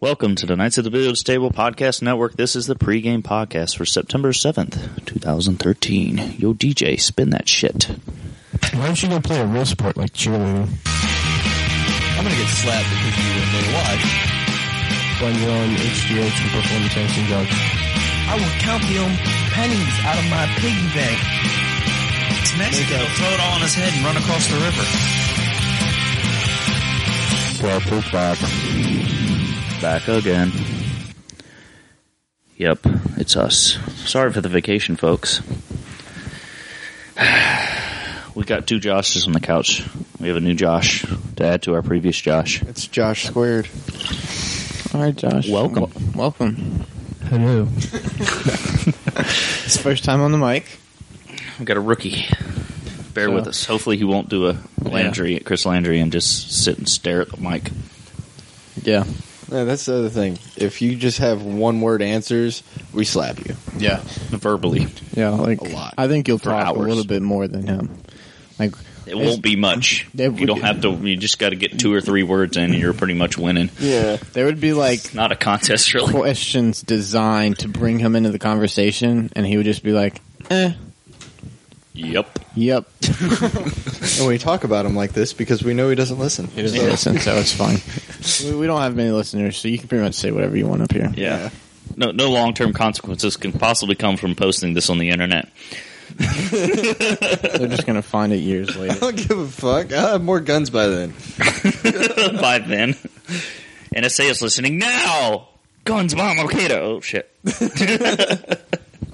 Welcome to the Knights of the Billiards Table Podcast Network. This is the pregame podcast for September 7th, 2013. Yo, DJ, spin that shit. Why don't you go play a real sport like cheerleading? I'm gonna get slapped because you wouldn't let me watch. Run your own HGH and performance enhancing drugs. I will count the own pennies out of my piggy bank. It's Mexico. He'll throw it all on his head and run across the river. Well, poop back. Back again. Yep, it's us. Sorry for the vacation, folks. We got two Joshes on the couch. We have a new Josh to add to our previous Josh. It's Josh squared. All right, Josh. Welcome. Welcome. Hello. It's first time on the mic. We got a rookie. Bear So- with us. Hopefully, he won't do a Landry, Chris Landry, and just sit and stare at the mic. Yeah. Yeah, that's the other thing. If you just have one word answers, we slap you. Yeah. verbally. Yeah. Like A lot. I think you'll For talk a hours. little bit more than him. Like It won't be much. They- You don't have to. You just got to get two or three words in, and you're pretty much winning. Yeah. there would be like Not a contest, really. questions designed to bring him into the conversation, and he would just be like, "Eh, Yep. yep." And we talk about him like this because we know he doesn't listen. He doesn't listen, so it's fine. We, we don't have many listeners, so you can pretty much say whatever you want up here. Yeah. No, no long term consequences can possibly come from posting this on the internet. They're just gonna find it years I later. don't Uh. give a fuck. I'll have more guns by then. By then, NSA is listening now. Guns, bomb, Al-Qaeda. Oh shit.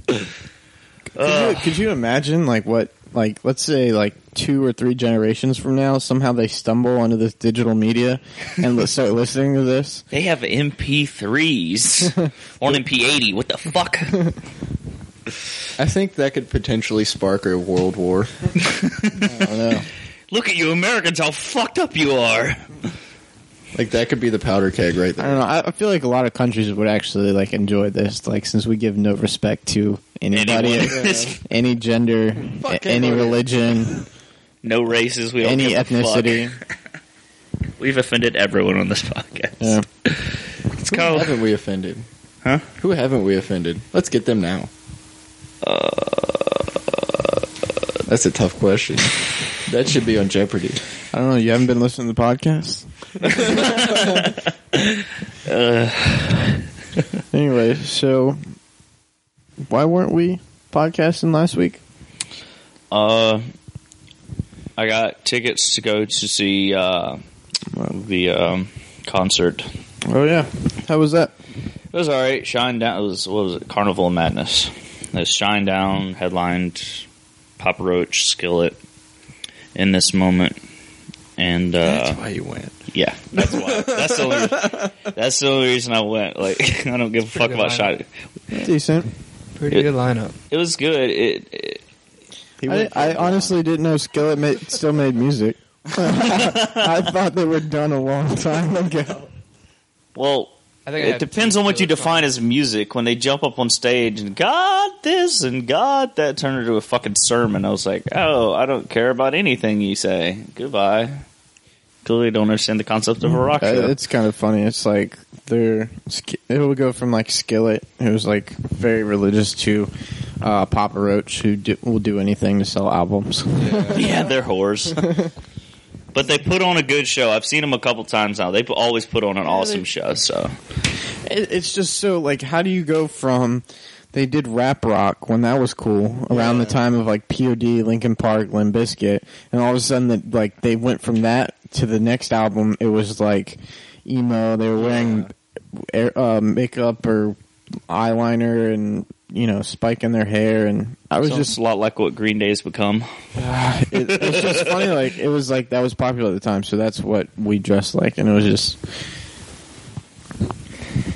Could you, could you imagine, like, what, like, let's say, like, two or three generations from now, somehow they stumble onto this digital media and li- start listening to this? They have MP3s or an MP80. What the fuck? I think that could potentially spark a world war. I don't know. Look at you Americans, how fucked up you are. Like that could be the powder keg right I there. don't know. I, I feel like a lot of countries would actually, like, enjoy this, like, since we give no respect to anybody, Anyone. any gender, Fuck a- any everybody. religion, No races. We don't any give a fuck. ethnicity. We've offended everyone on this podcast. Yeah. It's Who called haven't we offended? Huh? Who haven't we offended? Let's get them now. Uh, That's a tough question. That should be on Jeopardy. I don't know. You haven't been listening to the podcast? Uh, anyway, so why weren't we podcasting last week? Uh, I got tickets to go to see uh, the um, concert. Oh yeah, how was that? It was all right. Shine Down. It was what was it? Carnival of Madness. It was Shine Down headlined Papa Roach, Skillet. In this moment, and uh, That's why you went. yeah, that's why. That's the only. That's the only reason I went. Like I don't give a fuck about Shine. Decent. Pretty good lineup. It was good. It, it I, I honestly didn't know Skillet ma- still made music. I thought they were done a long time ago. well. I It depends on what you define as music. When they jump up on stage and God this and God that turned into a fucking sermon, I was like, oh, I don't care about anything you say. Goodbye. Clearly, don't understand the concept of a rock Uh, show. it's kind of funny. It's like they're Sk- it will go from like Skillet, who's like very religious, to uh, Papa Roach, who do, will do anything to sell albums. yeah, they're whores. but they put on a good show. I've seen them a couple times now. They p- always put on an awesome show. So It, it's just so like, how do you go from they did rap rock when that was cool around the time of like POD, Linkin Park, Limp Bizkit, and all of a sudden that like they went from that to the next album, it was like emo. They were wearing air, uh, makeup or eyeliner and you know spiking their hair, and I was it's just just a lot like what Green Day's become. it, it's just funny. Like it was like that was popular at the time, so that's what we dressed like, and it was just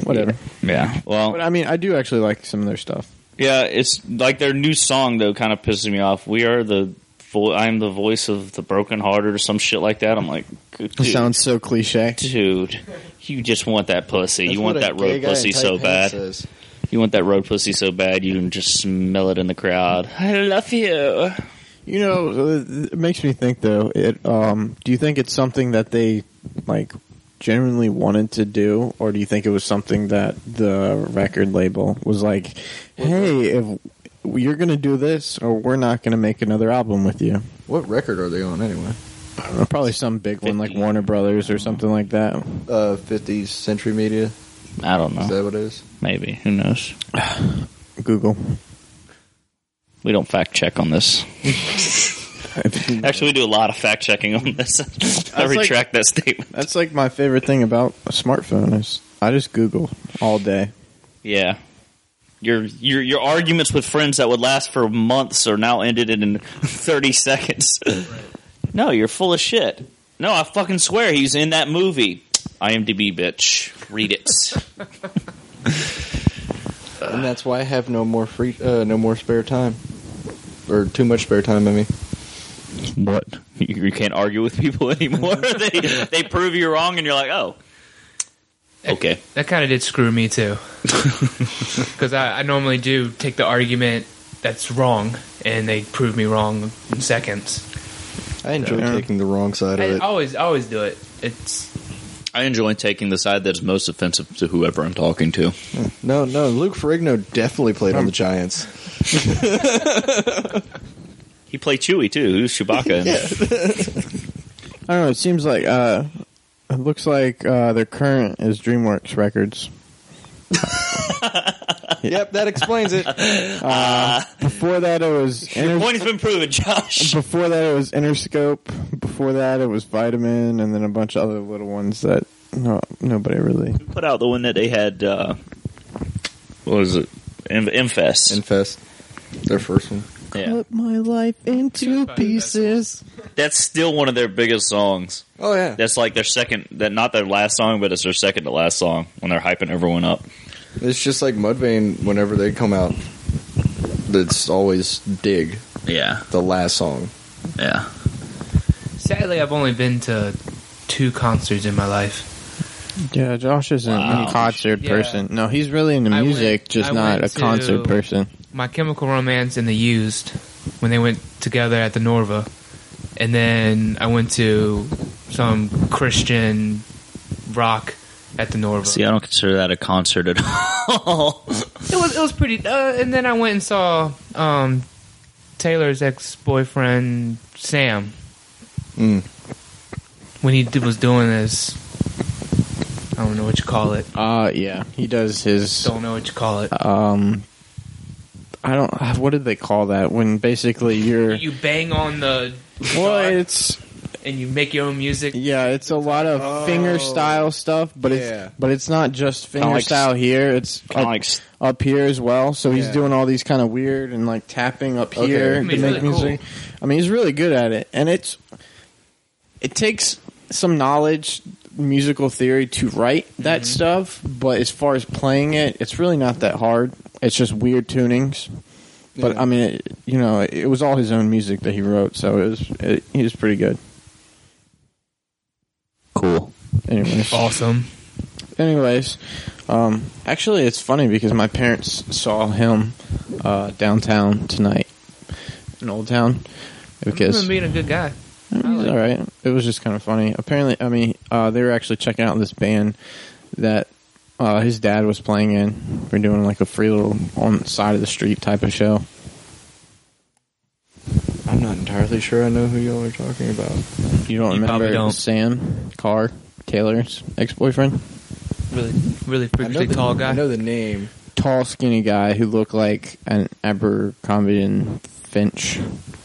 whatever. Yeah. Well, But I mean, I do actually like some of their stuff. Yeah, it's like their new song though kind of pisses me off. We are the vo- I am the voice of the broken hearted or some shit like that. I'm like, dude, It sounds so cliche. dude, you just want that pussy. That's you want what a that gay road guy in pussy tight so pants bad. says. You want that road pussy so bad. You can just smell it in the crowd. I love you. You know, uh, it makes me think though. It um, do you think it's something that they like genuinely wanted to do, or do you think it was something that the record label was like, "Hey, if you're going to do this, or we're not going to make another album with you"? What record are they on anyway? I don't know, probably some big one like Warner Brothers or something like that. Uh, 50s Century Media. Is I don't know. that what it is? Maybe. Who knows? Google. We don't fact check on this. Actually, Actually, we do a lot of fact checking on this. I That's like- retract that statement. that's like my favorite thing about a smartphone is I just Google all day. Yeah. Your, your your arguments with friends that would last for months are now ended in 30 seconds. No, you're full of shit. No, I fucking swear he's in that movie. IMDb, bitch. Read it. And that's why I have no more free, uh, no more spare time, or too much spare time. I mean, what? You, you can't argue with people anymore. they, they prove you wrong and you're like, oh. Okay. That kind of did screw me too, because I, I normally do take the argument that's wrong, and they prove me wrong in seconds. I enjoy Yeah. taking the wrong side I of it. always, I always do it. It's I enjoy taking the side that's most offensive to whoever I'm talking to. No, no, Luke Ferrigno definitely played on the Giants. He played Chewie too. Who's Chewbacca? I don't know. It seems like uh, it looks like uh, their current is DreamWorks Records. yep, that explains it. Uh, Before that, it was Your Inter- point has been proven, Josh. before that it was Interscope. Before that it was Vitamin, and then a bunch of other little ones that no nobody really. Put out the one that they had. Uh, what was it? M- Infest. Infest, their first one. yeah. my life into pieces. That's still one of their biggest songs. Oh yeah, That's like their second, that not their last song, but it's their second to last song when they're hyping everyone up. it's just like Mudvayne. Whenever they come out, that's always dig Yeah, the last song. yeah. sadly I've only been to two concerts in my life. Yeah, Josh isn't Wow. a concert Yeah. person. No, he's really into I music, went- just I not a went to- concert person. My Chemical Romance and The Used when they went together at the Norva, and then I went to some Christian rock at the Norva. See, I don't consider that a concert at all. It was it was pretty. Uh, and then I went and saw um, Taylor's ex boyfriend Sam Mm. when he d- was doing his. I don't know what you call it. Uh, yeah, he does his. Don't know what you call it. Um, I don't. What did they call that? When basically you're. You bang on the Well, guitar it's and you make your own music. Oh. Yeah, it's a lot of finger style stuff, but Yeah. it's but it's not just finger like s- style here. It's kinda up, like s- up here as well. So he's Yeah. doing all these kind of weird and like tapping up Okay. here I to mean, it's make really cool. music. I mean, he's really good at it, and it's it takes some knowledge, musical theory to write that Mm-hmm. stuff. But as far as playing it, it's really not that hard. It's just weird tunings. But Yeah. I mean, it, you know, it was all his own music that he wrote, so it was it, he was pretty good. cool. Anyways, Awesome. anyways, um, actually, it's funny because my parents saw him uh, downtown tonight in Old Town. Because Because being a good guy. I mean, I it's like all right, it was just kind of funny. Apparently, I mean, uh, they were actually checking out this band that uh, his dad was playing in. We're doing like a free little on the side of the street type of show. I'm not entirely sure I know who y'all are talking about. You don't You probably remember don't. Sam Carr Taylor's ex boyfriend? Really, really I know freakishly the, tall I guy. know the name. Tall, skinny guy who looked like an Abercrombie and Finch.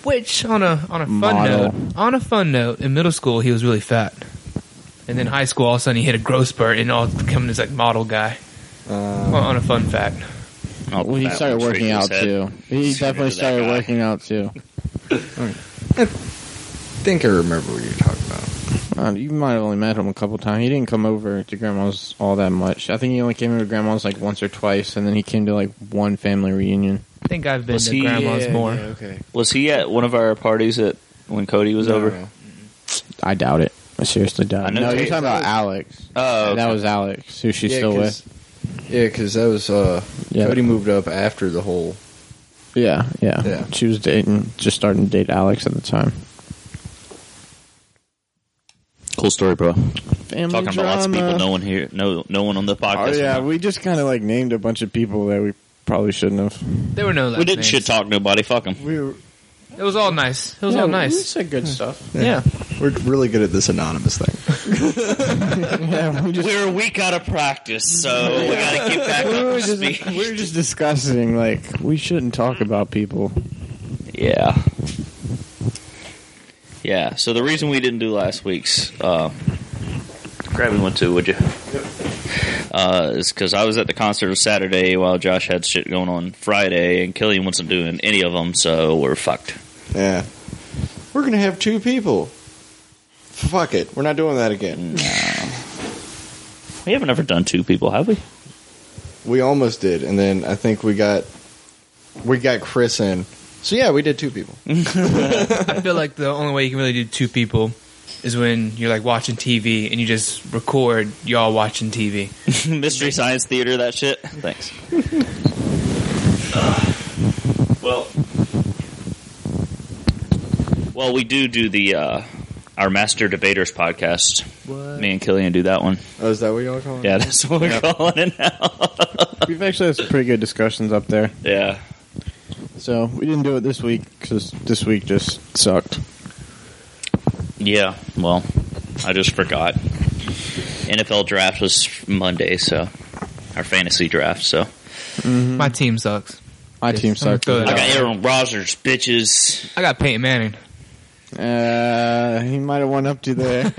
Which on a on a fun Model. note, on a fun note, in middle school he was really fat, and then high school all of a sudden he hit a growth spurt and all coming as like model guy. Um, Uh, Well, on a fun fact. Oh, Well, he that started went working straight out to his head. too. He Straight definitely into that started guy. working out too. think I remember what you're talking about. Uh, you might have only met him a couple times. He didn't come over to grandma's all that much. I think he only came over to grandma's like once or twice, and then he came to like one family reunion. I think I've been Was to he- grandma's more. okay. Was he at one of our parties at when Cody was over? I doubt it. I seriously doubt I it. know No, you're Taylor- talking about Alex. Oh, okay. that was Alex, who she's still with. Yeah, because that was uh, Yeah. Cody moved up after the whole. Yeah, yeah, Yeah. She was dating, just starting to date Alex at the time. Cool story, bro. Family Talking about lots of people drama. no one here no no one on the Oh podcast. yeah, we just kind of like named a bunch of people that we probably shouldn't have. There were no last We didn't names. shit talk nobody. Fuck them. We were, It was all nice. It was all nice. Hmm. said good stuff. Yeah. We're really good at this anonymous thing. yeah, we just We're a week out of practice, so we gotta get back we up were to just speed. we were just discussing like we shouldn't talk about people. Yeah. Yeah. So the reason we didn't do last week's uh, grabbing one too, would you? Uh, is because I was at the concert of Saturday while Josh had shit going on Friday, and Killian wasn't doing any of them, so we're fucked. Yeah. We're going to have two people. Fuck it. We're not doing that again. We haven't ever done two people, have we? We almost did, and then I think we got we got Chris in. So yeah, we did two people. Oh, I feel like the only way you can really do two people is when you're like watching TV and you just record y'all watching TV. Mystery Science Theater, that shit. Thanks. well, well, we do do the uh, our Master Debaters podcast. Me and Killian do that one. Oh, is that what y'all calling? Yeah, it? that's what we're calling it now. We've actually had some pretty good discussions up there. yeah, So we didn't do it this week because this week just sucked. yeah. Well, I just forgot. NFL draft was Monday, so our fantasy draft. So Mm-hmm. My team sucks. Oh, My team sucked. I I'm gonna throw got that out. Aaron Rodgers, bitches. I got Peyton Manning. Uh, he might have went up to there.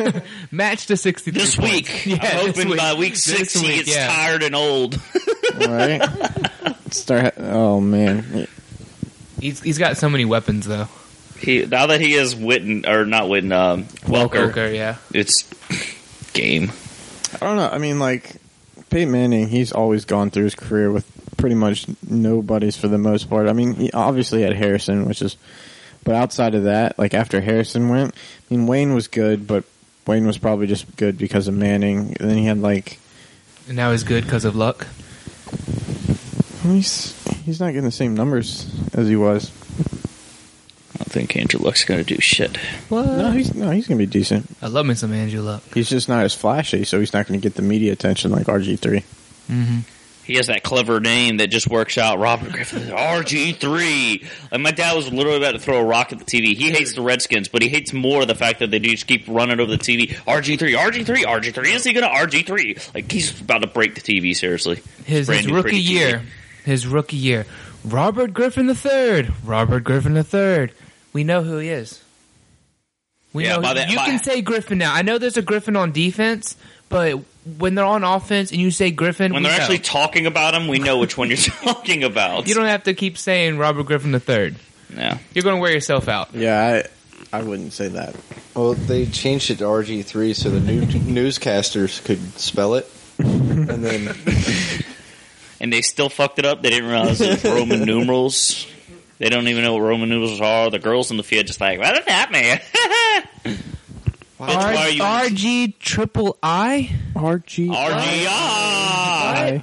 Match to 63 This points. week, Yeah, I'm this hoping week. by week This six he week, gets yeah. tired and old. right? Start. Oh man, He's, he's got so many weapons though. He now that he is Witten or not Witten, um, Welker, Coker, yeah. it's game. I don't know. I mean, like Peyton Manning, he's always gone through his career with pretty much nobody's for the most part. I mean, he obviously had Harrison, which is, but outside of that, like after Harrison went, I mean, Wayne was good, but Wayne was probably just good because of Manning. And then he had like And now he's good because of luck. he's he's not getting the same numbers as he was. I don't think Andrew Luck's gonna do shit. What? No, he's no, he's gonna be decent. I love me some Andrew Luck. He's just not as flashy, so he's not gonna get the media attention like RG three. Mm-hmm. He has that clever name that just works out. Robert Griffin, RG three. Like my dad was literally about to throw a rock at the TV. He hates the Redskins, but he hates more the fact that they just keep running over the TV. RG three, RG three, RG three. Is he gonna RG three? Like he's about to break the TV. Seriously, His, Brand his new rookie pretty year. His rookie year. Robert Griffin III. Robert Griffin III. We know who he is. We Yeah, know by who- that- you by- can say Griffin now. I know there's a Griffin on defense, but when they're on offense and you say Griffin, when we they're know. actually talking about him, we know which one you're talking about. you don't have to keep saying Robert Griffin III. Yeah. You're going to wear yourself out. Yeah, I I wouldn't say that. Well, they changed it to RG three so the new newscasters could spell it, and then and they still fucked it up. They didn't realize it was Roman numerals. They don't even know what Roman numerals are. The girls in the field just like, what did that mean? Bitch, why are you RG triple I? RG RDI?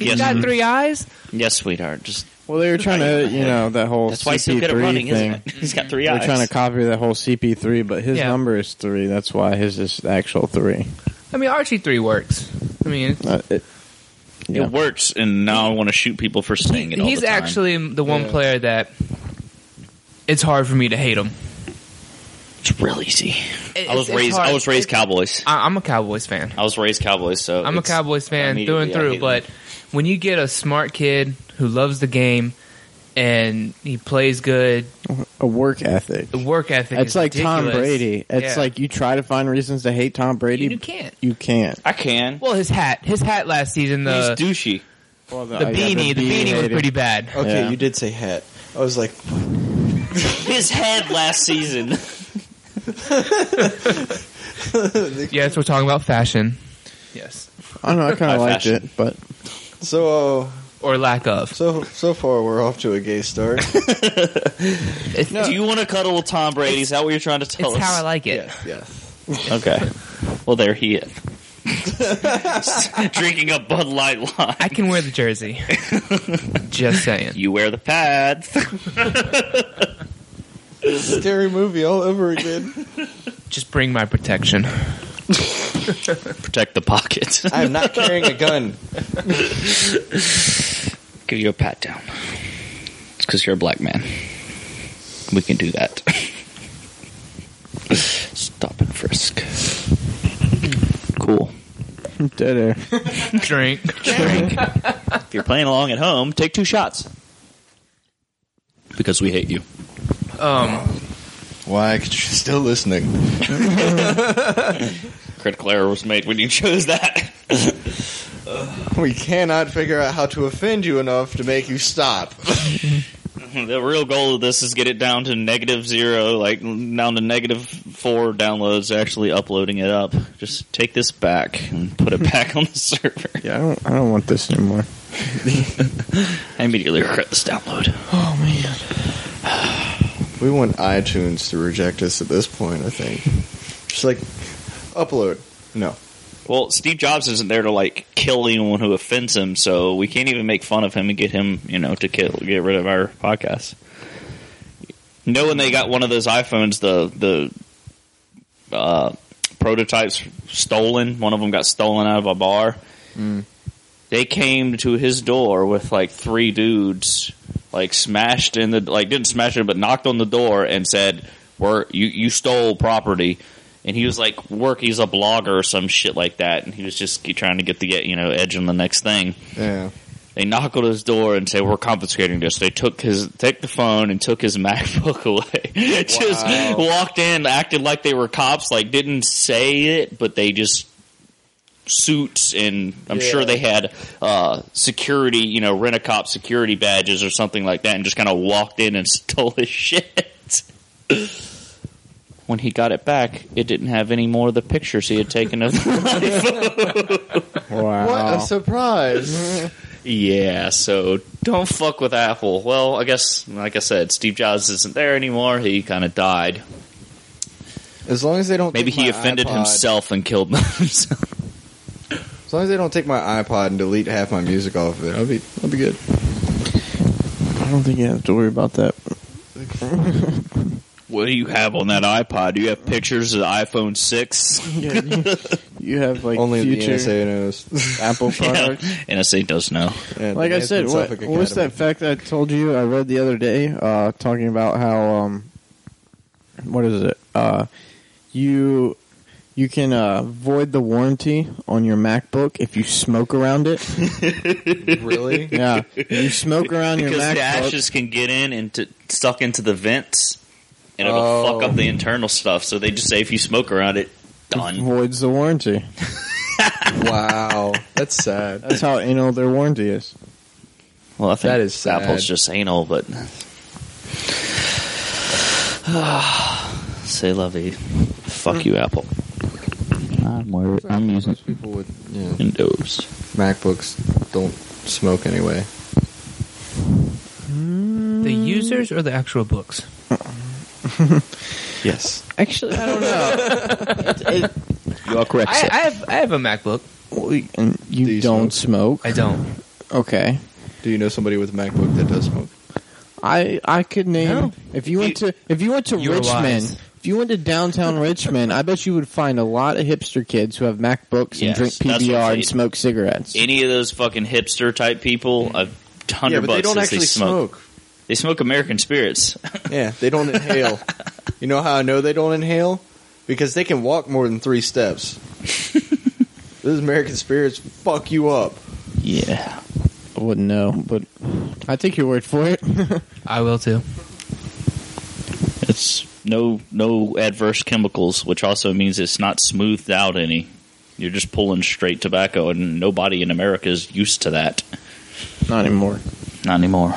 You got Yes, three eyes? yes, sweetheart. Just Well, they were trying to, you know, that whole that's CP3 why he's so good at running, thing. isn't it? He's got three They're eyes. trying to copy that whole CP3, but his Yeah. number is three. That's why his is the actual three. I mean, RG3 works. I mean, Uh, it- yeah. It works, and now I want to shoot people for saying it. all he's the time. actually the one player that it's hard for me to hate him. it's real easy. It- I was it's- it's raised. hard. I was raised It's- Cowboys. I- I'm a Cowboys fan. I was raised Cowboys, so I'm a it's- Cowboys fan through and immediately I hate through. him. But when you get a smart kid who loves the game and he plays good, A work ethic. the work ethic. It's is like Tom ridiculous. Brady. It's Yeah. like you try to find reasons to hate Tom Brady. you, you can't. You can't. I can. Well, his hat, his hat last season, the he's douchey. the beanie, the beanie was pretty bad. okay, Yeah. you did say hat. I was like, His head last season. Yes, we're talking about fashion. Yes, I don't know. I kind High of liked fashion. it, but so uh, or lack of. so so far we're off to a gay start. It's, Do you want to cuddle with Tom Brady? Is that what you're trying to tell it's us? how I like it. yes. Okay. Well, there he is. Drinking a Bud Light line. I can wear the jersey. Just saying. You wear the pads. Scary movie all over again. Just bring my protection. Protect the pocket. I am not carrying a gun. Give you a pat down. It's because you're a black man. We can do that. Stop and frisk. Cool. Dead air. Drink. If you're playing along at home, take two shots. Because we hate you. Um, Why? 'Cause you're still listening. Critical error was made when you chose that. We cannot figure out how to offend you enough to make you stop. the real goal of this is get it down to negative zero, like down to negative four downloads. Actually, uploading it up. Just take this back and put it back on the server. Yeah, I don't. I don't want this anymore. I immediately regret this download. Oh man. We want iTunes to reject us at this point, I think. Just like, upload. No. Well, Steve Jobs isn't there to like kill anyone who offends him, so we can't even make fun of him and get him, you know, to kill, get rid of our podcast. You know, when they got one of those iPhones, the the uh, prototypes stolen. One of them got stolen out of a bar. Mm. They came to his door with like three dudes, like smashed in the like didn't smash it, but knocked on the door and said, "We're you you stole property." and he was like work he's a blogger or some shit like that and he was just keep trying to get the you know edge on the next thing Yeah. they knock on his door and say we're confiscating this they took his took the phone and took his macbook away just Wow. walked in acted like they were cops like didn't say it but they just suits and i'm Yeah. sure they had uh security you know rent a cop security badges or something like that and just kind of walked in and stole his shit when he got it back, it didn't have any more of the pictures he had taken of the life. Wow. What Uh, a surprise! yeah, so don't fuck with Apple. Well, I guess, like I said, Steve Jobs isn't there anymore. He kind of died. as long as they don't Maybe take he my offended iPod- himself and killed himself. As long as they don't take my iPod and delete half my music off of it, I'll be I'll be good. I don't think you have to worry about that. What do you have on that iPod? Do you have pictures of the iPhone 6? Yeah, you, you have like Only future the NSA knows. Apple products. NSA does know. Yeah, Like the I Nathan said, what, Suffolk what was that Academy. fact I told you I read the other day uh, talking about how um, what is it? Uh, you you can uh, void the warranty on your MacBook if you smoke around it. Really? yeah, you smoke around your Because the MacBook. ashes can get in and to, stuck into the vents, and it'll Oh. fuck up the internal stuff. So they just say if you smoke around it, done. Voids the warranty. wow, that's sad. That's how anal their warranty is. Well, I think That is Apple's sad. just anal, but say lovey, fuck you, Apple. I'm worried. I'm using Most people with yeah, Windows. MacBooks don't smoke anyway. the users or the actual books? Yes, Actually, I don't know. You are correct. I, I have I have a MacBook. and you Do you don't smoke. I don't. Okay. do you know somebody with a MacBook that does smoke? I I could name No. if you went to if you went to You were Richmond, wise. if you went to downtown Richmond, I bet you would find a lot of hipster kids who have MacBooks and Yes, drink that's what PBR they- and smoke cigarettes. Any of those fucking hipster type people, a hundred Yeah, but bucks they don't says actually they smoke. They smoke American spirits. Yeah, they don't inhale. You know how I know they don't inhale? Because they can walk more than three steps. Those American spirits fuck you up. Yeah. I wouldn't know, but I take your word for it. I will too. It's no no adverse chemicals, which also means it's not smoothed out any. You're just pulling straight tobacco, and nobody in America is used to that. Not anymore. Not anymore.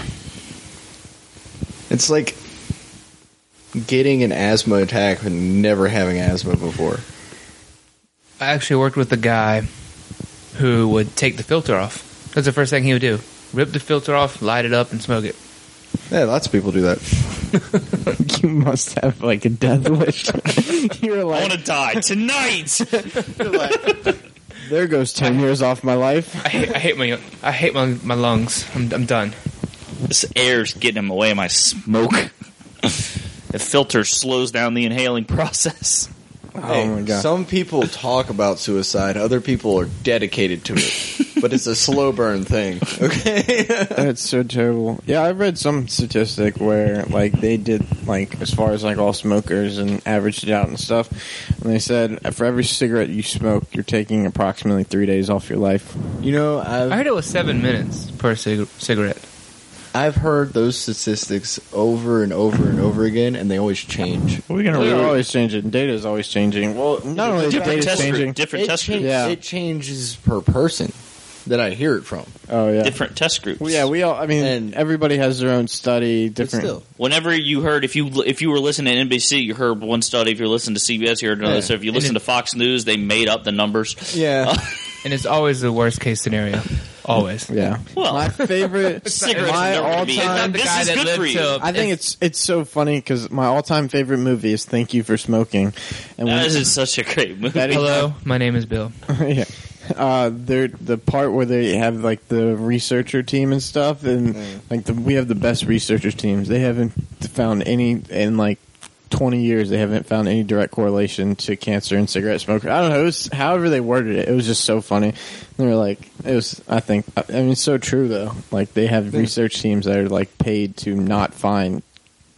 It's like getting an asthma attack and never having asthma before. I actually worked with a guy who would take the filter off. That's the first thing he would do: rip the filter off, light it up, and smoke it. Yeah, lots of people do that. You must have like a death wish. You're I like, want to die tonight. there goes ten years off my life. I hate, I hate my I hate my, my lungs. I'm, I'm done. this air's getting in my way of my smoke. the filter slows down the inhaling process. Oh my god. Some people talk about suicide, other people are dedicated to it. but it's a slow burn thing. Okay. That's so terrible. Yeah, I read some statistic where like they did like as far as like all smokers and averaged it out and stuff, and they said for every cigarette you smoke, you're taking approximately three days off your life. you know, I I've heard it was seven minutes per cig- cigarette. I've heard those statistics over and over and over again and they always change. We're gonna They're really. always changing. Data is always changing. Well, not only is Different data test group, changing. different test group, changes. Yeah. It changes per person that I hear it from. Oh yeah. different test groups. Well, yeah, we all. I mean, And- everybody has their own study. But Different. still. Whenever you heard, if you if you were listening to NBC, you heard one study. If you listened to CBS, you heard another. Yeah. So if you listen to Fox News, they made up the numbers. Yeah. And it's always the worst case scenario. Always. Yeah. Well, my favorite. cigarettes my are never gonna be- all-time. It's This is good for you. I think it's it's so funny because my all time favorite movie is Thank You for Smoking, and when- that is such a great movie. That is- Hello, my name is Bill. yeah. Uh, they're the part where they have like the researcher team and stuff, and like the, we have the best researchers teams. They haven't found any in like twenty years. They haven't found any direct correlation to cancer and cigarette smoker. I don't know. It was, however, they worded it, it was just so funny. They were like, it was. I think. I, I mean, it's so true though. Like they have research teams that are like paid to not find.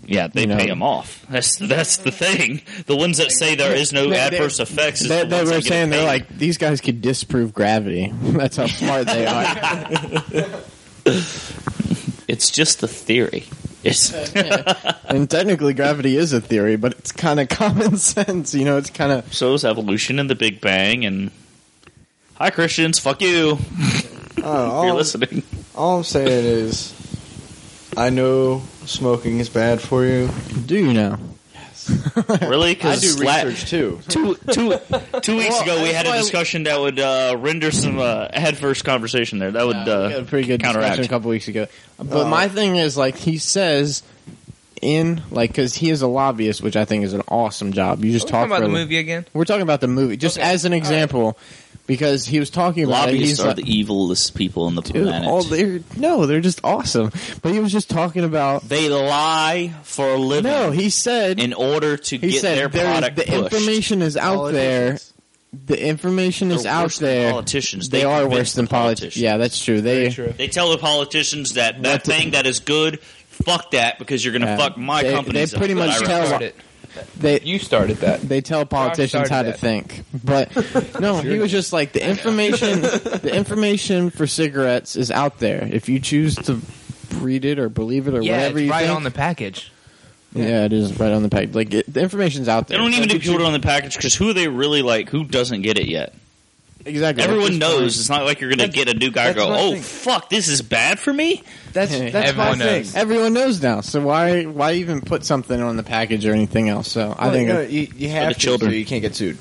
yeah, they you know. pay them off. That's that's the thing. The ones that say there is no They- they- adverse effects. Is They, the they ones were that get saying they're paid. like these guys could disprove gravity. That's how smart they are. it's just the theory. It's And technically, gravity is a theory, but it's kind of common sense. You know, it's kind of so is evolution and the Big Bang and. Hi Christians, fuck you. Uh, If you're all, listening. all I'm saying is I know smoking is bad for you. do you know? Really? I Because do research too. two, two, two weeks ago we had a why- discussion that would uh, render some uh, head first conversation there. That would uh, we had a pretty good counteract. discussion a couple weeks ago. But Uh, my thing is, like, he says in like because he is a lobbyist, which I think is an awesome job. You just talk Talking about for a the li- movie again. We're talking about the movie, just as an example, because he was talking about it. Lobbyists He's are like, the evilest people on the "Dude, planet. all they're no, they're just awesome. But he was just talking about they lie for a living no. He said in order to he get said their there- product the pushed. information is out there. Politicians. The information They're is out worse than there. politicians. They, They are convince worse than the politicians. politicians. Yeah, that's true. They They tell the politicians that that the- thing that is good, fuck that because you're going to Yeah. fuck my They- company. they pretty much tell- Started. they You started that. they tell politicians started how to that. think. But no, he was just like the information. the information for cigarettes is out there. If you choose to read it or believe it or Yeah, whatever it's you right think, on the package. yeah, it is right on the pack. Like it, the information's out They there. don't even Like, include it on the package because who they really like, who doesn't get it yet? exactly. Everyone It's knows. It's not like you're going to get a new guy and go, that's what I oh, think. fuck, this is bad for me? That's that's Everyone my thing. knows. Everyone knows now, so why why even put something on the package or anything else? So I Well, think, no, you, you have the to, children. so you can't get sued.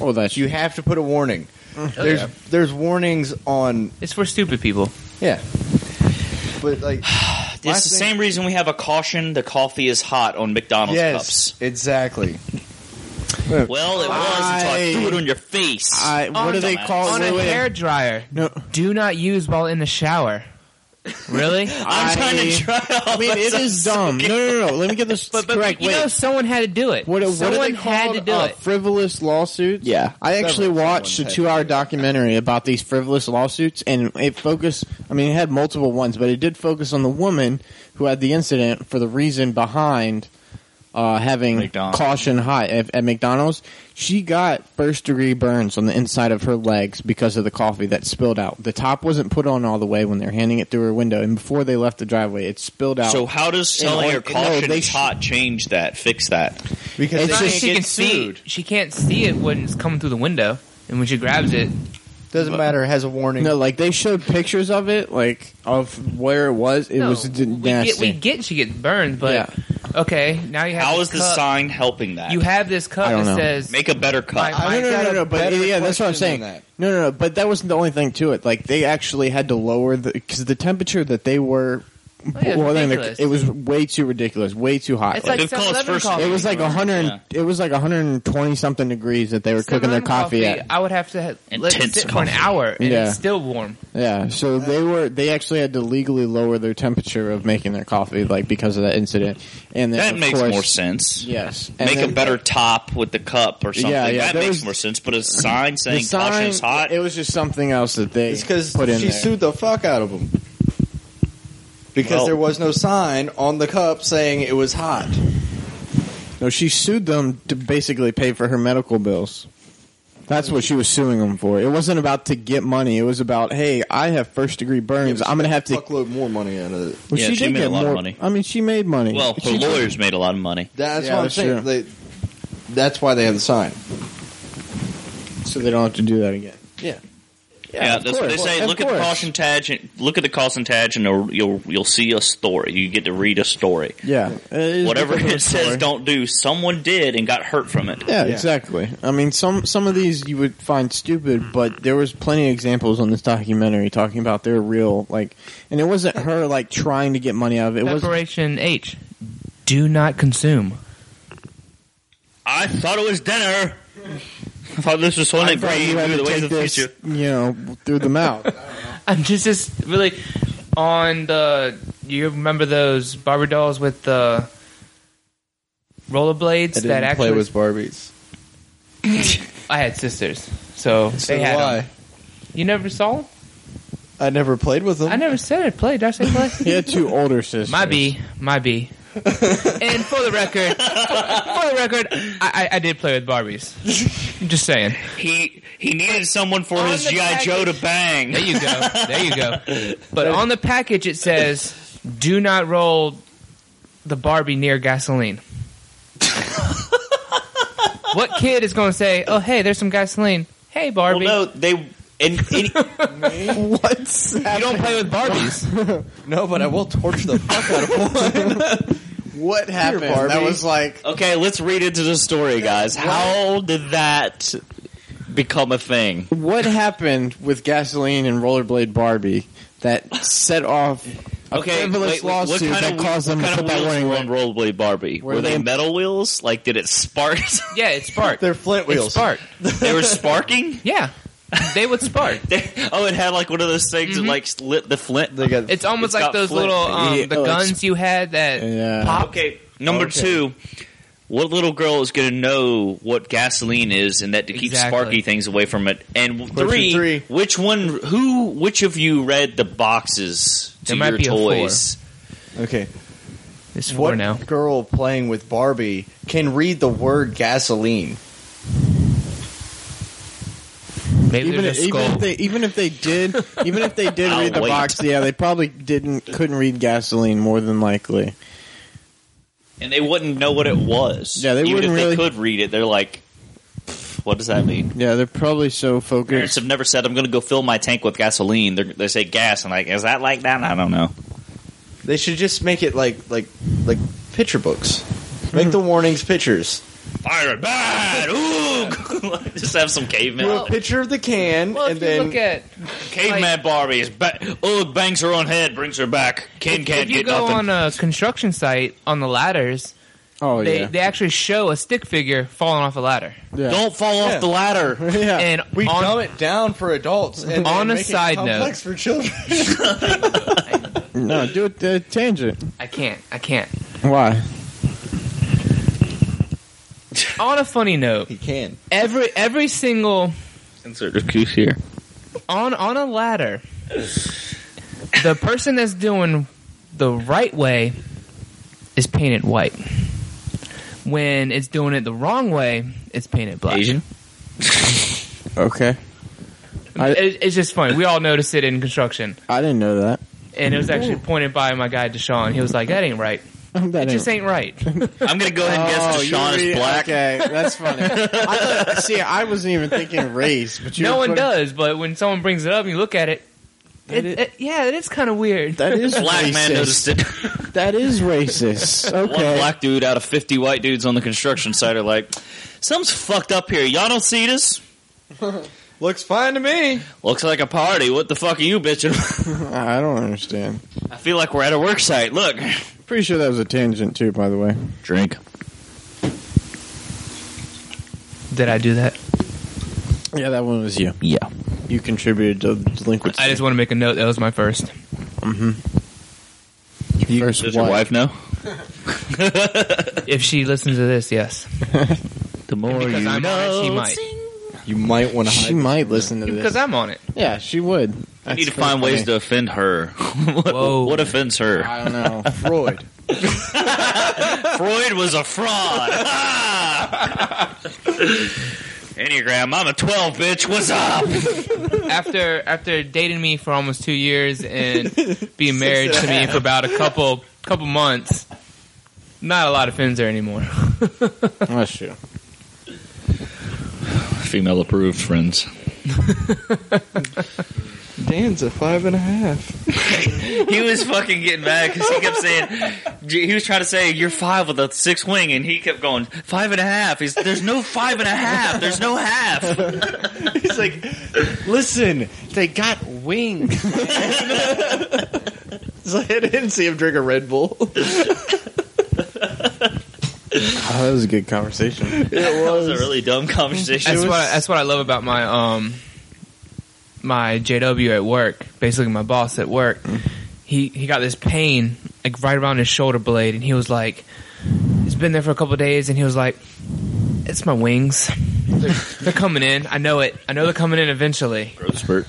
oh, that's You have to put a warning. Mm-hmm. There's Oh, there's warnings on It's for stupid people. yeah, but like It's the thing- same reason we have a caution. The coffee is hot on McDonald's yes, exactly. cups. Well, it was I- until I threw it on your face. Oh, I, what do they dumbass. call on it? a Wait, wait. hair dryer. No. Do not use while in the shower. Really? I'm trying to try. I mean, it is dumb. No, no, no, no. Let me get this but but correct. you Wait. know, someone had to do it. what, what someone are they had called? to do Uh, it. frivolous lawsuits. Yeah. I actually Several watched a someone had two-hour documentary about these frivolous lawsuits, and it focused. I mean, it had multiple ones, but it did focus on the woman who had the incident for the reason behind uh, having McDonald's. caution high at, at McDonald's. She got first-degree burns on the inside of her legs because of the coffee that spilled out. The top wasn't put on all the way when they were handing it through her window, and before they left the driveway, it spilled out. So how does order- selling your no, caution they is sh- hot change that? Fix that. Because It's they just- can't she get can sued. see. She can't see it when it's coming through the window, and when she grabs it, Doesn't matter. It has a warning. No, like they showed pictures of it, like of where it was. It no, was d- we get, nasty. we get she gets burned, but okay, now you have How this is the cup. sign helping that? You have this cup I don't that know. says Make a better cut. I- no, no, no, got no, a no, but better yeah, that's what I'm question saying. than No, no, no, but that wasn't the only thing to it. Like they actually had to lower the because the temperature that they were Oh, yeah, it's well, then ridiculous. the, it was way too ridiculous, way too hot. It's Like, like They've called 7-Eleven first- coffee. it was like a hundred. and- It was like hundred and twenty something degrees that they were cooking their 7-Eleven coffee, at. I would have to ha- let it Intense sit for an hour and Yeah. it's still warm. Yeah, so they were. They actually had to legally lower their temperature of making their coffee, like because of that incident. And then, That of makes course- more sense. Yes, and Make then a better top with the cup or something. Yeah, yeah, that there makes was- more sense. But a sign the saying sign- caution is hot. It was just something else that they It's because put in she there. sued the fuck out of them. Because Well- there was no sign on the cup saying it was hot. No, she sued them to basically pay for her medical bills. That's what she was suing them for. It wasn't about to get money. It was about, hey, I have first degree burns. I'm going to have to. fuckload more money out of it. Well, Yeah, she did made get a lot of more- money. I mean, she made money. well, her She- lawyers made a lot of money. That's Yeah, what I'm that's saying. true. They, that's why they had the sign. so they don't have to do that again. Yeah. Yeah, of that's what they course. say. Of look at the course. caution tag. and- Look at the caution tag, and you'll- you'll you'll see a story. You get to read a story. Yeah, It is Whatever different it says, story. don't do. Someone did and got hurt from it. Yeah, Yeah. exactly. I mean, some some of these you would find stupid, but there was plenty of examples on this documentary talking about their real like, and it wasn't her like trying to get money out of it. It was Preparation H. Do not consume. I thought it was dinner. I thought Uh, this was one I that thought green you had through to the ways take of the this, future. you know, through the mouth. I'm just just really on the. You remember those Barbie dolls with the rollerblades that actually? Barbies. I had sisters, so, So they had. 'em. why? You never saw? 'em? I never played with them. I never said it. Played? Did I say play? He had two older sisters. My B, my B. and for the record, for the record, I, I, I did play with Barbies. I'm just saying. He he needed someone for On his the GI Joe to package. bang. There you go. There you go. But on the package, it says, "Do not roll the Barbie near gasoline." what kid is going to say, "Oh, hey, there's some gasoline." Hey, well, Barbie. no, they and, and What's You don't play with Barbies. No, but I will torture the fuck out of one. what happened? Barbie. That was like Okay, let's read into the story, guys. How did that become a thing? what happened with gasoline and rollerblade Barbie that set off a Okay, frivolous wait, what- lawsuit what kind that of, caused them what to kind put of that wheels warning were label. on Rollerblade Barbie? Were, Were they they- metal wheels? Like, did it spark? yeah, it sparked. They're Flint It wheels. sparked. they were sparking. Yeah, they would spark. Mm-hmm. They, oh, it had like one of those things that like lit the flint. They got It's almost It's like got those flint. little Yeah, um, the oh, it's- guns you had that Yeah. pop. Okay, number two. What little girl is going to know what gasoline is, and that to keep Exactly. sparky things away from it? And Question three, three. which one? Who? Which of you read the boxes to There might your be a four. toys? okay. It's four What now. girl playing with Barbie can read the word gasoline? Maybe Even they're if, just even if skull. they even if they did even if they did I'll read the wait. box, yeah, they probably didn't couldn't read gasoline more than likely. and they wouldn't know what it was. Yeah, they Even wouldn't if really- they could read it. They're like, "Pff, "What does that mean?" Yeah, they're probably so Parents focused. have never said, "I'm going to go fill my tank with gasoline." They're, they say gas, and like, is that like that? I don't know. They should just make it like like like picture books. Make the warnings pictures. Fire bad. Ooh, just have some caveman. Do a picture of the can Well, and if you then look at caveman like- Barbie is back. Ugh, bangs her own head, brings her back. Ken if can't you get go nothing. on a construction site on the ladders, Oh they, yeah, they actually show a stick figure falling off a ladder. yeah. don't fall off Yeah. the ladder. yeah. And we on, dumb it down for adults and then On a make it side complex for children. no, do it uh, tangent. I can't. I can't. Why? On a funny note, He can. every every single Insert excuse here. on on a ladder, the person that's doing the right way is painted white. When it's doing it the wrong way, it's painted black. Asian. Okay, I- It- it's just funny. We all notice it in construction, I didn't know that. and it was actually pointed by my guy Deshaun. He was like, "That ain't right. That It just ain't right." I'm going to go ahead and Uh, guess Deshaun is black. Oh, Okay, that's funny. I thought, see, I wasn't even thinking race, but you no were one putting- does, but when someone brings it up and you look at it, it, That it- yeah, it is kind of weird. That is Black racist. man noticed it. That is racist. One Okay, black dude out of 50 white dudes on the construction site are like, something's fucked up here. Y'all don't see this? Looks fine to me. Looks like a party. What the fuck are you bitching? about? I don't understand. I feel like we're at a work site. Look. Pretty sure that was a tangent too, by the way. Drink. Did I do that? Yeah, that one was you. Yeah. You contributed to Mm-hmm. the delinquency. I just want to make a note. That was my first. you, first Does your wife know? If she listens to this, yes. The more Because you I'm on it, she know. might. You might want to hide. She might listen to Because this. I'm on it. Yeah, she would. I need to find ways to offend her. what, Whoa. what offends her? I don't know. Freud. Freud was a fraud. Enneagram, I'm a 12, bitch. What's up? After after dating me for almost two years and being married to me for about a couple couple months, not a lot of fins there anymore. oh, shoot. Female approved, friends. Dan's a five and a half. He was fucking getting mad because he kept saying, he was trying to say, you're five with a six wing, and he kept going, five and a half. He's, there's no five and a half. There's no half. He's like, listen, they got wings. It's like, I didn't see him drink a Red Bull. Oh, that was a good conversation. That was a really dumb conversation. That's what I, that's what I love about my um my JW at work. Basically, my boss at work. Mm. He he got this pain like right around his shoulder blade, and he was like, "It's been there for a couple of days," and he was like, "It's my wings. They're, they're coming in. I know it. I know they're coming in eventually." Growth spurt.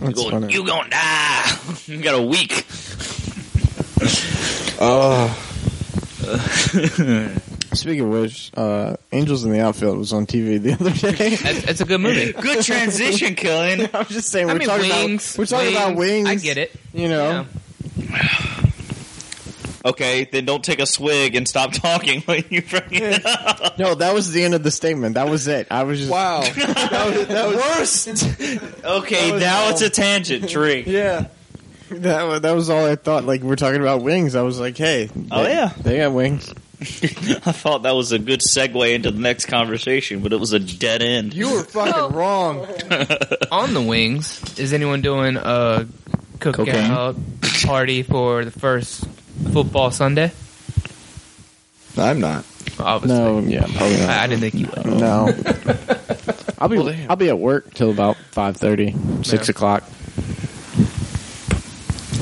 That's Going, funny. you gonna die. you got a week. Uh. Oh, Speaking of which, uh, Angels in the Outfield was on TV the other day. That's, that's a good movie. Good transition, Killian. I'm just saying, I we're mean, talking wings. about we're talking about wings. I get it. You know, Yeah. Okay, then don't take a swig and stop talking when you bring it up. no, that was the end of the statement. That was it. I was just wow. That was, that was worst. Okay, now it's a tangent. Drink. yeah. That was, that was all I thought. Like we're talking about wings. I was like, hey, Oh, they- yeah. they got wings. I thought that was a good segue into the next conversation, but it was a dead end. You were fucking wrong. On the wings, is anyone doing a cookout party for the first football Sunday? I'm not. Obviously, No, yeah, probably not. I, I didn't think you would. No. I'll be Well, damn. I'll be at work till about 5.30, 6 Yeah. o'clock.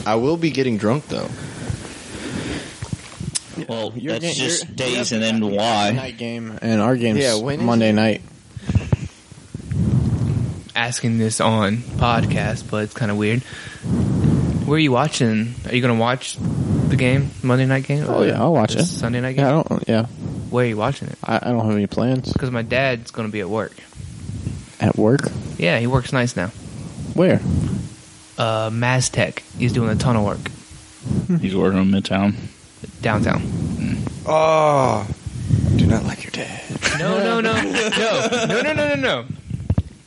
I will be getting drunk though. well, Your that's game- just your- days and then why. Night game and our game's Yeah, when is Monday night. asking this on podcast, but it's kind of weird. Where are you watching? Are you going to watch the game, Monday night game? Oh, yeah, I'll watch This it. Sunday night game. Yeah, I don't yeah. Where are you watching it? I, I don't have any plans Because my dad's going to be at work. at work. Yeah, he works nights now. Where? Uh, Maztec. He's doing a ton of work He's working on Midtown. downtown. Ah. Oh, do not like your dad. No, no, no, no, no, no, no, no, no.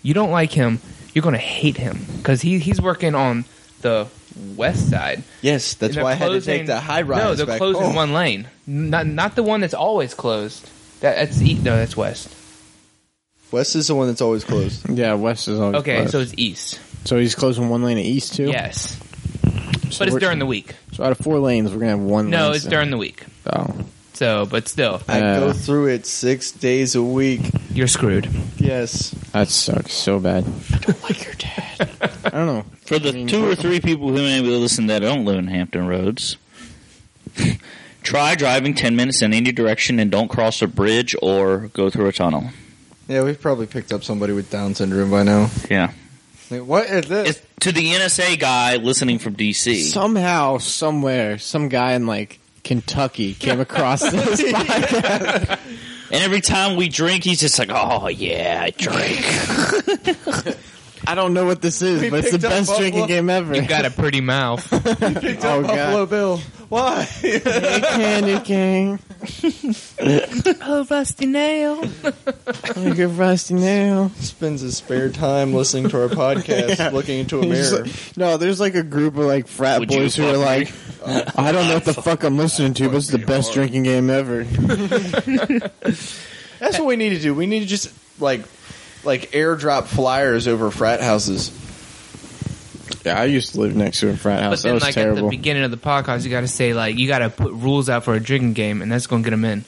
You don't like him. You're going to hate him because he he's working on the west side. Yes, that's They're why I had to closing- take the high rise. No, they're back closing home. one lane. Not not the one that's always closed. That, that's east. No, that's west. Wes is the one that's always closed. Yeah, Oh, West is always Okay, closed. so it's east. So he's closing one lane at East too. Yes, So but it's we're- during the week. So out of four lanes, we're gonna have one. No, lane it's set. during the week. Oh, So, but still, I Yeah. go through it six days a week. you're screwed. Yes. that sucks so bad. I don't like your dad. For the I mean- two or three people who may be listening that don't live in Hampton Roads, try driving 10 minutes in any direction and don't cross a bridge or go through a tunnel. Yeah, we've probably picked up somebody with Down syndrome by now. Yeah. Like, what is this? It's to the NSA guy listening from I don't know. D.C. Somehow, somewhere, some guy in like Kentucky came across this podcast. And every time we drink, he's just like, oh, yeah, drink. I don't know what this is, We but it's the picked up best Buffalo- drinking game ever. You got a pretty mouth. picked oh, up Buffalo God. Bill. Why? Candy cane. oh, rusty nail. Like a rusty nail. Spends his spare time listening to our podcast, looking into a He's mirror. like- no, there's like a group of like frat Would you boys who are fuck like, I don't know what the fuck I'm listening to, but it's the best drinking game ever. That's what we need to do. We need to just like like airdrop flyers over frat houses. Yeah, I used to live next to a frat But house. That then, was like at the terrible. beginning of the podcast, you got to say like you got to put rules out for a drinking game, and that's going to get them in.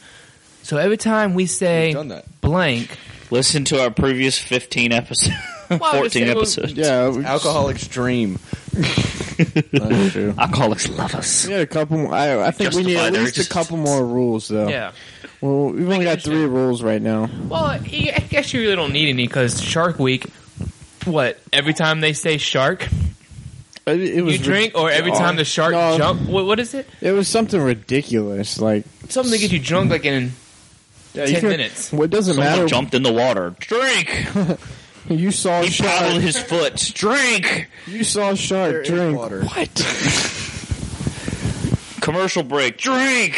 So every time we We've say done that. blank, Listen to our previous 15 episodes, Well, I 14 would say- episodes. yeah, we- Alcoholic's dream. That's true. Alcoholics love us. We had a couple. More, I, I think we need Justify at their least a existence. couple more rules, though. yeah. Well, we've only got three rules right now. Well, you- I guess you really don't need any because Shark Week. What every time they say shark, It, it was you drink, or every rid- time the shark No, jump, what, what is it? It was something ridiculous. Like Something to get you drunk like in you ten could- minutes. Well, it doesn't Someone matter. jumped in the water. Drink! You saw a He paddled shark. his foot. Drink! You saw a There shark is drink. water. What? commercial break. Drink!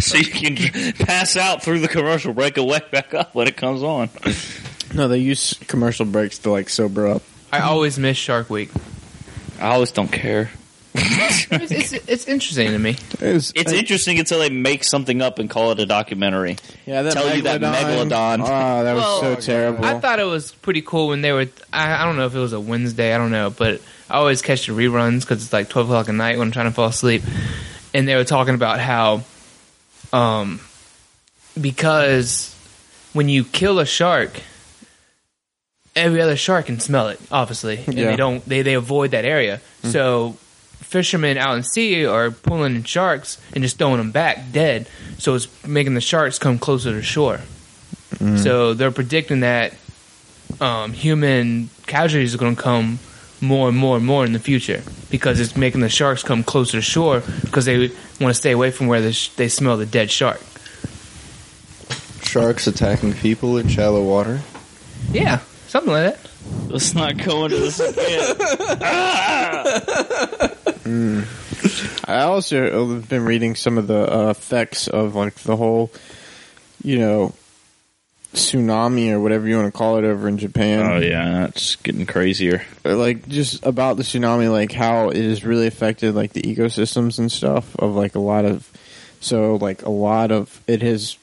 so you can dr- pass out through the commercial break and wake back up when it comes on. No, they use commercial breaks to like sober up. I always miss Shark Week. I always don't care. It's, it's, it's interesting to me. It was, It's interesting until they make something up and call it a documentary. yeah, that tell you that Megalodon. Oh, that was Well, so terrible. I thought it was pretty cool when they were. I, I don't know if it was a Wednesday. I don't know, but I always catch the reruns because it's like twelve o'clock at night when I'm trying to fall asleep, and they were talking about how, um, because when you kill a shark, every other shark can smell it, obviously, and Yeah. they don't. They they avoid that area, so. Fishermen out in sea are pulling in sharks and just throwing them back dead, so it's making the sharks come closer to shore. Mm-hmm. So they're predicting that um, human casualties are going to come more and more and more in the future because it's making the sharks come closer to shore because they want to stay away from where the sh- they smell the dead shark. Sharks attacking people in shallow water. Yeah, something like that. Let's not go into this again. Mm. I also have been reading some of the uh, effects of like the whole, you know, tsunami or whatever you want to call it over in oh, Japan. yeah, that's getting crazier. Like just about the tsunami, like how it has really affected like the ecosystems and stuff of like a lot of. So like a lot of it has,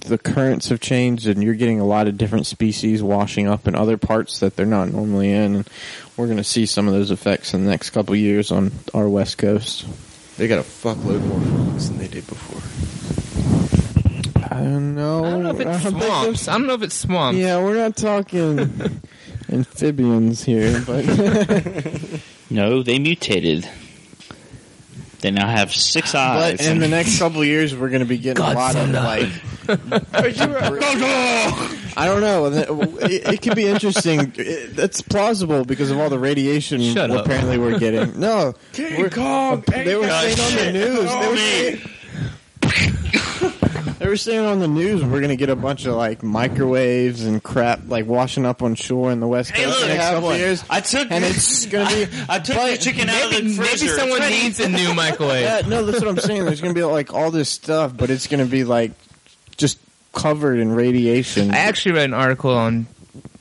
the currents have changed, and you're getting a lot of different species washing up in other parts that they're not normally in. And we're gonna see some of those effects in the next couple of years on our west coast. They got a fuckload more frogs than they did before. I don't know. I don't know if I it's don't think those- swamps. I don't know if it's swamps. Yeah, we're not talking amphibians here, but No, they mutated. They now have six eyes. but in the next couple of years, we're going to be getting a lot of like. I don't know. It, it could be interesting. It, that's plausible because of all the radiation Shut up. apparently we're getting. No, we're- they were saying on the news. They were saying, they were saying on the news we're going to get a bunch of like microwaves and crap like washing up on shore in the west coast. Hey, look, in the I next have couple of one. years. I took and it's gonna be. I took the chicken out of Maybe, the maybe freezer. someone It's ready. needs a new microwave. Yeah, no, that's what I'm saying. There's gonna be like all this stuff, but it's gonna be like just covered in radiation. I actually read an article on.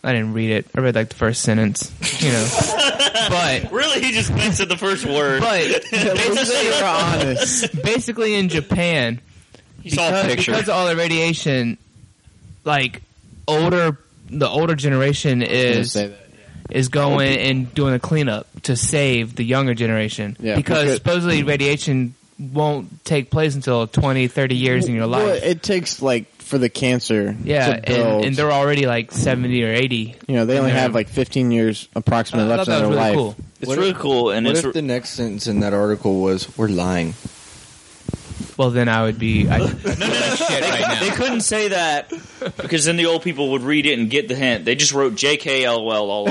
I didn't read it. I read like the first sentence, you know. but Really, he just mentioned the first word. but Let's say we're basically, honest. basically in Japan, You saw a picture. because of all the radiation, like older the older generation is Say that. is going and doing a cleanup to save the younger generation Yeah, because because- supposedly radiation won't take place until 20 30 years in your life Well, it takes like for the cancer. yeah to build. and, and they're already like 70 or 80 you know they only and they're- have like 15 years approximately i left thought in their that was really life. cool it's What really if- cool, and what it's if the next sentence in that article was, "We're lying"? well then i would be I, shit right they now couldn't say that because then the old people would read it and get the hint. They just wrote JKLOL.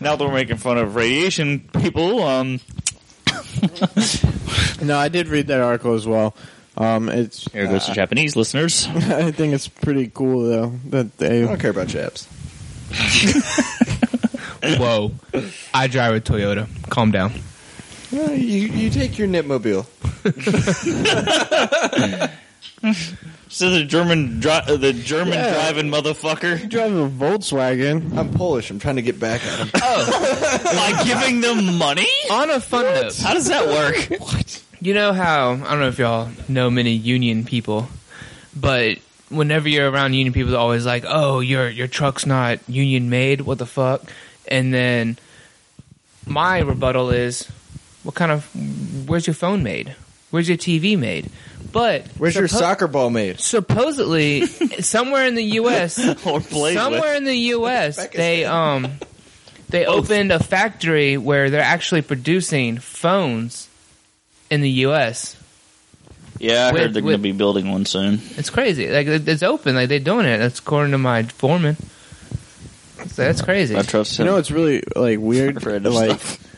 now they're making fun of radiation people. Um, No, I did read that article as well. Um, it's here goes to Japanese listeners. I think it's pretty cool though that they. I don't care about Japs. whoa i drive a toyota calm down No, you you take your Nitmobile. So the German, dri- uh, the German Yeah. driving motherfucker, Drive a Volkswagen. I'm Polish. I'm trying to get back at him. by Oh, giving them money. on a fun note How does that work? You know how I don't know if y'all know many union people, but whenever you're around union people, they're always like, "Oh, your your truck's not union made. What the fuck?" And then my rebuttal is, "What kind of? Where's your phone made? Where's your TV made?" But Where's your suppo- soccer ball made? supposedly somewhere in the U.S. or play somewhere in the U.S. they um they opened a factory where they're actually producing phones in the U.S. Yeah, I with- heard they're going to with- be building one soon. It's crazy. Like it- it's open. Like they're doing it. That's according to my foreman. That's, that's crazy. I trust You him. know, it's really like weird. Afraid of Like,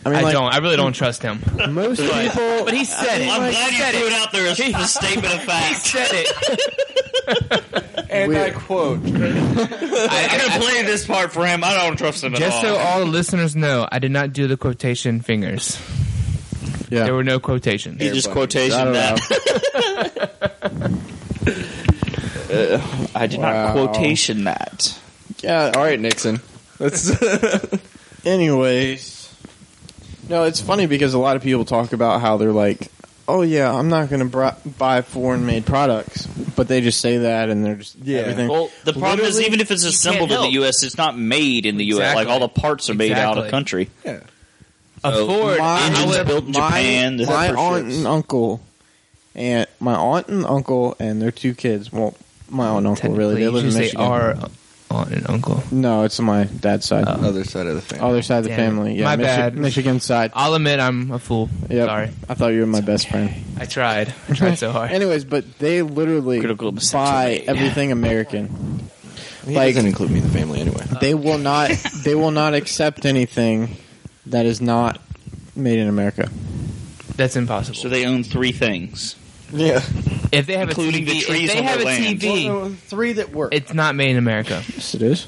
I mean, I like don't. I really don't trust him. most people. But he said it. I'm he glad you said threw it it. out there as a statement of He fact. said it. And Weird. I quote. I'm going to play this part for him. I don't trust him Just at all. so all the listeners know, I did not do the quotation fingers. Yeah. There were no quotations. you just quotation that. Uh, I did Wow. not quotation that. Yeah. All right, Nixon. That's Anyways, no, it's funny because a lot of people talk about how they're like, "Oh yeah, I'm not going to br- buy foreign-made products," but they just say that and they're just Yeah. everything. Well, the problem is Literally, even if it's assembled in the help. U.S., it's not made in the U.S. Exactly. Like all the parts are made out of Exactly. country. A Ford. my, engines I would- built in my- Japan, the My zephyr aunt ships. and uncle, and my aunt and uncle and their two kids. Well, my aunt and uncle really. Technically, They you live in should say Michigan. our aunt and uncle. no, it's on my dad's side. other side of the family. Other side of the Damn it. family. Yeah, My Michi- bad. Michigan side. I'll admit I'm a fool. Yep. Sorry, I thought you were my best friend. I tried. I tried so hard. Anyways, but they literally Critical buy misogyny. everything American. He Like- doesn't include me in the family anyway. They will not. They will not accept anything that is not made in America. That's impossible. So they own three things. Yeah, if they have Including a the TV, trees if they on have a their land. TV, three that work. it's not made in America. Yes, it is.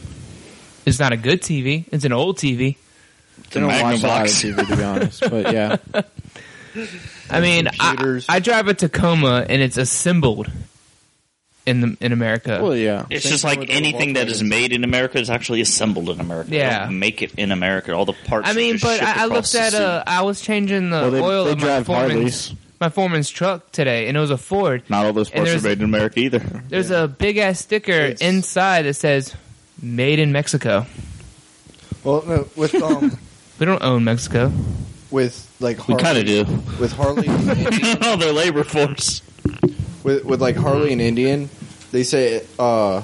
It's not a good TV. It's an old TV. They don't Magnum watch a lot of box. TV, to be honest. But yeah, I mean, I, computers. I drive a Tacoma and it's assembled in the, in America. well, yeah. It's Same just thing like with the anything that is Volkswagens. made in America is actually assembled in America. They Yeah. don't make it in America. All the parts. I are mean, just but shipped I, I across looked the at sea. uh, I was changing the Well, they, oil they of my drive foreman's Harleys. my foreman's truck today, and it was a Ford. Not all those and parts are there's- made in America either. There's a big ass sticker It's- inside that says "Made in Mexico." well, no, with um, We don't uh, own Mexico. with like We Harley, kind of do. with Harley and Indian, all their labor force. with with like Harley and Indian, they say uh,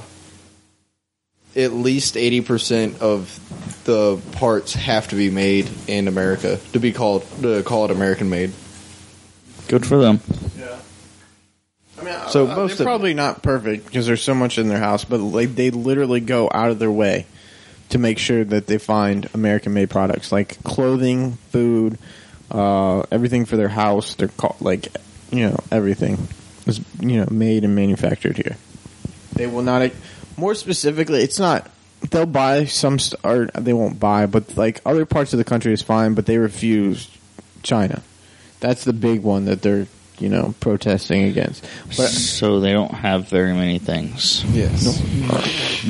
at least eighty percent of the parts have to be made in America to be called to call it American made. Good for them. I mean, So uh, most they're of- probably not perfect because there's so much in their house, but like they literally go out of their way to make sure that they find American-made products like clothing, food, uh, everything for their house. They're ca- like, you know, everything is you know made and manufactured here. They will not. More specifically, it's not. They'll buy some, st- or they won't buy, but like other parts of the country is fine, but they refuse China. That's the big one that they're you know protesting against. But So they don't have very many things. Yes.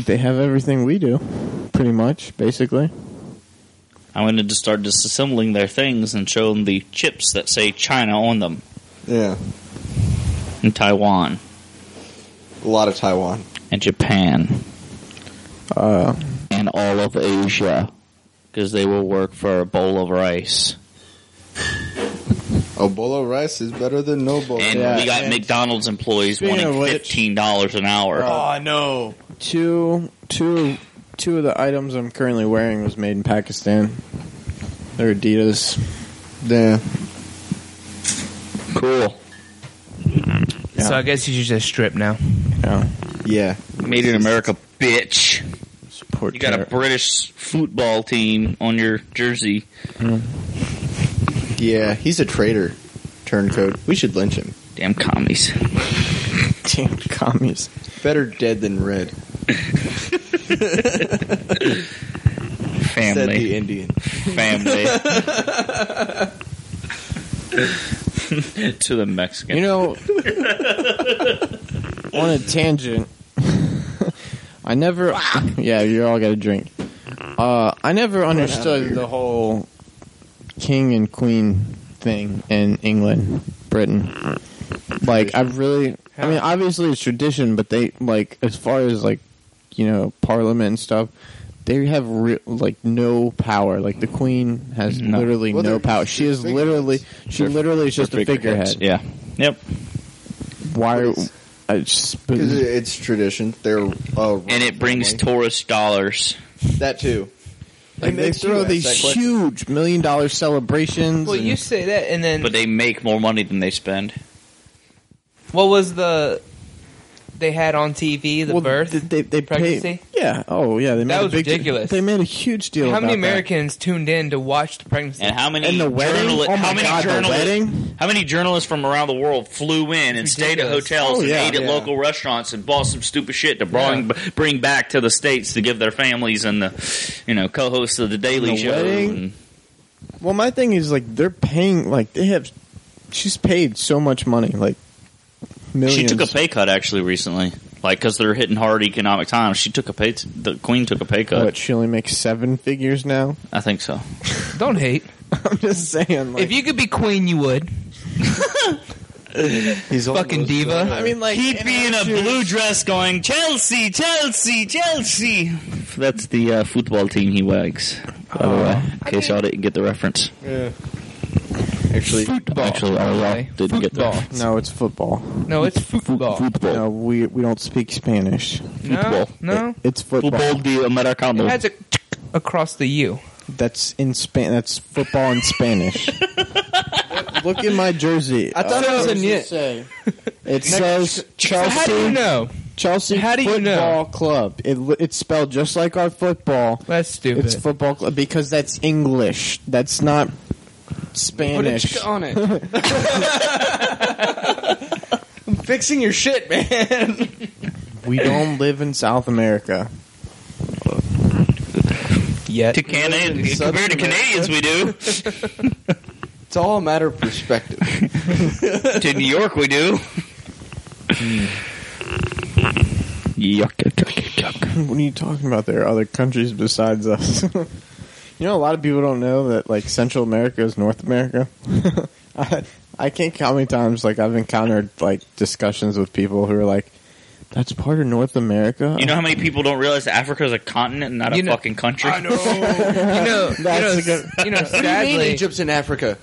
they have everything we do, pretty much, basically. I'm going to just start disassembling their things and show them the chips that say China on them Yeah. and Taiwan A lot of Taiwan. and Japan Uh, and all of Asia because they will work for a bowl of rice. A bowl of rice is better than no bowl. And Yeah, we got and- McDonald's employees Speaking of wanting which- fifteen dollars an hour. Oh, no. two, two, two of the items I'm currently wearing was made in Pakistan. They're Adidas. Damn. cool. Yeah. So I guess you should just strip now. Yeah, Yeah. Made in America, bitch. support. You got a terror. British football team on your jersey. Yeah. He's a traitor. Turncoat. We should lynch him. Damn commies. damn commies. Better dead than red. Said the Family. Indian. Family. to the Mexican. You know, on a tangent, I never. Yeah, you all got a drink. Uh, I never understood the whole king and queen thing in England, Britain. Like, I really, I mean, obviously it's tradition, but they like as far as like you know parliament and stuff, they have re- like no power. Like the queen has No. literally Well, no they're power. She is figureheads. literally she They're- literally is just a figurehead. figureheads. Yeah. Yep. Why? It's- I just, but- Because it's tradition. They're uh, and it brings tourist dollars. that too. like It they makes you throw ask these that question. huge million dollar celebrations. Well, and- you say that, and then But they make more money than they spend. what was the they had on TV the well, birth? th- they, they pregnancy? Pay, yeah. Oh yeah. They made That a was big, ridiculous. They made a huge deal. How about many that. Americans tuned in to watch the pregnancy? And how many And the wedding. journali- oh my how many god, the journalists wedding. How many journalists from around the world flew in and stayed at ridiculous. hotels Oh, yeah, and ate at yeah. local restaurants and bought some stupid shit to bring bring back to the states to give their families and the you know co-hosts of the Daily the Show. wedding? and- Well, my thing is like they're paying like they have. She's paid so much money, like millions. she took a pay cut actually recently, like because they're hitting hard economic times. She took a pay. T- the Queen took a pay cut. What she only makes seven figures now. I think so. Don't hate. I'm just saying. Like, if you could be queen, you would. He's Fucking diva. I mean, like He'd be in a blue dress going Chelsea, Chelsea, Chelsea. That's the uh, football team he wags. By Oh. the way, in case y'all didn't get the reference. Actually, Actually, all y'all Okay. didn't get the reference. No, Oh, it's football. No, it's football. Football. No, we we don't speak Spanish. No, football. no. It's football. Football de Americano. It has a across the U. That's in Span. That's football in Spanish. Look in my jersey. Uh, I thought it was a knit. Say. It says Chelsea. How do you know? Chelsea How do you Football know? Club. It, li- it's spelled just like our football. That's stupid. It's football club because that's English. That's not Put a Spanish. chick on it. I'm fixing your shit, man. We don't live in South America. Yet. To Canada, compared to Canadians, we do. It's all a matter of perspective. to New York, we do. Yuck, yuck, yuck, yuck, yuck. What are you talking about? There are other countries besides us. you know, a lot of people don't know that like Central America is North America. I, I can't count how many times like I've encountered like discussions with people who are like, "That's part of North America." You know how many people don't realize that Africa is a continent and not You a know- fucking country? I know. you know, you know, That's a you know sadly, Egypt's in Africa.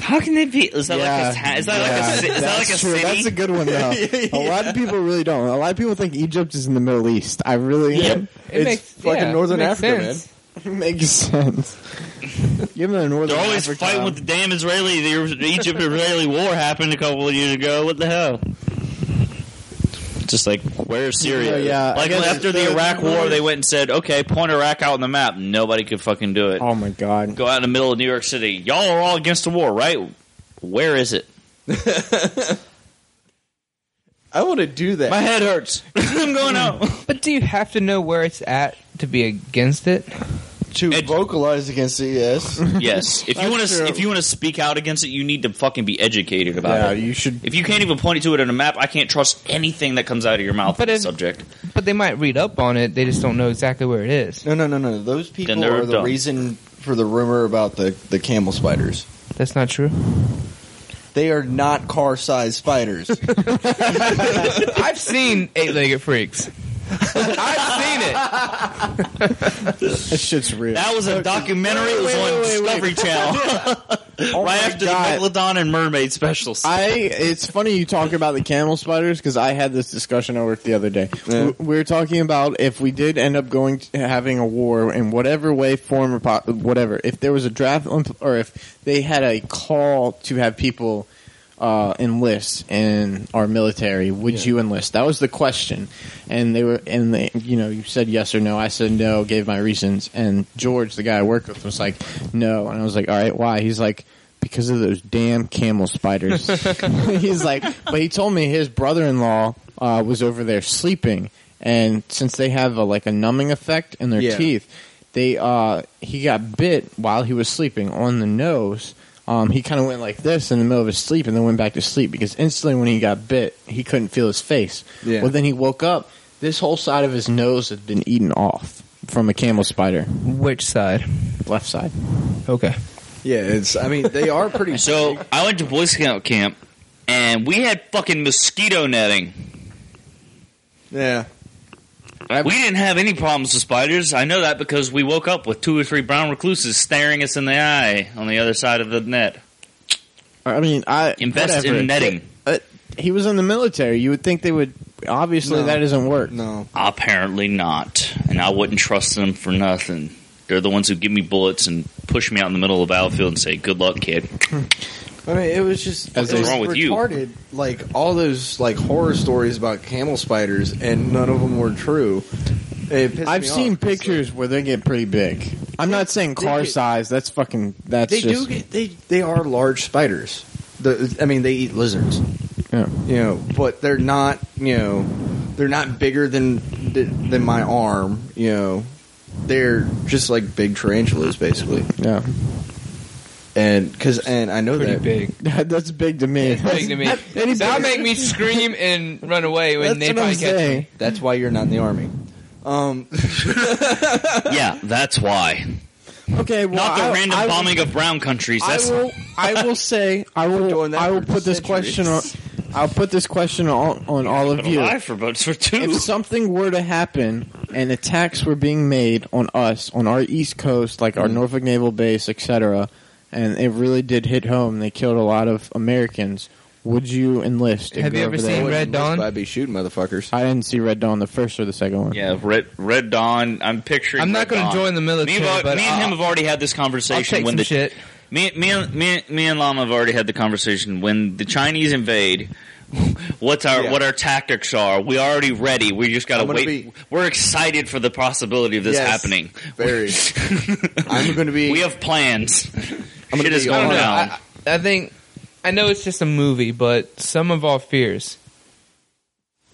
How can they be? Is that Yeah. like a, ta- is that like a, ci- is that like That's a true. city? That's a good one, though. A lot of people really don't. A lot of people think Egypt is in the Middle East. I really Yep. it makes, fucking yeah, Northern it makes Africa, sense. it makes sense. Give them a northern. They're always Africa. fighting with the damn Israeli. The Egypt Israeli war happened a couple of years ago. What the hell? Just like where's Syria? Yeah, yeah, I Like guess after the the- Iraq War, they went and said, "Okay, point Iraq out on the map." Nobody could fucking do it. Oh my god! Go out in the middle of New York City. Y'all are all against the war, right? Where is it? I want to do that. My head hurts. I'm going out. But do you have to know where it's at to be against it? to Ed- vocalize against it, yes. yes. If you want to, if you want to speak out against it, you need to fucking be educated about Yeah, it. you should. If you can't even point to it on a map, I can't trust anything that comes out of your mouth But on the if- subject. But they might read up on it. They just don't know exactly where it is. No, no, no, no. Those people they're are the dumb. reason for the rumor about the, the camel spiders. That's not true. They are not car sized spiders. I've seen eight-legged freaks. I've seen it. This shit's real. That was a documentary. It was Wait, on wait, wait, Discovery Channel Oh right my after God. the Megalodon and Mermaid specials. I. It's funny you talk about the camel spiders because I had this discussion at work the other day. We, we were talking about if we did end up going to, having a war in whatever way, form, or po- whatever. If there was a draft, on- or if they had a call to have people uh, enlist in our military, would you enlist? That was the question, and they were, and they, you know, you said yes or no. I said no, gave my reasons, and George, the guy I work with, was like, no, and I was like, all right, why? He's like. Because of those damn camel spiders. He's like, but he told me his brother-in-law uh, was over there sleeping, and since they have a, like a numbing effect in their Yeah. teeth, they uh, he got bit while he was sleeping on the nose. Um, he kind of went like this in the middle of his sleep, and then went back to sleep because instantly when he got bit, he couldn't feel his face. Yeah. Well, then he woke up. This whole side of his nose had been eaten off from a camel spider, Which side? left side. Okay. yeah, it's. I mean, they are pretty. so I went to Boy Scout camp and we had fucking mosquito netting. Yeah. we didn't have any problems with spiders. I know that because we woke up with two or three brown recluses staring us in the eye on the other side of the net. I mean, I Invest whatever. in netting. Uh, he was in the military. You would think they would. Obviously, No. that doesn't work. No. Apparently not. And I wouldn't trust them for nothing. They're the ones who give me bullets and push me out in the middle of the battlefield and say, good luck, kid. I mean, it was just As it was wrong with you. retarded. Like all those like horror stories about camel spiders, and none of them were true. It pissed I've me seen off. pictures where they get pretty big. I'm not saying they car get- size. That's fucking. That's They just, do get they they are large spiders. The, I mean, they eat lizards. Yeah. You know, but they're not. You know, they're not bigger than than my arm. You know, they're just like big tarantulas, basically. Yeah, And because and I know Pretty that big. that's big to me. Big to me. Anything- That'll make me scream and run away That's when they what I'm probably catch me. saying. that's why you're not in the army. Um, yeah, that's why. Okay, well, not the I- random I- bombing of brown countries. I That's will. I will say. I doing will. that I will for put this centuries. question on. I'll put this question on, on all of been you. alive for about for two. If something were to happen and attacks were being made on us on our East Coast, like Mm. our Norfolk Naval Base, etc., and it really did hit home, they killed a lot of Americans. Would you enlist? and Have go you ever over seen there? Red Dawn? I'd be shooting motherfuckers. I didn't see Red Dawn, the first or the second one. Yeah, Red Red Dawn. I'm picturing. I'm not going to join the Me, military, and- but me and I'll, him have already had this I'll conversation. take when some the shit. me me and- me and- me and Lama have already had the conversation when the Chinese invade. What's our Yeah. what our tactics are? We already ready. We just got I'm to gonna wait. be- We're excited for the possibility of this Yes. happening. Very. I'm going to be. We have plans. I'm gonna Shit is be I going don't know. down. I, I think I know it's just a movie, but some of our fears.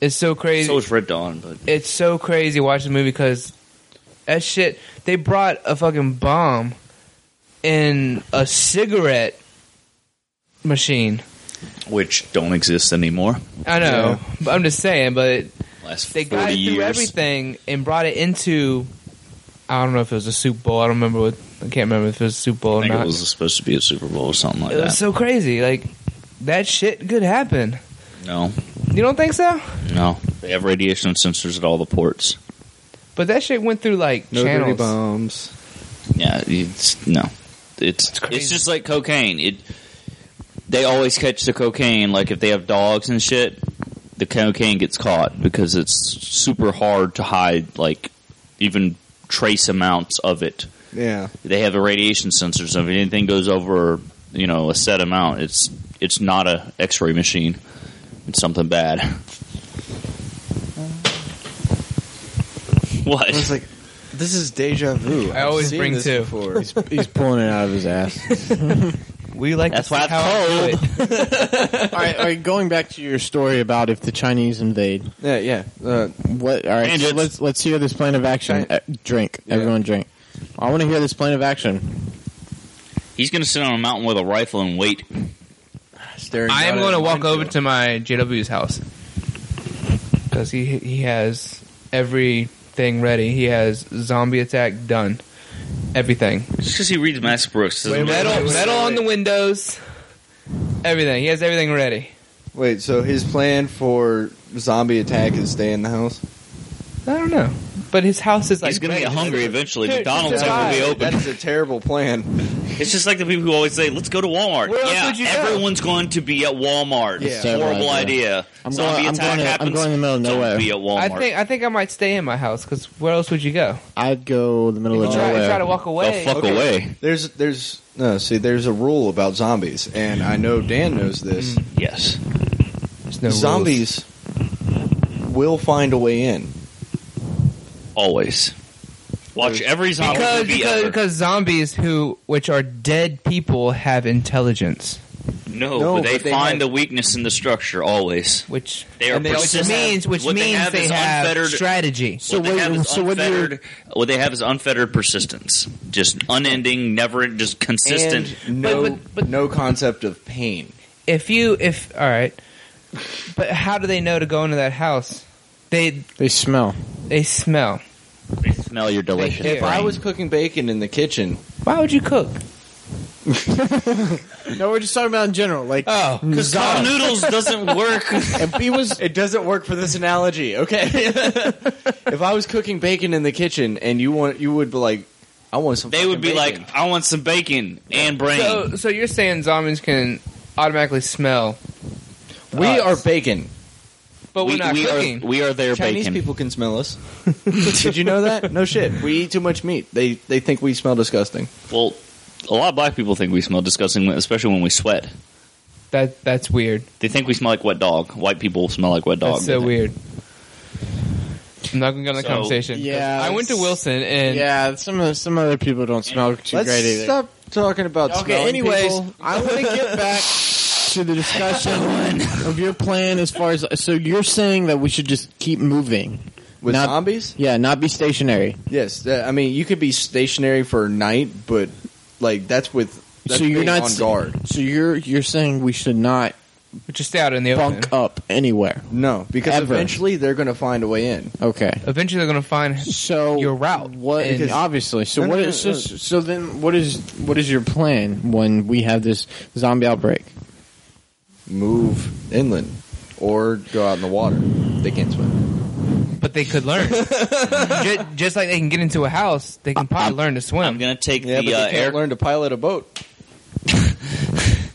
It's so crazy. so is Red Dawn, but it's so crazy watching the movie because that shit. They brought a fucking bomb in a cigarette machine. which don't exist anymore. I know, but I'm just saying. But Last they got forty it through years. everything and brought it into. I don't know if it was a Super Bowl. I don't remember what. I can't remember if it was a Super Bowl I or think not. it was supposed to be a Super Bowl or something like It was that. so crazy. Like that shit could happen. No, You don't think so? no. They have radiation sensors at all the ports. But that shit went through like no dirty channels. bombs. Yeah, it's no. It's it's, crazy. just like cocaine. It they always catch the cocaine. Like if they have dogs and shit, the cocaine gets caught because it's super hard to hide. Like even trace amounts of it. Yeah. They have irradiation sensors. So if anything goes over, you know, a set amount, it's it's not a X-ray machine. It's something bad. What? I was like, this is deja vu. I always I've seen bring this two. Before. He's pulling it out of his ass. We like That's to see why I how I do told. it. all, right, all right, going back to your story about if the Chinese invade, yeah, yeah. Uh, what? All right, so Tangents. let's let's hear this plan of action. Uh, drink, Yeah. everyone, drink. I want to hear this plan of action. He's gonna sit on a mountain with a rifle and wait. staring. I am down going at a to walk over minefield. to my JW's house because he he has everything ready. He has zombie attack done. Everything. Just because he reads Max Brooks. doesn't mean- metal metal on the windows. Everything. He has everything ready. Wait, so his plan for zombie attack is stay in the house? I don't know, but his house is like He's gonna get ready. hungry eventually. Dude, McDonald's it's ain't gonna be fine. open. That's a terrible plan. It's just like the people who always say, "Let's go to Walmart." Where else yeah, would you go? everyone's going to be at Walmart. Yeah. It's a horrible Right, yeah. idea. I'm Zombie going- I'm attack going to- I'm happens. going in the middle of don't nowhere. Be at Walmart. I think I think I might stay in my house because where else would you go? I'd go the middle You of try, nowhere. try to walk away. the fuck away. There's, there's, no, see, there's a rule about zombies, and I know Dan knows this. Mm, Yes. There's no rules. zombies will find a way in. Always. Watch every zombie because movie because, ever. because zombies who which are dead people have intelligence, no, No, but they, but they find have- the weakness in the structure always. which They are And they also which persistent. means which what they means have they is have unfettered strategy. So what, they what- have is so what do you- unfettered, what they have is unfettered persistence, just unending, never, just consistent. And no, But- but- but- no concept of pain. If you if all right, but how do they know to go into that house? They They smell. they smell. they smell your delicious. If If I was cooking bacon in the kitchen, Why would you cook? No, we're just talking about in general. Like, Oh, because Raw noodles doesn't work. and he was Mm, It doesn't work for this analogy, okay? if I was cooking bacon in the kitchen and you want, you would be like, I want some. They would be fucking bacon. like, I want some bacon and brain. So, so you're saying zombies can automatically smell, we us. are bacon. but we're we, not we are cooking. we are their Chinese bacon. people can smell us. Did you know that? No shit. We eat too much meat. They they think we smell disgusting. Well, a lot of black people think we smell disgusting, especially when we sweat. that that's weird. They think we smell like wet dog. White people smell like wet dog. That's so They- weird. I'm not gonna go on the So- conversation. Yeah, I went to it's- Wilson and yeah. Some of some other people don't smell too Let's great either. stop talking about. Okay. smelling Anyways, people. I want to get back to the discussion of your plan as far as. So you're saying that we should just keep moving with not- zombies. Yeah, not be stationary. Yes, uh, I mean you could be stationary for a night, but like that's with. That's so you're being not on guard. So you're you're saying we should not just stay out in the open. bunk up anywhere. No, because Ever. eventually they're going to find a way in. Okay. Eventually, they're gonna find. So Your route. What? Because- obviously. So No, what no, is no, no. so, so then? What is what is your plan when we have this zombie outbreak? Move inland or go out in the water. They can't swim. But they could learn. just, just like they can get into a house, they can probably learn to I'm swim. gonna take Yeah, but the they uh, can't air. learn to pilot a boat.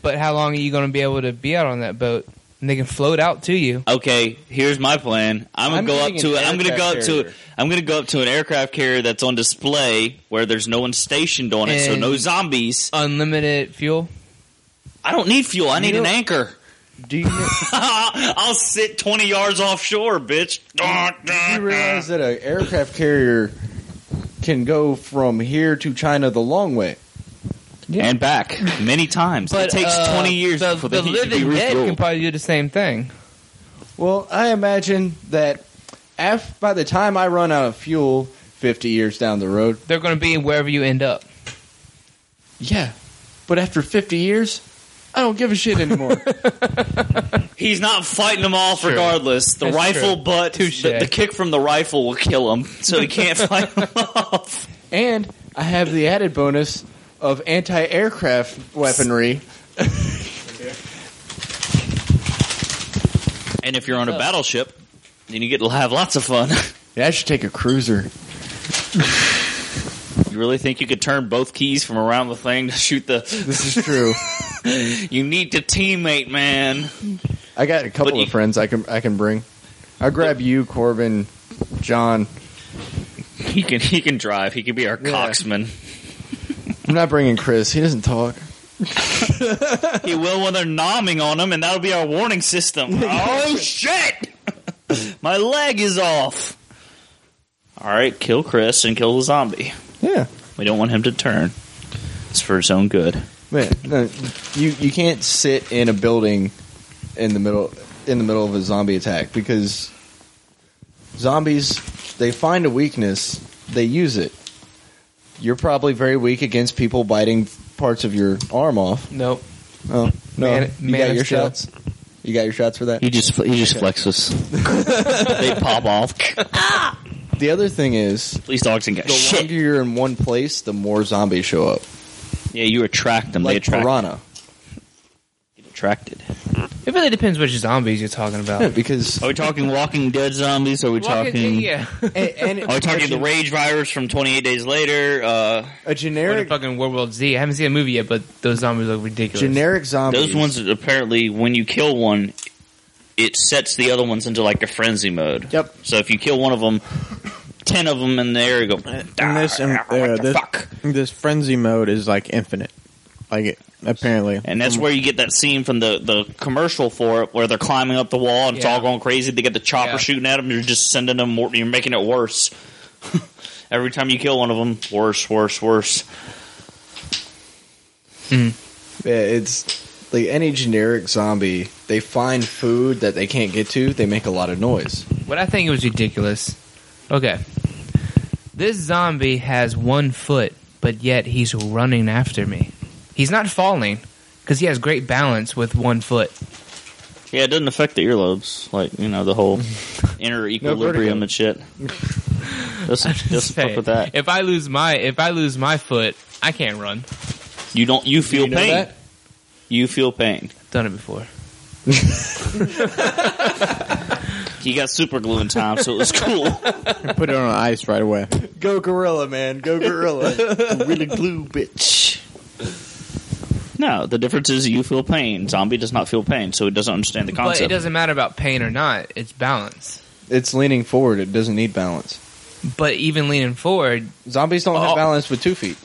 But how long are you gonna be able to be out on that boat? And they can float out to you. Okay, here's my plan. I'm gonna I'm go up getting to an it. I'm gonna go up aircraft to it. carrier. I'm gonna go up to an aircraft carrier that's on display where there's no one stationed on it, so And- no zombies. Unlimited fuel. I don't need fuel. I need You an know- anchor. Do you, do I'll sit 20 yards offshore, bitch. you realize that an aircraft carrier can go from here to China the long way? and back many times. But it takes uh, 20 years The, for the the, heat to be living dead can refueled. probably do the same thing. Well, I imagine that af- by the time I run out of fuel 50 years down the road, They're gonna be wherever you end up. yeah. But after 50 years, I don't give a shit anymore. He's not fighting them off regardless. The That's rifle true. butt, Touche. the, the kick from the rifle will kill him, so he can't fight them off. and I have the added bonus of anti-aircraft weaponry. And if you're on a battleship, then you get to have lots of fun. Yeah, I should take a cruiser. you really think you could turn both keys from around the thing to shoot the? This is true. You need to teammate, man. I got a couple But you- of friends I can I can bring. I'll grab you, Corbin, John. He can he can drive. He can be our Yeah. coxman. I'm not bringing Chris. He doesn't talk. He will when they're nomming on him, and that'll be our warning system. oh shit! My leg is off. All right, kill Chris and kill the zombie. Yeah, We don't want him to turn. It's for his own good. man. No, you you can't sit in a building in the middle in the middle of a zombie attack because zombies they find a weakness they use it. You're probably very weak against people biting parts of your arm off. Nope. Oh no! Man- you man got of your steel. shots. You got your shots for that. He just he just flexes. they pop off. The other thing is, At least dogs can get the longer you're in one place, the more zombies show up. Yeah, you attract them. they Like attract. piranha, Get attracted. It really depends which zombies you're talking about. Yeah, because Are we talking Walking Dead zombies? Are we Walking- talking? yeah. and, and Are we a, talking the gen- rage virus from 28 Days Later? a Uh, Or the generic fucking World War Z. I haven't seen a movie yet, but those zombies look ridiculous. generic zombies. those ones that apparently, when you kill one, it sets the other ones into like a frenzy mode. Yep. So if you kill one of them, ten of them in there go. And this and uh, this, this frenzy mode is like infinite. Like it, apparently, Um, And that's where you get that scene from the, the commercial for it, where they're climbing up the wall and it's Yeah. all going crazy. They get the chopper Yeah. shooting at them. You're just sending them more. You're making it worse. Every time you kill one of them, worse, worse, worse. Yeah, it's like any generic zombie. They find food that they can't get to. They make a lot of noise. What I think it was ridiculous. Okay. This zombie has one foot, but yet he's running after me. He's not falling because he has great balance with one foot. Yeah, it doesn't affect the earlobes, like you know the whole inner equilibrium and shit. Just, just fuck Hey, with that. If I lose my if I lose my foot, I can't run. You don't. You feel you know pain. that? You feel pain. Done it before. He got super glue in time, so it was cool. I put it on ice right away. Go gorilla, man. Go gorilla. really glue, bitch. No, the difference is you feel pain. Zombie does not feel pain, so it doesn't understand the But it concept. doesn't matter about pain or not. It's balance. it's leaning forward. It doesn't need balance. But even leaning forward, Zombies don't Oh. have balance with two feet.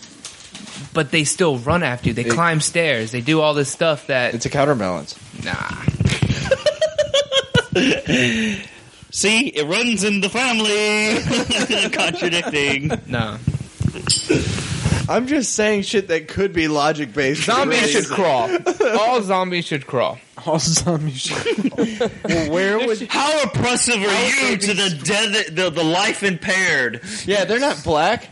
but they still run after you. They It- climb stairs. They do all this stuff that It's a counterbalance. nah. See, it runs in the family. Contradicting. No. I'm just saying shit that could be logic based. Zombies should crawl. All zombies should crawl. All zombies should Where would How oppressive are you to the dead, the, the life impaired? Yeah, they're not black.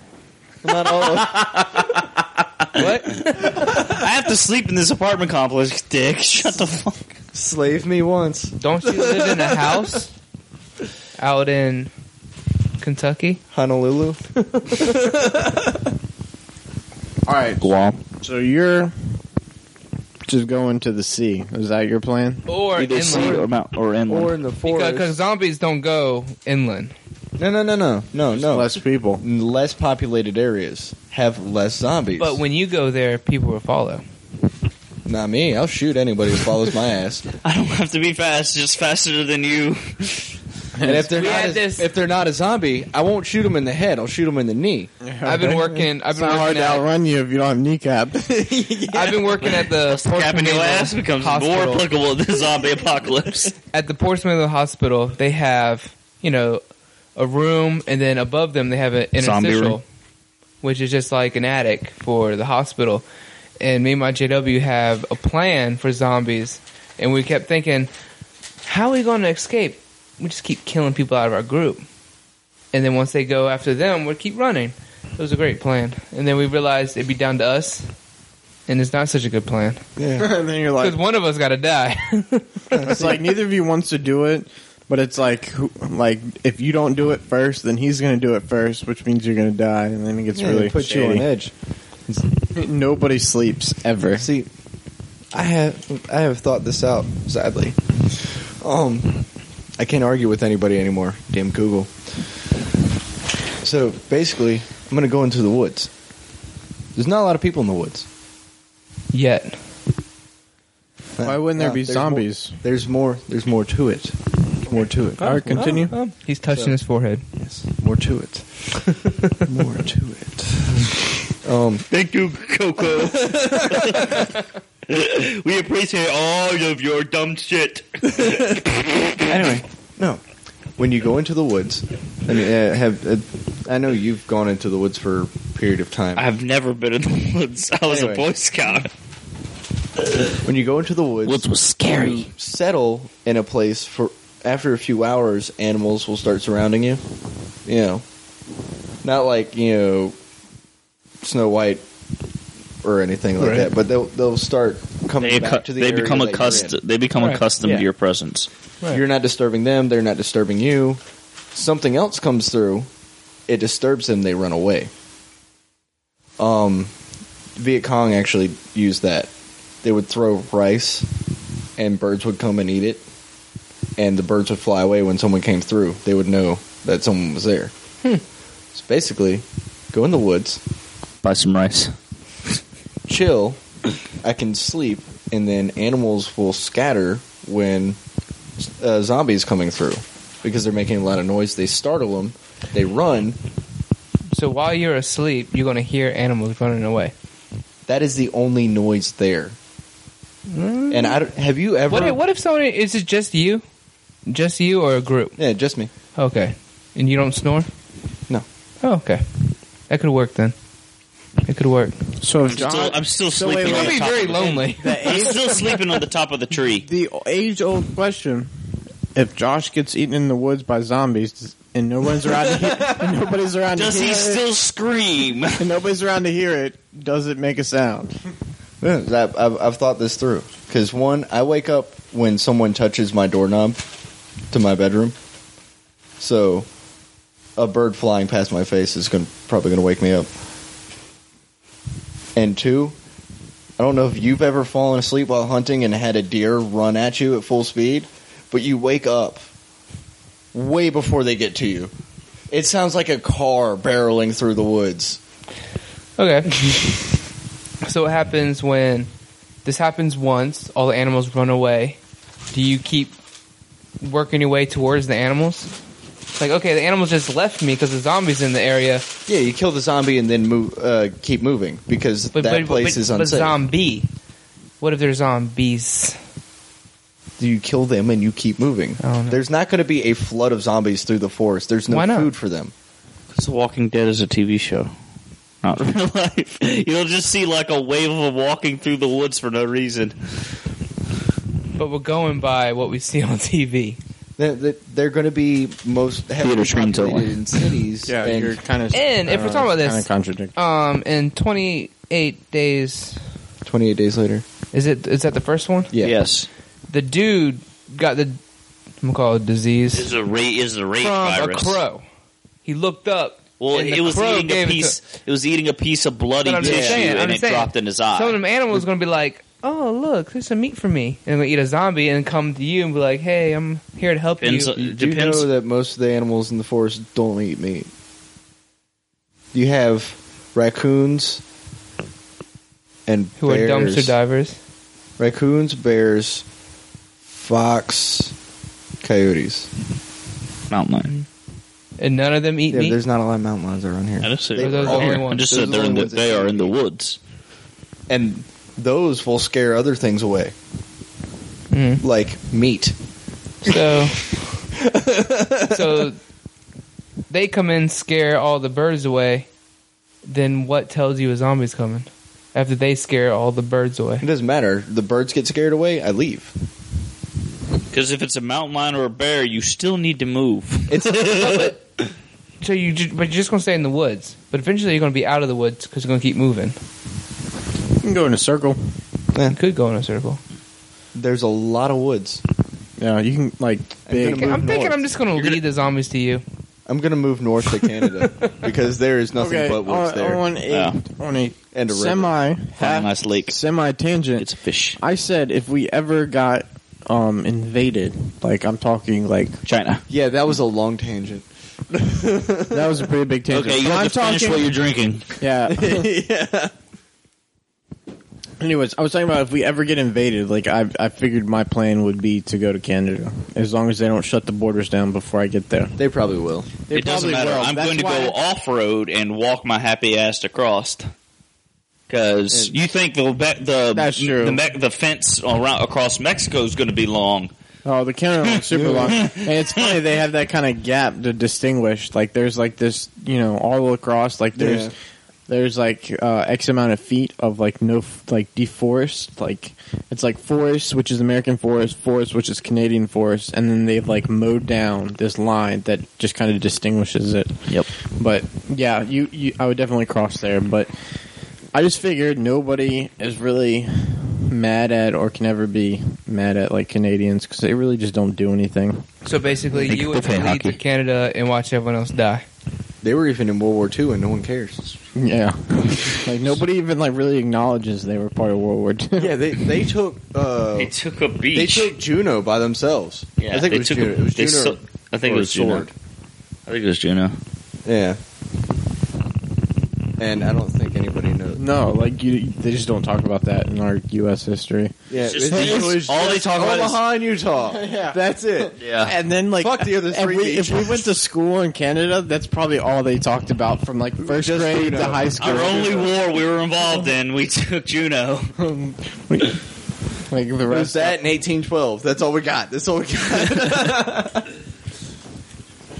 Not all. what? I have to sleep in this apartment complex, Dick. Shut the fuck. Slave me once, Don't you live in a house out in Kentucky? Honolulu. All right, Guam. So you're just going to the sea. Is that your plan? Or Either sea inland? or, mount, or inland. Or in the forest. Because zombies don't go inland. no, no, no, no, no, no. Less, Less people. less populated areas have less zombies. But when you go there, people will follow. not me. I'll shoot anybody who follows my ass. I don't have to be fast, just faster than you. And if they're We not had a, this- if they're not a zombie, I won't shoot them in the head. I'll shoot them in the knee. I've been working. I've It's been not hard working to at, outrun you if you don't have kneecap. I've been working at the Cap in your Portsmouth ass becomes more Hospital. applicable to the zombie apocalypse. at the Portsmouth Hospital, they have you know a room, and then above them they have an Zombie interstitial, room. which is just like an attic for the hospital. And me and my JW have a plan for zombies, and we kept thinking, how are we going to escape? We just keep killing people out of our group, and then once they go after them, we keep running. It was a great plan, and then we realized it'd be down to us, and it's not such a good plan and then you're like, because one of us got to die. it's like neither of you wants to do it, but it's like, who, like if you don't do it first, then he's going to do it first, which means you're going to die, and then it gets Yeah, they really put you on shady. edge. Nobody sleeps ever. See, I have I have thought this out sadly. Um, I can't argue with anybody anymore. Damn Google. So basically, I'm gonna go into the woods. There's not a lot of people in the woods. Yet. Why wouldn't there Uh, be there's zombies? more- there's more. There's more to it. More to it. All right, continue. He's touching So- his forehead. Yes. More to it. more to it. Um. Thank you, Coco. we appreciate all of your dumb shit. Anyway, no. When you go into the woods, I mean, uh, have uh, I know you've gone into the woods for a period of time. I've never been in the woods. I was Anyway. a Boy Scout. when you go into the woods, was scary. you settle in a place for after a few hours, animals will start surrounding you. You know, not like you know Snow White or anything like Right. that, but they'll they'll start coming They, back accu- to the they area become that you're in. accustomed. They become Right. accustomed Yeah. to your presence. Right. You're not disturbing them. They're not disturbing you. Something else comes through. It disturbs them. They run away. Um, Viet Cong actually used that. They would throw rice, and birds would come and eat it, and the birds would fly away when someone came through. They would know that someone was there. So basically, go in the woods, Buy some rice. chill. I can sleep, and then animals will scatter when uh, zombies coming through because they're making a lot of noise. They startle them. They run. So while you're asleep, you're going to hear animals running away. That is the only noise there. And I don't- have you ever? What if, what if someone is it just you? Just you or a group? Yeah, just me. Okay. And you don't snore? No. Oh, okay. That could work then. It could work. So if I'm still, John, I'm still So wait, sleeping. wait, on wait. the top of the- lonely. I'm still sleeping on the top of the tree. the age-old question: If Josh gets eaten in the woods by zombies does- and nobody's around, to hear, and nobody's around, Does to hear he it, still scream? and nobody's around to hear it, does it make a sound? Yeah, I've, I've, I've thought this through because one, I wake up when someone touches my doorknob to my bedroom, so a bird flying past my face is going probably going to wake me up. And two, I don't know if you've ever fallen asleep while hunting and had a deer run at you at full speed, but you wake up way before they get to you. It sounds like a car barreling through the woods. Okay. so what happens when this happens once, all the animals run away. Do you keep working your way towards the animals? Like, okay, the animals just left me because the zombies in the area. Yeah, you kill the zombie and then move, uh, keep moving because But, that but, place but, is but unsafe. zombie. What if they're zombies? you kill them and you keep moving. I don't know. There's not going to be a flood of zombies through the forest. There's no Why not? food for them. Because The Walking Dead is a TV show, not real life. You'll just see like a wave of them walking through the woods for no reason. But we're going by what we see on TV. They're, they're- they're going to be most heavily Theater screens populated only. in cities. Yeah, and you're uh, kind of. And if we're talking about this- kind of contradict. Um, in 28 days, 28 days later. is it? Is that the first one? Yeah. Yes, The dude got the. I'm gonna call it disease. is a ra- is a rage from virus. a crow. He looked up. Well, and it the was crow eating a gave it to- piece. It, was eating a piece of bloody But I'm just tissue, saying, I'm and it just saying. dropped in his Some of eye. them animals going to be like, "Oh, look, there's some meat for me," and going to eat a zombie and come to you and be like, "Hey, I'm here to help Depends, you." You do depends know that most of the animals in the forest don't eat meat. You have raccoons and Who bears. are dumpster divers? Raccoons, bears, fox, coyotes. mountain lion. And none of them eat Yeah, meat. there's not a lot of mountain lions around here. I just said, They Are those the only I ones? just Those said are they're the in the, ones that they eat are in the meat. woods. and those will scare other things away, Mm. like meat. So, so they come in, scare all the birds away. Then what tells you a zombie's coming? After they scare all the birds away. It doesn't matter. The birds get scared away. I leave. Because if it's a mountain lion or a bear, you still need to move. It's So you, ju- but you're just going to stay in the woods. But eventually, you're going to be out of the woods because you're going to keep moving. You can go in a circle. You could go in a circle. there's a lot of woods. Yeah, you can like I'm big. gonna Okay, I'm move thinking north. I'm just gonna lead the zombies to you. I'm gonna move north to Canada because there is nothing but woods on, there. on a Yeah. on a And a river. semi Find a half nice lake. semi tangent. It's a fish. I said if we ever got um invaded, like I'm talking like China. yeah, that was a long tangent. that was a pretty big tangent. Okay, you But I'm have to finish talking- what you're drinking. yeah. yeah. Anyways, I was talking about if we ever get invaded, like I I figured my plan would be to go to Canada as long as they don't shut the borders down before I get there. They probably will. They it doesn't probably matter. will. I'm That's going to why- go off road and walk my happy ass across. Because you think the be- the That's true. the, me- the fence around across Mexico is going to be long. Oh, the Canada line's super long. And it's funny they have that kind of gap to distinguish. Like there's like this, you know, all across. Like there's Yeah. there's like uh, x amount of feet of like no f- like deforest. Like it's like forest, which is American forest, forest, which is Canadian forest, and then they've like mowed down this line that just kind of distinguishes it. Yep. But yeah, you, you I would definitely cross there, but I just figured nobody is really mad at or can ever be mad at like Canadians because they really just don't do anything. So basically, They- you would they play lead hockey. to Canada uh, and watch everyone else die. They were even in World War II, and no one cares. Yeah, like nobody even like really acknowledges they were part of World War II. Yeah, they they took uh, They took a they beach. took Juno by themselves. I think they it was took Juno. a- It was they Juno. so- I think or it was a Juno. sword. I think it was Juno. Yeah. And I don't think anybody knows. No, like you, they just don't talk about that in our U.S. history. Yeah, It's just these- all they talk about is- Omaha and Utah. That's it. Yeah. And then like Fuck the other three if we, if we beaches. went to school in Canada, that's probably all they talked about from like first Just grade Juno. to high school. Our only war we were involved in, we took Juno. like the It was rest. that in 1812. That's all we got. That's all we got.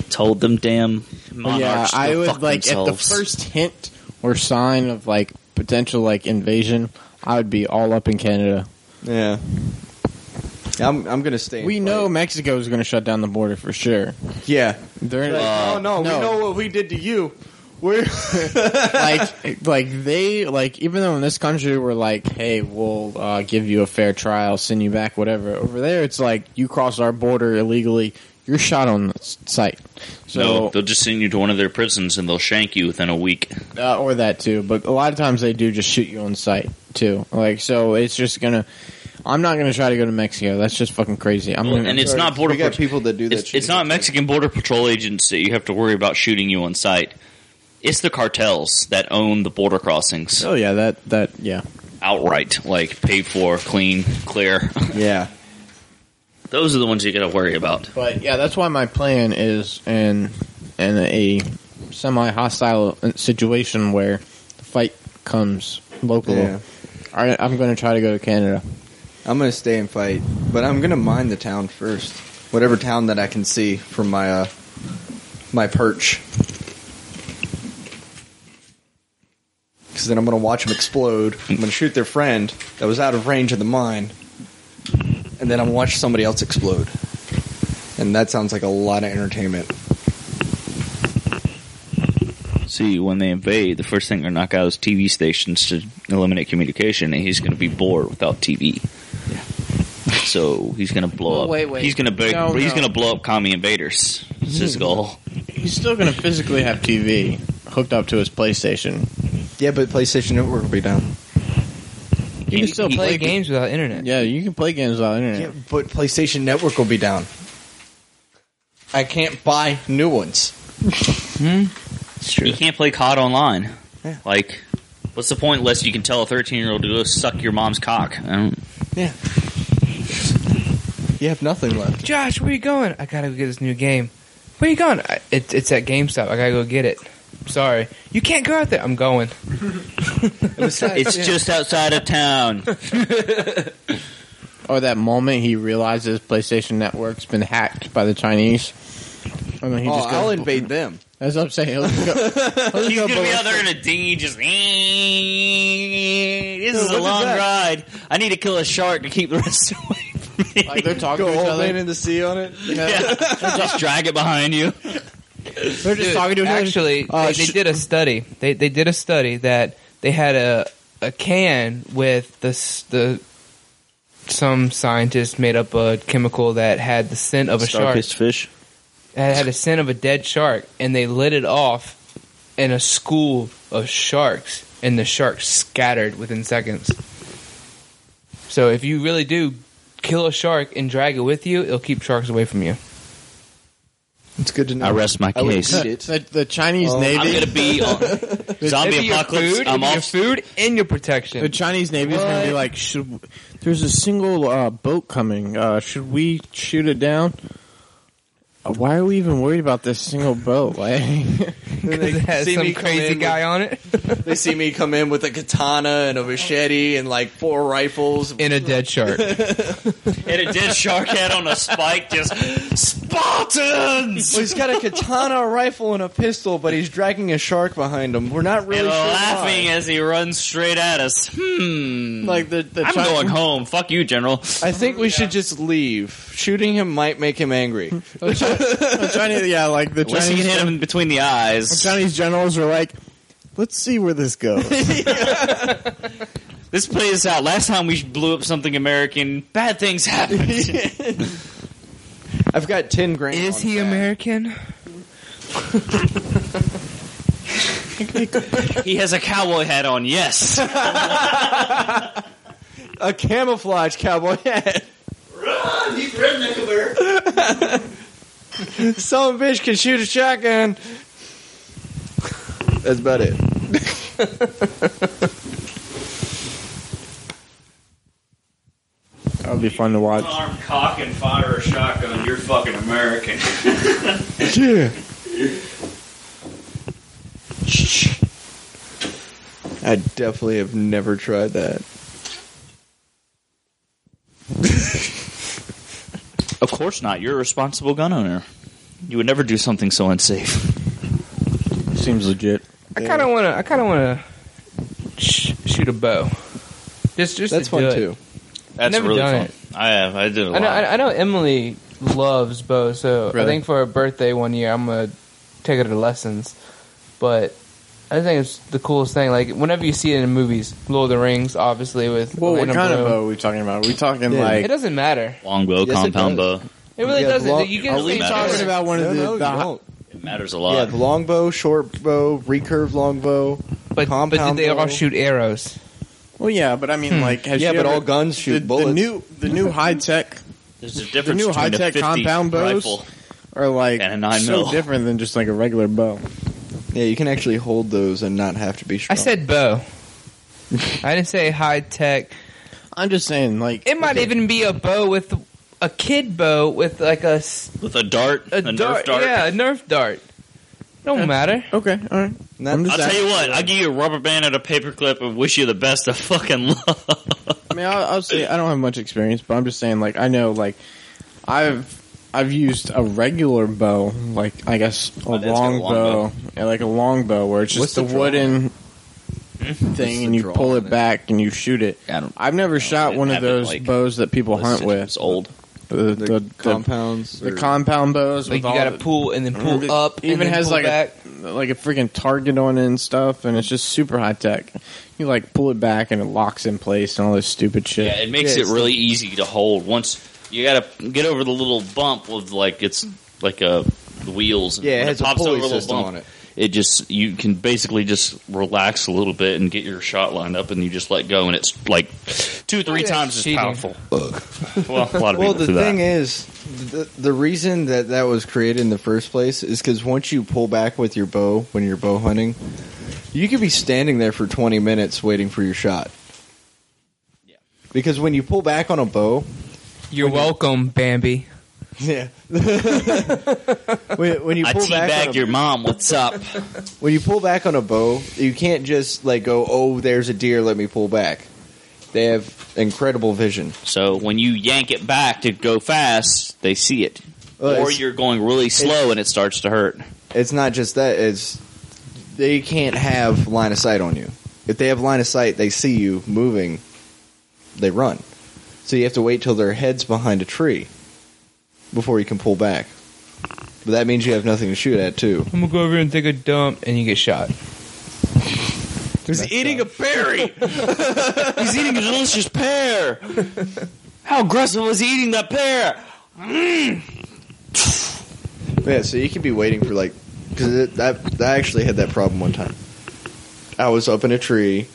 Told them damn Well, Oh, yeah, monarchs I to would fuck like themselves. at the first hint or sign of like potential like invasion, I would be all up in Canada. yeah. I'm, I'm gonna stay. and We fight. know Mexico is going to shut down the border for sure. Yeah. They're uh, oh no, no. we know what we did to you. We're like like they like even though in this country we're like, hey, we'll uh, give you a fair trial, send you back, whatever. Over there, it's like you cross our border illegally, You're shot on the s- site. So So they'll just send you to one of their prisons and they'll shank you within a week. uh, or that too, but a lot of times they do just shoot you on site too. Like so, it's just gonna. I'm not gonna try to go to Mexico. That's just fucking crazy. I'm gonna, and it's not border. we got Pat- people that do that. It's, shit. it's not Mexican border patrol agents that you have to worry about shooting you on sight. It's the cartels that own the border crossings Oh yeah, that that yeah outright, like paid for, clean, clear. yeah. Those are the ones you got to worry about. But yeah, that's why my plan is in in a semi-hostile situation where the fight comes local. Yeah. I, I'm going to try to go to Canada. I'm gonna stay and fight, but I'm gonna mine the town first. Whatever town that I can see from my uh, my perch, because then I'm gonna watch them explode. I'm gonna shoot their friend that was out of range of the mine, and then I'm gonna watch somebody else explode. And that sounds like a lot of entertainment. See, when they invade, the first thing they're knock out is TV stations to eliminate communication, and he's going to be bored without TV. So he's going to blow Well, up. wait, wait. He's going to No, he's no. Mm. going to blow up commie invaders. That's his goal. He's still going to physically have TV hooked up to his PlayStation. Yeah, but PlayStation Network will be down. You can still play Play games without internet. Yeah, you can play games without internet. Yeah, but PlayStation Network will be down. I can't buy new ones. You can't play COD online. Yeah. Like, what's the point unless you can tell a 13 year old to go suck your mom's cock? I don't, Yeah. You have nothing left. Josh, where you going? I gotta go get this new game. Where you going? I, it, it's at GameStop. I gotta go get it. Sorry, you can't go out there. I'm going. it's just outside of town. Or that moment he realizes PlayStation Network's been hacked by the Chinese. I mean, he oh, just goes, I'll invade them. That's what I'm saying. He'll just go, he'll just He's go gonna be ballistic. out there in a dinghy, just. "Eh, This is what a is long that? ride. I need to kill a shark to keep the rest away from me. Like they're talking Go to each all other. in in the sea on it. Yeah. just drag it behind you. They're just Dude, talking to each other. actually, Uh, they, sh- they did a study. They they did a study that they had a a can with the s- the some scientist made up a chemical that had the scent of a shark. Starkist fish. It had a scent of a dead shark, and they lit it off in a school of sharks, and the sharks scattered within seconds. So if you really do kill a shark and drag it with you, it'll keep sharks away from you. It's good to know. I rest my I would case. eat it. The, the Chinese Oh, I'm Navy. gonna be on zombie Your apocalypse. food, I'm your off. food and your the protection. Chinese Navy is going to be like, should, there's a single uh, boat coming. Uh, should we shoot it down? Uh, Why are we even worried about this single boat? Like, Because it has See some me come crazy in guy on it with- they see me come in with a katana and a machete and like four rifles. and a dead shark. And a dead shark head on a spike, just Spartans. Well, he's got a katana, a rifle, and a pistol, but he's dragging a shark behind him. We're not really and sure laughing why. as he runs straight at us. Hmm. like the, the I'm going home. Fuck you, General. I think we should just leave. Shooting him might make him angry. the Chinese, yeah, like the Unless you can Chinese, hit him between the eyes. Chinese generals are like, let's see where this goes. This plays out. Last time we blew up something American, bad things happened. I've got ten grand. Is on he that. American? he has a cowboy hat on. Yes. A camouflage cowboy hat. Run, you redneck bear. Some bitch can shoot a shotgun. That's about it. That'll be fun to watch. Arm cock and fire a shotgun. You're fucking American. I definitely have never tried that. Of course not. You're a responsible gun owner. You would never do something so unsafe. Seems legit. I kind of want to. I kind of want to sh- shoot a bow. Just, That's just to do fun it. too. That's Never really fun. done it. I have. I did a I lot. know, I I know Emily loves bow, so I Really? think for her birthday one year, I'm gonna take her to lessons. But I think it's the coolest thing. Like whenever you see it in movies, Lord of the Rings, obviously with Well, what Orlando kind of Bloom. bow are we talking about? Are we talking Yeah. like It doesn't matter. Longbow, Yes, it compound bow. It really Yeah, doesn't. long- you get Are we the same matters. talking talking about one of No, the, no, you the hi- don't. It matters a Yeah, lot. the longbow, short bow, recurve longbow. but, but did compound they all bow. shoot arrows? Well, yeah, but I mean, Hmm. like, has Yeah, she but ever- all guns shoot the, The bullets. new, the new high tech There's a the difference new between high a tech 50 compound bows rifle. are like And a nine so mil. different than just like a regular bow. Yeah, you can actually hold those and not have to be I strong. said bow. I didn't say high tech. I'm just saying, like, It might okay, even be a bow with a kid bow with like a s- with a dart, a, a, Nerf dart, dart. Yeah, a nerf dart. Don't matter. Okay, all right. And that- I'm I'll just- tell you what, I'll give you a rubber band and a paperclip and wish you the best of fucking luck. I mean, I'll, I'll say I don't have much experience, but I'm just saying, like, I know, like, I've I've used a regular bow, like I guess a Oh, that's got a long long bow, Yeah, like a long bow, where it's What's just the a draw? Hmm? wooden What's thing, the and you draw pull on it it? back and you shoot it. I don't- I've never shot didn't one of have it, those like, bows that people This hunt shit with. was old. The, the, the, the, compounds. the or- compound bows with Like you all got to the- pull and then It pull up. even and then has pull like back. a like a freaking target on it and stuff, and it's just super high tech. You like pull it back and it locks in place and all this stupid shit. Yeah, it makes Yeah, it it's really easy to hold. Once you gotta get over the little bump of like it's like a the wheels. and Yeah, it when has a pulley system on it. It just you can basically just relax a little bit and get your shot lined up, and you just let go, and it's like two three Yeah, times as cheating. powerful. well, a lot of Well, people the do thing that. is, the, the reason that that was created in the first place is because once you pull back with your bow when you're bow hunting, you could be standing there for 20 minutes waiting for your shot. Because when you pull back on a bow, You're welcome, Bambi. yeah. when, when you I pull back, teabag on your a, mom. What's up? when you pull back on a bow, you can't just like go, "Oh, there's a deer, let me pull back." They have incredible vision. so when you yank it back to go fast, they see it. Well, or it's- you're going really slow and it starts to hurt. it's not just that it's they can't have line of sight on you if they have line of sight they see you moving they run so you have to wait till their head's behind a tree before you can pull back but that means you have nothing to shoot at too I'm gonna go over here and take a dump, and you get shot. He's eating a berry. He's eating a delicious pear. How aggressive was he eating that pear? Mm. yeah so you could be waiting for like because I, I actually had that problem one time i was up in a tree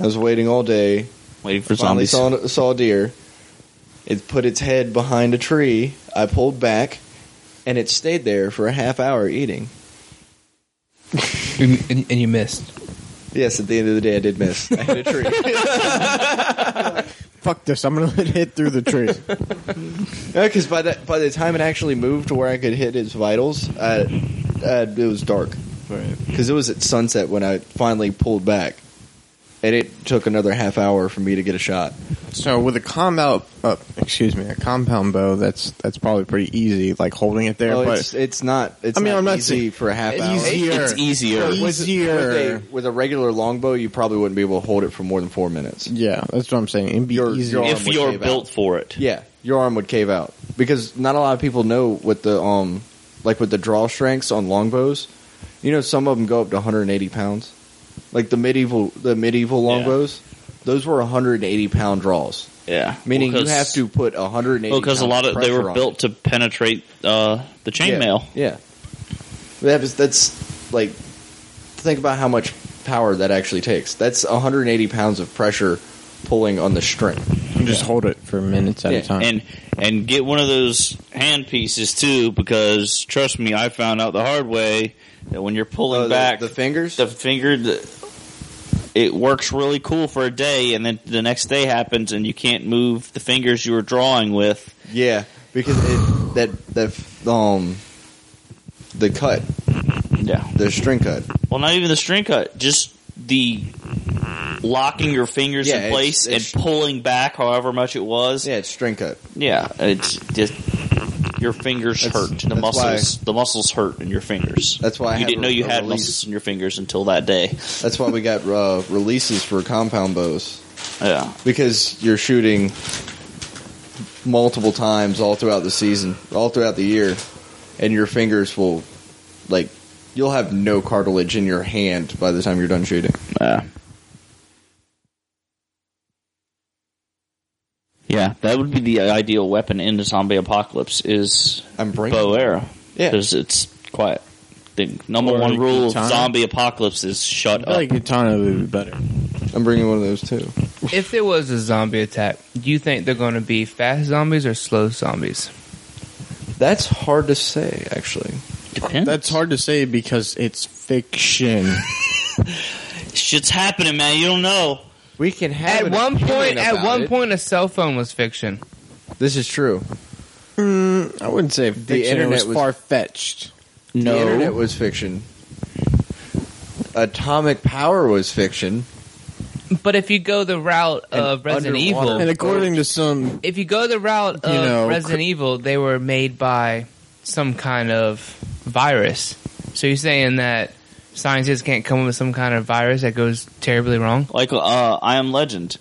i was waiting all day Waiting for finally zombies. saw saw a deer. It put its head behind a tree. I pulled back, and it stayed there for a half hour eating. And, and, and you missed. Yes, at the end of the day, I did miss. I hit a tree. Fuck this! I'm gonna let it hit through the tree. Because by the by the time it actually moved to where I could hit its vitals, I, I, it was dark. Because it was at sunset when I finally pulled back, and it took another half hour for me to get a shot. so with a compound, uh, excuse me, a compound bow, that's that's probably pretty easy, like holding it there. Oh, but it's, it's not. It's I mean, not I'm not easy saying- for a half hour. easier, It's easier. easier. With a, with a regular longbow, you probably wouldn't be able to hold it for more than four minutes. yeah, that's what I'm saying. It'd be Your- easier. your- If Would you're cave built for it. Yeah, your arm would cave out because not a lot of people know what the um like with the draw strengths on longbows. You know, some of them go up to 180 pounds. Like the medieval, the medieval Yeah. longbows, those were 180 pound draws, Yeah. meaning Well, you 'cause- have to put 180. Well, because a pounds lot of they pressure were on built to penetrate uh, the it. Yeah, chainmail. Yeah, that is that's like think about how much power that actually takes. That's 180 pounds of pressure pulling on the string. You just hold it for minutes at Yeah, a time. And and get one of those hand pieces too, because trust me, I found out the hard way that when you're pulling Oh, the- back the fingers. the finger the, it works really cool for a day and then the next day happens and you can't move the fingers you were drawing with Yeah, because it, that that um the cut, yeah the string cut. well not even the string cut just the locking your fingers Yeah, in it's- place it's- and pulling back however much it was Yeah, it's string cut. Yeah, it's just your fingers That's- hurt the that's muscles the muscles hurt in your fingers That's why I you have didn't a- know you a had release. muscles in your fingers until that day That's why we got uh, releases for compound bows yeah because you're shooting multiple times all throughout the season, all throughout the year, and your fingers will like you'll have no cartilage in your hand by the time you're done shooting. yeah Yeah, that would be the ideal weapon in the zombie apocalypse is I'm bringing. bow arrow. Yeah. because it's quiet. The number Or one rule of katana. zombie apocalypse is shut I up. like katana would be better. I'm bringing one of those too. If there was a zombie attack, do you think they're going to be fast zombies or slow zombies? That's hard to say, actually. Depends. That's hard to say because it's fiction. Shit's happening, man. You don't know. We can have At an one opinion point, at about one it. point, a cell phone was fiction. This is true. mm, I wouldn't say fiction. The internet internet was- was far fetched. The internet was fiction. Atomic power was fiction. But if you go the route of Resident underwater. Evil, And according to some, if you go the route of You know, Resident Evil, they were made by some kind of virus. So you're saying that scientists can't come up with some kind of virus that goes terribly wrong? Like uh, I Am Legend.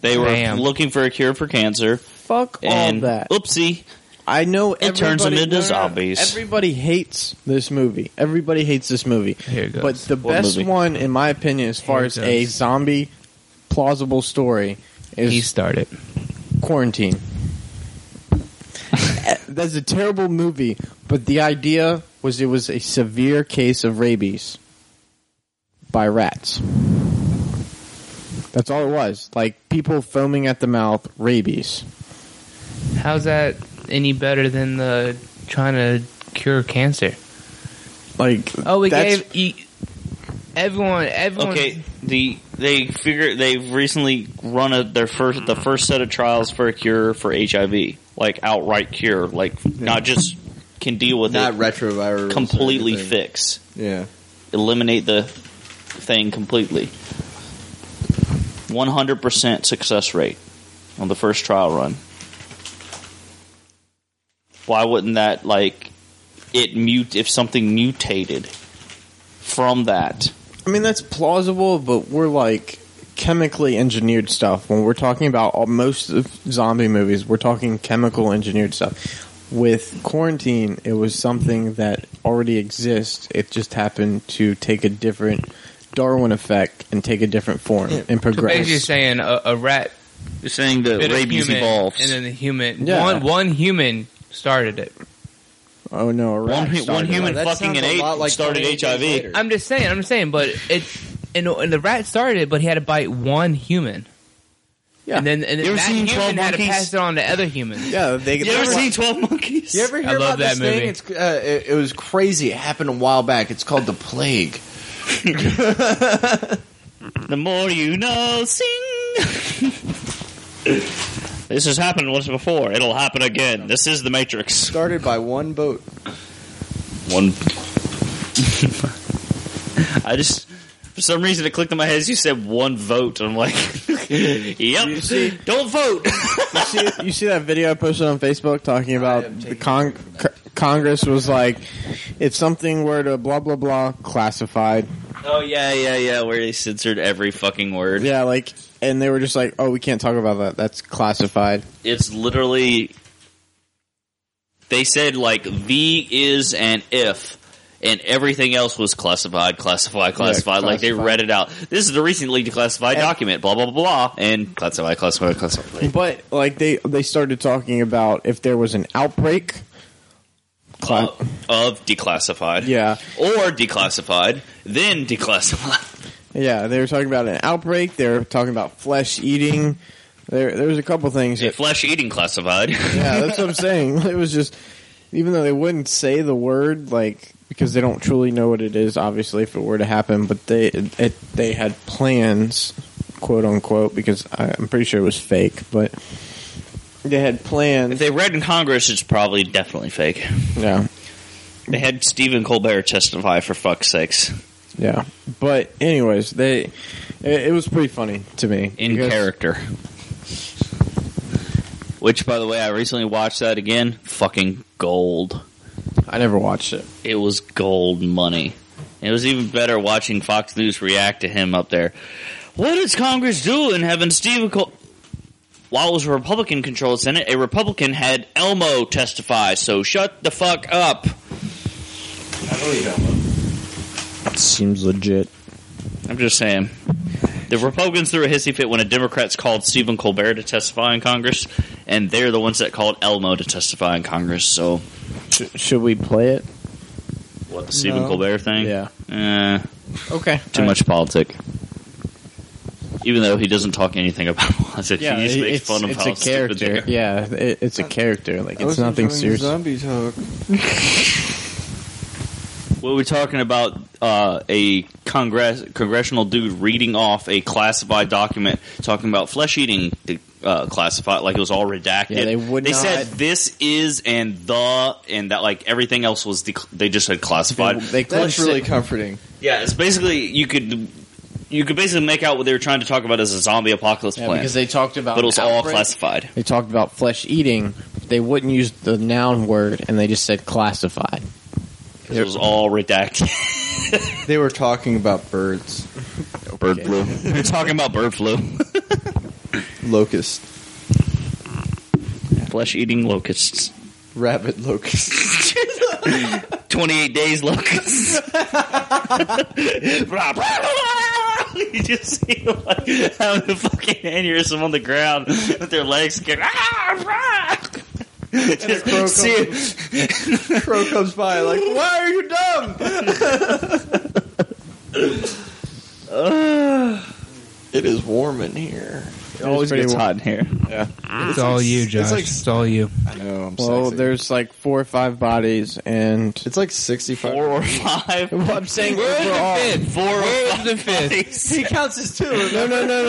They were Damn. looking for a cure for cancer, fuck and all that. oopsie, I know It turns them everybody- into no, no, no. zombies. Everybody hates this movie. Everybody hates this movie. Here it goes. But the What best movie? one, in my opinion, as far Here it as a goes. zombie plausible story, is he started. Quarantine. That's a terrible movie, but the idea was it was a severe case of rabies by rats. That's all it was. Like people foaming at the mouth, rabies. How's that any better than the trying to cure cancer? Like Oh, we that's- gave e- everyone everyone. Okay, the they figure they've recently run a, their first the first set of trials for a cure for HIV, like outright cure, like not just can deal with Not it, retrovirus. or completely anything. fix, Yeah. eliminate the thing completely. One hundred percent success rate on the first trial run. Why wouldn't that like it mute if something mutated from that? I mean, that's plausible, but we're like chemically engineered stuff. When we're talking about all, most of zombie movies, we're talking chemical engineered stuff. With quarantine, it was something that already exists. It just happened to take a different Darwin effect and take a different form and So basically, progress. saying a, a rat You're saying that bit of rabies human, evolves. and then the human Yeah. one one human started it. Oh no, a rat One, hu- one started human it. That fucking sounds an a ape lot like started 28 days HIV. later. I'm just saying. I'm just saying. But it and, and the rat started it, but he had to bite one human. Yeah. And then and You then ever that seen human 12 had to monkeys? pass it on to other humans. Yeah, they. You ever seen Twelve Monkeys? You ever hear I about love that this movie. thing? It's, uh, it, it was crazy. It happened a while back. It's called the plague. The more you know, sing. this has happened once before. It'll happen again. This is the Matrix. Started by one boat. One. I just. For some reason, it clicked in my head. as You said one vote. I'm like, yep. see- Don't vote. you see, you see that video I posted on Facebook talking am about the taking- con- c- Congress was like, if something were to blah blah blah classified, oh yeah, yeah, yeah. Where they censored every fucking word. yeah, like, and they were just like, oh, we can't talk about that. That's classified. it's literally they said like the is and if and everything else was classified classified classified like they classified. read it out this is the recently declassified And- document blah blah blah blah and classified classified classified But like they they started talking about if there was an outbreak. Cla- Uh, of declassified yeah, or declassified then declassified yeah, they were talking about an outbreak. They were talking about flesh eating. There, there was a couple things. that- flesh eating classified Yeah, that's what I'm saying. It was just, even though they wouldn't say the word, like because they don't truly know what it is, obviously, if it were to happen. But they it, they had plans, quote unquote, because I, I'm pretty sure it was fake. But they had if plans. they read in congress it's probably definitely fake yeah, they had stephen colbert testify for fuck's sakes yeah. But anyways, they it, it was pretty funny to me in because- character. Which, by the way, I recently watched that again. Fucking gold. I never watched it. It was gold money. It was even better watching Fox News react to him up there. What is Congress doing having Stephen Col- While it was a Republican controlled Senate, a Republican had Elmo testify, so shut the fuck up. Seems legit. I'm just saying. The Republicans threw a hissy fit when a Democrats called Stephen Colbert to testify in Congress, and they're the ones that called Elmo to testify in Congress. So, Should we play it? what the Stephen Colbert thing? Yeah. Eh, Okay. too much politic. Even though he doesn't talk anything about politics, Yeah, he just makes it's, fun of it's how a stupid they character. are. Yeah, it, it's Uh, a character. Like it's nothing serious. Zombie talk. Well, we're talking about uh, a congress congressional dude reading off a classified document talking about flesh eating uh, classified, like it was all redacted. Yeah, they would They not- said this is and the and that like everything else was dec they just had classified. They- they That's couldn't really say- comforting. yeah, it's basically you could you could basically make out what they were trying to talk about as a zombie apocalypse Yeah, plan, because they talked about but it was all outbreak. classified. They talked about flesh eating. but They wouldn't use the noun word, and they just said classified. 'Cause It was all redacted. They were talking about birds, Bird flu. They're talking about bird flu, locust, flesh eating locusts. rabbit locust. 28 days locusts. Blah, blah, blah. you just see them like having a fucking aneurysm on the ground with their legs get ah, rah. Just crow see it- Crow comes by like, why are you dumb? it is warm in here. It always it's hot in here. It's, all you, Josh. It's, like- all you. I know. I'm Well, sexy. there's like four or five bodies, and It's like 65. Four or five. Well, I'm saying overall. Four or the fifth? five. He counts as two. No, no, no,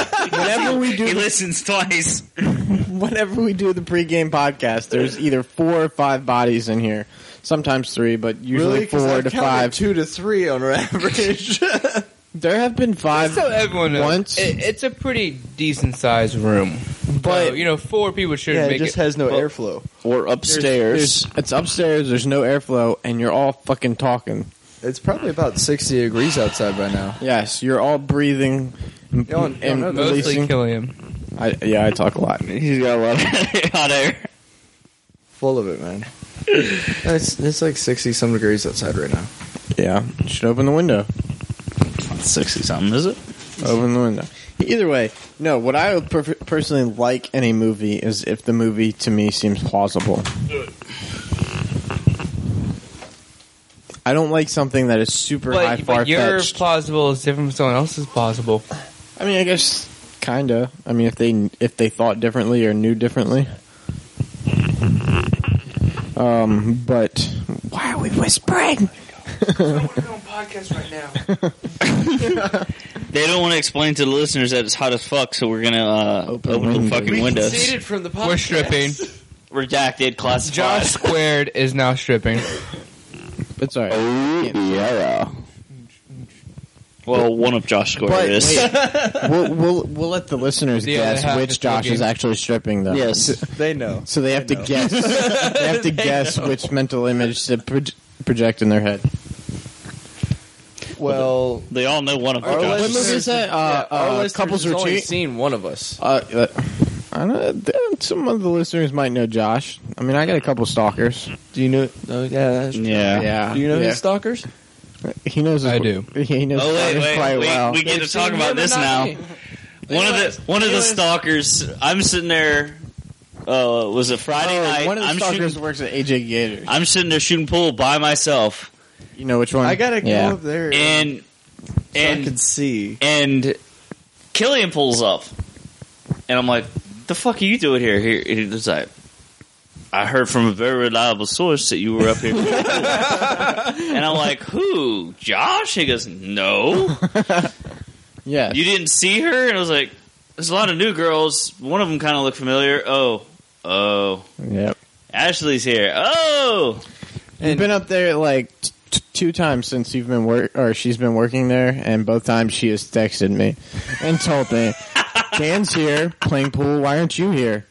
no. whenever we He do, listens twice. whenever we do the pregame podcast, there's either four or five bodies in here. Sometimes three, but usually Really? 'Cause four I've to counted five. Two to three on average. There have been five. So everyone knows. Once- It, it's a pretty decent sized room, but you know, four people should yeah, it make just it. has no airflow. Or There's, it's upstairs. There's no airflow, and you're all fucking talking. It's probably about 60 degrees outside by now. Yes, you're all breathing and, Y'all- y'all and know that. Mostly releasing. kill him. I, yeah, I talk a lot. He's got a lot of hot air. Full of it, man. No, it's, it's like 60 some degrees outside right now. Yeah, should open the window. Sixty something, is it? Open the window. Either way, no. What I would per- personally like in a movie is if the movie to me seems plausible. I don't like something that is super high But, far but your fetched. plausible is different from someone else's plausible. I mean, I guess kinda. I mean, if they if they thought differently or knew differently. Um, but why are we whispering? They don't want to explain to the listeners that it's hot as fuck, so we're gonna uh, Open open, windows. the fucking windows. from the podcast. We're stripping. redacted classified. Josh squared is now stripping. It's alright. Oh, yeah. Well, one of Josh squared But is. wait, we'll, we'll we'll let the listeners The other guess half is which Josh is looking. actually stripping though. Yes. They know. So they have to guess. they have to guess which mental image to pro- project in their head. Well, They all know one of Our Josh. What listeners- movie is that? Uh, our uh, listeners couples has only retreat. seen one of us. Uh, uh, I don't know. Some of the listeners might know Josh. I mean, I got a couple stalkers. Do you know? Oh, yeah. that's- Yeah. Yeah. Do you know yeah. his stalkers? He knows. His, I do. He knows Oh wait, his wait, quite we, well. we get to talk about this now. One of the one of the stalkers. I'm sitting there. Uh, was it Friday Oh, night? one of the I'm stalkers shooting. works at AJ Gator. I'm sitting there shooting pool by myself, You know which one? I gotta go Yeah. up there and so and I can see. and Killian pulls up, and I'm like, "The fuck are you doing here?" Here, and he's like, "I heard from a very reliable source that you were up here." and I'm like, "Who? Josh?" He goes, "No, Yeah. you didn't see her." And I was like, "There's a lot of new girls. One of them kind of looked familiar. Oh, oh, Yep. Ashley's here. Oh, You've been up there like t- t- two times since you've been work or she's been working there, and both times she has texted me and told me, "Dan's here playing pool. Why aren't you here?"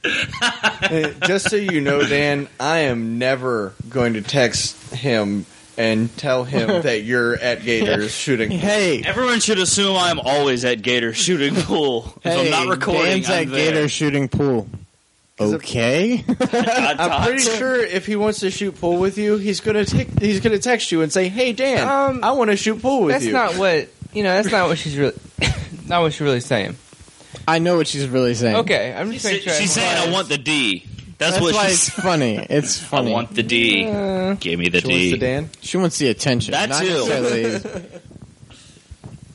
Hey, Just so you know, Dan, I am never going to text him and tell him that you're at Gators shooting. Hey, everyone should assume I'm always at Gator shooting pool. If hey, I'm not recording, Dan's I'm at there. Gator shooting pool. Okay, God, I'm pretty sure if he wants to shoot pool with you, he's gonna take, he's gonna text you and say, "Hey Dan, Um, I want to shoot pool with That's you." not what you know. That's not what she's really. not what she's really saying. I know what she's really saying. Okay, I'm just making sure. She's saying, "I want the D." That's, That's what why she's. it's funny. It's I funny. want the D. Give me the She wants D. the Dan. she wants the attention. That not too. necessarily-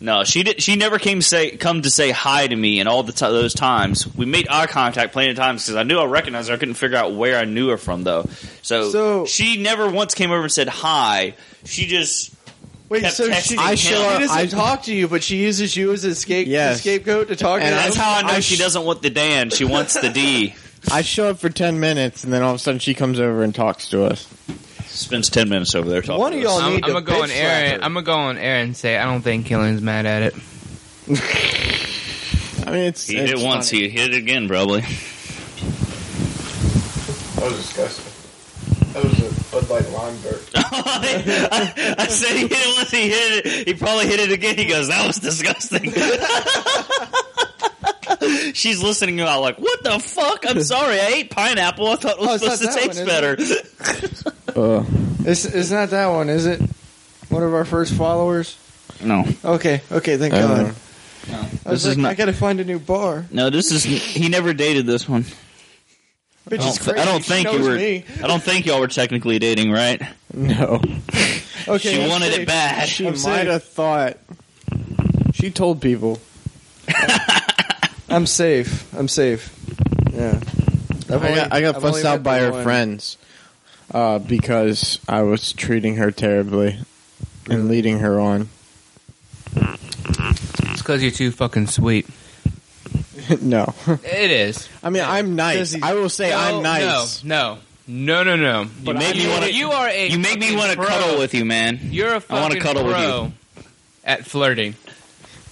No, she did. She never came say come to say hi to me, and all the t- those times we made eye contact plenty of times because I knew I recognized her. I couldn't figure out where I knew her from though. So, So- she never once came over and said hi. She just Wait, kept so texting she, I him. show she up- doesn't I- talk to you, but she uses you as a scape- Yes. scapegoat to talk And to. That's you? how I know I she sh- doesn't want the Dan. She wants the D. I show up for ten minutes, and then all of a sudden she comes over and talks to us. Spends ten minutes over there talking. One of to us. y'all I'm, need gonna to go bitch on slap air. her. I'm gonna go on air and say I don't think Killian's mad at it. I mean, it's He it's did it once. funny. He hit it again, probably. That was disgusting. That was a Bud Light lime burp. I, I said he hit it once. He hit it. He probably hit it again. He goes, "That was disgusting." She's listening out like, "What the fuck?" I'm sorry. I ate pineapple. I thought it Oh, was it's not supposed to that taste one, better. Uh, It's, it's not that one, is it? One of our first followers. No, Uh, Okay, okay, thank I don't God. know. I was This like, is not- I gotta find a new bar. no. This is he never dated this one. Bitch, I is don't, th- crazy. I don't She think you knows were. me. I don't think y'all were technically dating, right? no, Okay, she I'm wanted safe. it bad. she I'm might saying- have thought. She told people. I'm safe. I'm safe. Yeah. I've I got, I got I've fussed only out met by the her one. friends uh, because I was treating her terribly and leading her on. It's because you're too fucking sweet. no, It is. I mean I'm nice. I will say I'm nice. No, no, no, no. no. You make me You, want to. you are a. You make me fucking want to pro. cuddle with you, man. You're a I wanna fucking cuddle with pro At flirting,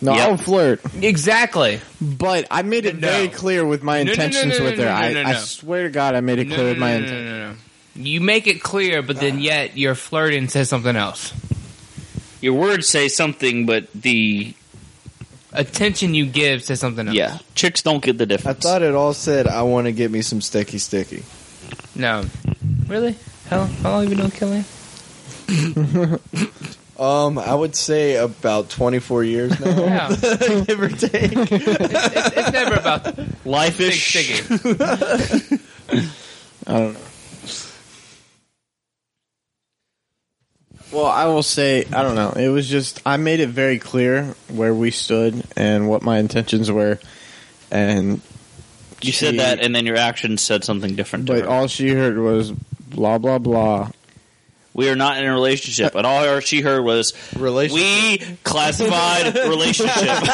No, Yep. I'll flirt, exactly. but I made it No. very clear with my no, no, intentions no, with no, her. no, I, no, I no. swear to God, I made it No, clear no, with my no, no, intentions. no, no, no. You make it clear, but then yet your flirting says something else. Your words say something, but the Attention you give says something else. yeah, chicks don't get the I difference. thought it all said I want to get me some sticky sticky. No. Really? How, how long have you known Killian? Um, I would say about 24 years now, Yeah. it's, give or take. it's never about the Life big is sticking. I don't know. Well, I will say I don't know. It was just I made it very clear where we stood and what my intentions were, and You said she- that, and then your actions said something different. To But her. all she heard was blah blah blah. we are not in a relationship, and all her, she heard was Relationship. we classified relationship.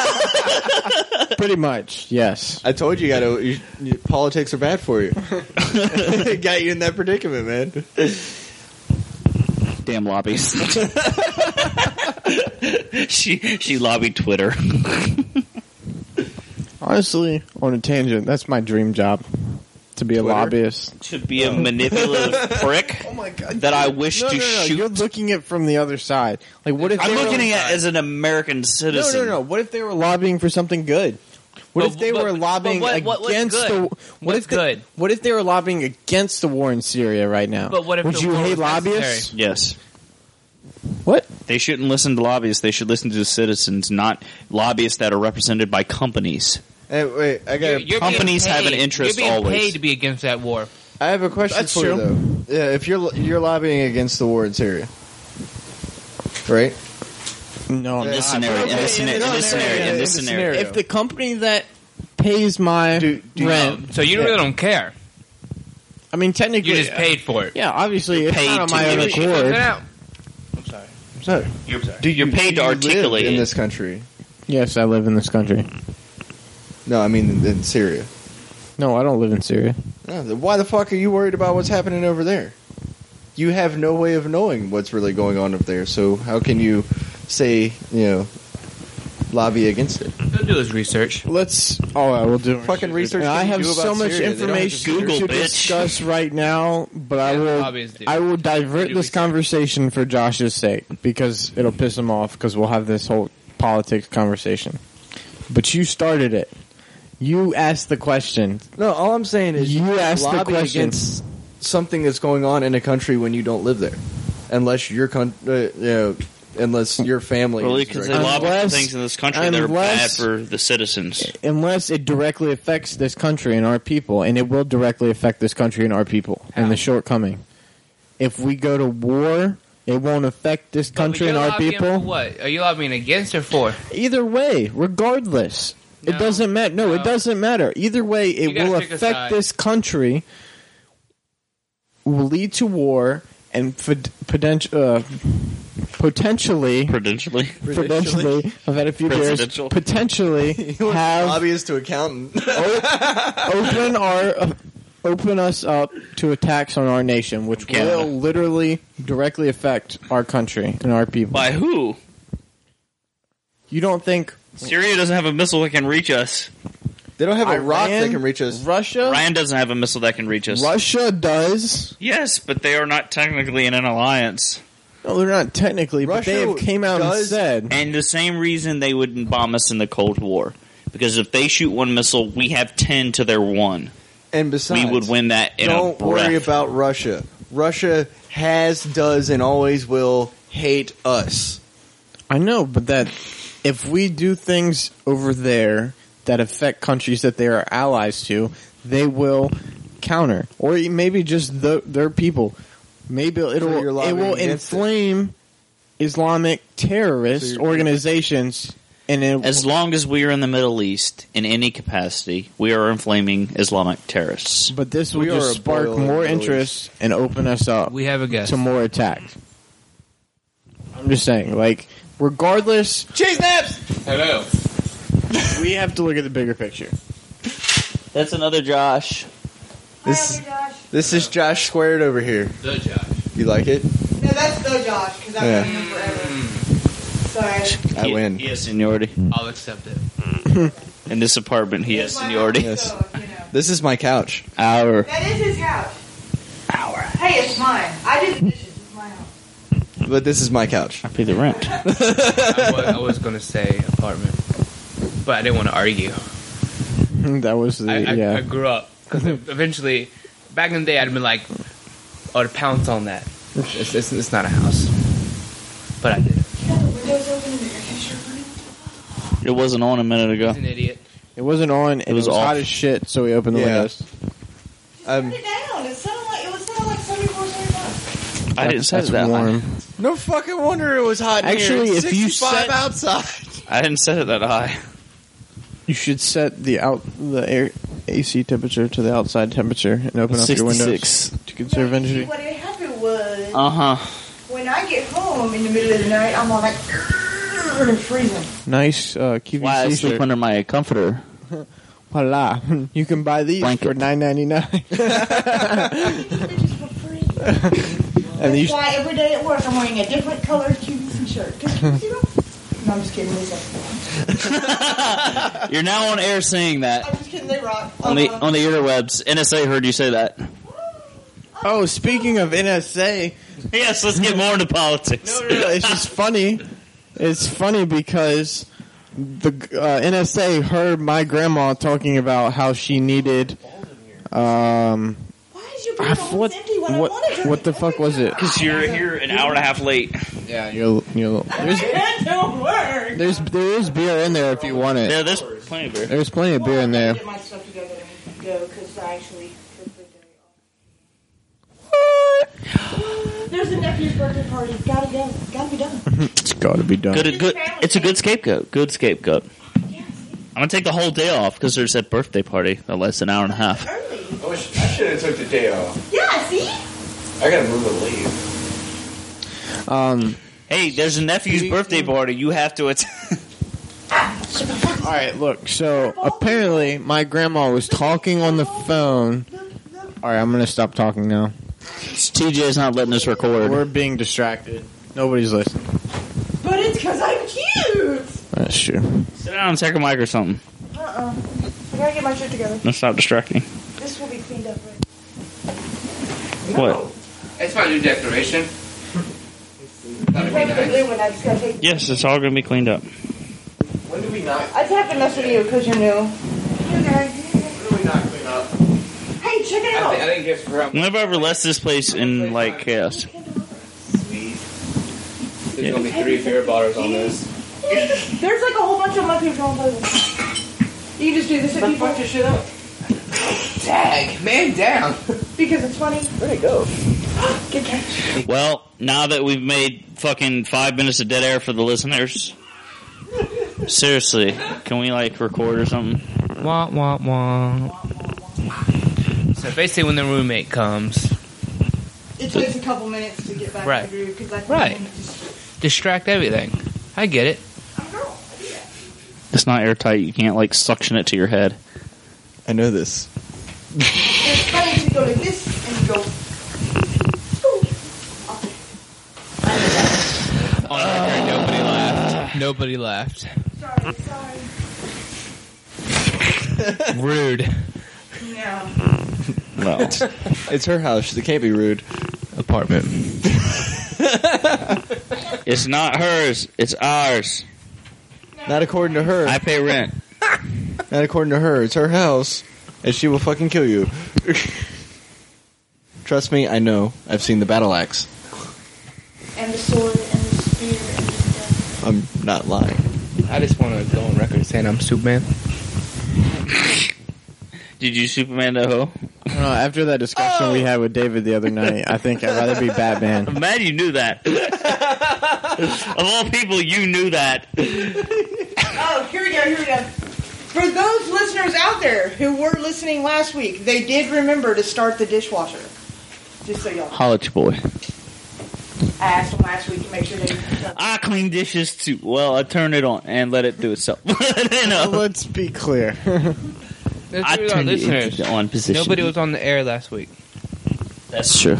Pretty much, yes. I told you, gotta you, you, politics are bad for you. Got you in that predicament, man. Damn lobbies. she she lobbied Twitter. Honestly, on a tangent, that's my dream job to be a Twitter? lobbyist. Should be a manipulative Oh prick my god! that I wish no, to no, no, shoot. You're looking at from the other side. Like, what if I'm they were- looking at it as an American No, citizen. no, no. What if they were lobbying for something good? What But- if they but- were but lobbying what- what- what's against good? the? What What's if they, good? What if they were lobbying against the war in Syria right now? But what if would the you war hate was lobbyists? necessary? Yes, What? they shouldn't listen to lobbyists. They should listen to the citizens, not lobbyists that are represented by companies. Hey, wait, I got. You're- a- you're being Companies have an paid- interest you're being always. paid to be against that war. I have a question That's for you true. though. Yeah, if you're you're lobbying against the war in Syria, right? No, I'm In this not. scenario, in this Okay, in scenario, in this this scenario, in this scenario. If the company that pays my rent, So you Yeah. really don't care. I mean, technically, You just paid for it. Yeah, obviously, it's paid not on to my own do it. accord. Now, So, Do you're paid to articulate in it. this country. Yes, I live in this country. No, I mean in Syria. No, I don't live in Syria. Yeah, then Why the fuck are you worried about what's happening over there? You have no way of knowing what's really going on over there, so how can you say, you know, lobby against it? he'll do his research. Let's. Oh, I will do Fucking research And I that you have do so about much Syria, they don't information have to Google, to bitch. discuss right now, but I Yeah, the will. lobbies do. I will divert Do this research. conversation for Josh's sake because it'll piss him off because we'll have this whole politics conversation. But you started it. You asked the question. No, all I'm saying is You can't asked the lobby question. against something that's going on in a country when you don't live there, unless your con- uh, you know, unless your family. Really, is because a drinking. lot of Unless- things in this country that are bad unless- for the citizens. unless it directly affects this country and our people, and it will directly affect this country and our people and the shortcoming. If we go to war, it won't affect this country and our people. What are you lobbying against or for? Either way, regardless, No. it doesn't matter. No, No. it doesn't matter. Either way, You it gotta will pick a side. affect this country. Will lead to war and fod- potent- uh, potentially. Prudentially, Potentially, I've had a few beers. Presidential. Potentially have Oh. Lobbyist to accountant. open our open us up to attacks on our nation, which Canada. will literally directly affect our country and our people. by who? You don't think Syria doesn't have a missile that can reach us. They don't have a rock that Iran? can reach us. Russia? Ryan doesn't have a missile that can reach us. Russia does. Yes, but they are not technically in an alliance. No, they're not technically, but they Russia have came out and does- said And the same reason they wouldn't bomb us in the Cold War. Because if they shoot one missile, we have 10 to their one. And besides, we would win that in don't a breath. worry about Russia. Russia has, does, and always will hate us. I know, but that if we do things over there that affect countries that they are allies to, they will counter, or e- maybe just the, their people. Maybe So you're it'll it lobbying will against it. inflame Islamic So terrorist you're- organizations, and it, as long as we are in the Middle East in any capacity, we are inflaming Islamic terrorists. but this will We are just a spark boiling more release. interest and open us up We have a guess. to more attacks. I'm just saying, like regardless, Hello. we have to look at the bigger picture. That's another Josh. This, this is Josh Squared over here. The Josh. You like it? No, that's the Josh, because I've Yeah. known him forever. Sorry. I win. He has seniority. I'll accept it. In this apartment, he has It's my seniority. house, Yes. so, you know. This is my couch. Our. That is his house. Hey, it's mine. I did the dishes. It's my house. But this is my couch. I pay the rent. I was, I was gonna say apartment, but I didn't want to argue. that was the I, I, yeah. I grew up because eventually, back in the day, I'd been like, "Oh, to pounce on that. It's, it's, it's not a house." But I did. You have the windows open in the air conditioner room? It wasn't on a minute ago. He's an idiot. It wasn't on. and It was was, off. hot as shit, so we opened the Yeah. windows. Just Um, put it down. It sounded like, it was sounded like 74, 75. I didn't set it that high. No fucking wonder it was hot. in here. Actually, It's if you 65 set- outside, I didn't set it that high. You should set the out the air AC temperature to the outside temperature and open up your windows to conserve But see, energy. What had happened was, Uh huh. when I get home in the middle of the night, I'm all like, "Grrr," and freezing. Nice uh, Why I QVC sleep shirt. under my comforter? Voila. You can buy these Blanket. for nine ninety nine. Bitches for free. And you That's why every day at work I'm wearing a different colored QVC shirt. 'Cause QVC rock. No, I'm just kidding. Lisa. You're now on air saying that. I'm just kidding. They rock. On the Uh-huh. on the interwebs, NSA heard you say that. oh, speaking of NSA, Yes, let's get more into politics. it's just funny. It's funny because the uh, NSA heard my grandma talking about how she needed. Um, Why is your I beer forgot- almost empty when I wanted what, drink? what the fuck was it? Because you're here an hour and a half late. Yeah, you're, you're, I there's, can't do work. there's there is beer in there if you want it. Yeah, there's plenty of beer. There's plenty of beer in there. Get my stuff together and go because I actually took the day off. There's a nephew's birthday party. Gotta go. Gotta be done. It's got to be done. Good, good. It's a good scapegoat. Good scapegoat. Yes. I'm gonna take the whole day off because there's that birthday party that lasts an hour and a half. Early. I wish I should have took the day off. Yeah, see? I gotta move and leave. Um, Hey, there's a nephew's birthday party. You have to attend. all right, look. So apparently, my grandma was talking on the phone. All right, I'm gonna stop talking now. TJ's not letting us record. We're being distracted. Nobody's listening. But it's because I'm cute. That's true. Sit down and take a mic or something. Uh-uh. I gotta get my shit together. That's not distracting. This will be cleaned up right. What? It's my new declaration. It's right for the blue one. I just gotta take Yes, it's all gonna be cleaned up. When do we not? I tapped enough for you because you're new. Okay. When do we not clean up? Hey, check it I, out. thi- I didn't get from. Whenever I ever left this place in like chaos. Sweet. There's gonna be three beer bottles on this. There's like a whole bunch of my people on those. You can just do this at people. Fuck your shit up. Tag, man down. Because it's funny. Where'd it go? Good catch. Well, now that we've made fucking five minutes of dead air for the listeners, seriously, can we like record or something? Wah, wah, wah. So basically, when the roommate comes, It takes a couple minutes to get back Right. to the groove because I Right. Just, distract everything. I get it. I'm a girl. I do that. It's not airtight. You can't like suction it to your head. I know this. And it's funny 'cause you go like this and you go. Nobody laughed. Nobody laughed. Sorry, sorry. Rude. No. Well, It's her house. They can't be rude. Apartment. it's not hers. It's ours. Not according to her. I pay rent. Not according to her. It's her house, and she will fucking kill you. Trust me, I know. I've seen the battle axe. And the sword and the spear and the stuff. I'm not lying. I just want to go on record saying I'm Superman. Did you Superman the hoe? I don't know, after that discussion we had with David the other night, I think I'd rather be Batman. I'm mad you knew that. of all people, you knew that. Oh, here we go, here we go. For those listeners out there who were listening last week, they did remember to start the dishwasher. Just so y'all. Holla at your boy. I asked them last week to make sure they. I clean dishes too. Well, I turn it on and let it do itself. you know. Let's be clear. I Let's do it on turned it into listeners. the on position. Nobody was on the air last week. That's true.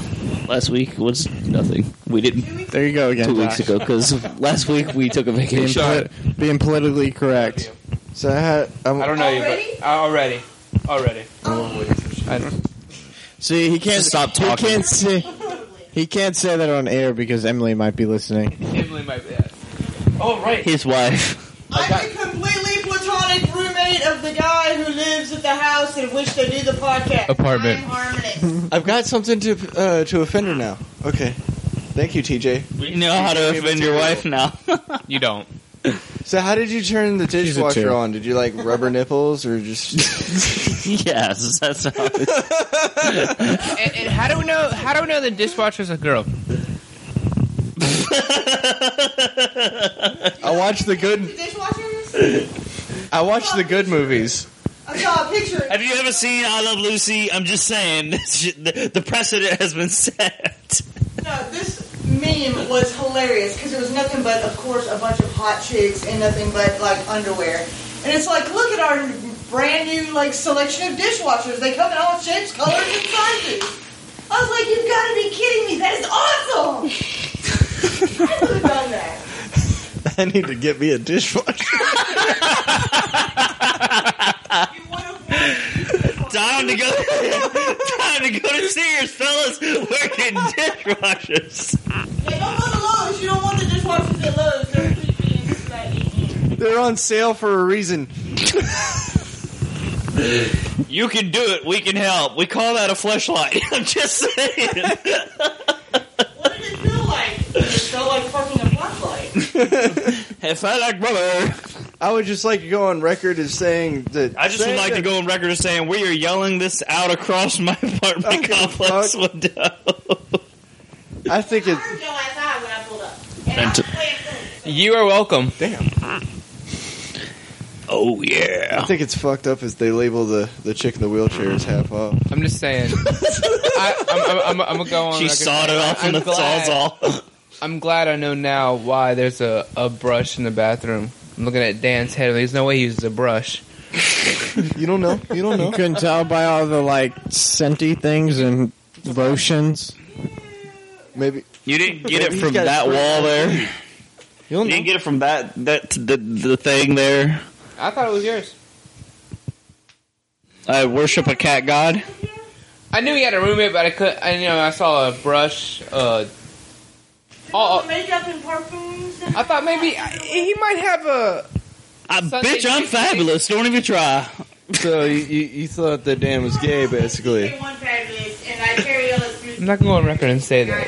Last week was nothing. We didn't There you go again. two weeks Josh. ago because last week we took a Being, vacation. polit- being politically correct. So I, had, um, I'm, I don't know you, Already? but already, already. See, he can't Stop talking. He can't say. He can't say that on air because Emily might be listening. Emily might be. Oh right. His wife. I'm the completely platonic roommate of the guy who lives at the house in which they do the podcast. Apartment. I'm harmony. I've got something to uh, to offend her now. Okay. Thank you, TJ. You know how to offend your wife now. You don't. So how did you turn the She's a dishwasher two. on? Did you like rubber nipples or just? yes, that's how. And, and how do we know? How do we know the dishwasher's a girl? I watched the The good. dishwashers? I watched the good movies. I saw a picture. Have you ever seen I Love Lucy? I'm just saying, this shit- the, the precedent has been set. No, this meme was hilarious because it was nothing but, of course, a bunch of hot chicks and nothing but like underwear. And it's like, look at our brand new like selection of dishwashers. They come in all shapes, colors, and sizes. I was like, you've got to be kidding me! That is awesome. I could have done that. I need to get me a dishwasher. You would have. Time to go. time to go to Sears, fellas. Working dishwashers. Yeah, don't go to Lowe's. You don't want the dishwashers at Lowe's. They're creepy and just like. They're on sale for a reason. You can do it. We can help. We call that a fleshlight. I'm just saying. What did it feel like? It felt like fucking a flashlight. If I like rubber, I would just like to go on record as saying that. I just would saying like to that- go on record as saying we are yelling this out across my I don't apartment give a complex fuck. window. I think I it. heard your ass out when I pulled up. And I And was to- playing pool. You are welcome. Oh yeah. I think it's fucked up as they label the the chick in the wheelchair as half off. I'm just saying. I, I'm, I'm, I'm, I'm gonna go on. She record sawed it saying off in the I'm glad- sawzall. I'm glad I know now why there's a, a brush in the bathroom. I'm looking at Dan's head. There's no way he uses a brush. You don't know. You don't You know. couldn't tell by all the like scenty things and lotions. Maybe You didn't get it He's from got that spray. wall there. you don't You didn't know. get it from that that the, the thing there. I thought it was yours. I worship a cat god. I knew he had a roommate, but I could. I you know I saw a brush. Uh, oh, oh, makeup and perfumes. And I thought maybe I, he might have a. I, Sunday bitch, I'm night. fabulous. Don't even try. So you, you, you thought that Dan was gay, basically. One fabulous, and I carry all this through. I'm not going to go on record and say that.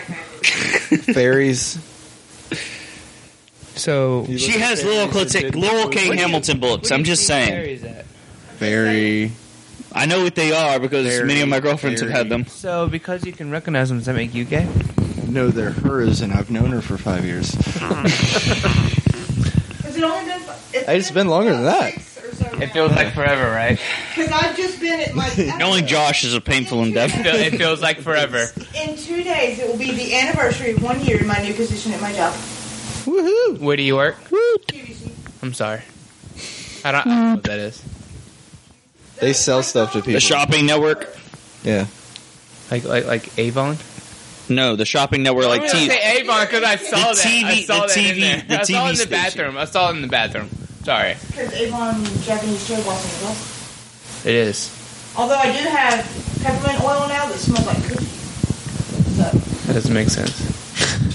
Fairies. So She has Laurel, Clotet- Laurel K. Hamilton books. I'm just saying. Very. I know what they are because many of my girlfriends have had them. So because you can recognize them, does that make you gay? No, they're hers, and I've known her for five years. Has it only been? fi- It's, It's been longer than that. It feels like forever, right? Because I've just been at my. Knowing Josh is a painful endeavor. It feels like forever. In two days, it will be the anniversary of one year in my new position at my job. Woohoo! Where do you work? QVC. I'm sorry. I don't, I don't know what that is. They sell stuff to people. The shopping network? Yeah. Like like like Avon. No, the shopping network like I'm teen. gonna say Avon because I saw that. I TV the saw that in TV there. the I saw TV it in the station. bathroom. I saw it in the bathroom. Sorry, Because Avon Japanese chair blossom is awesome. it is. Although I do have peppermint oil now that smells like cookies. So, That doesn't make sense.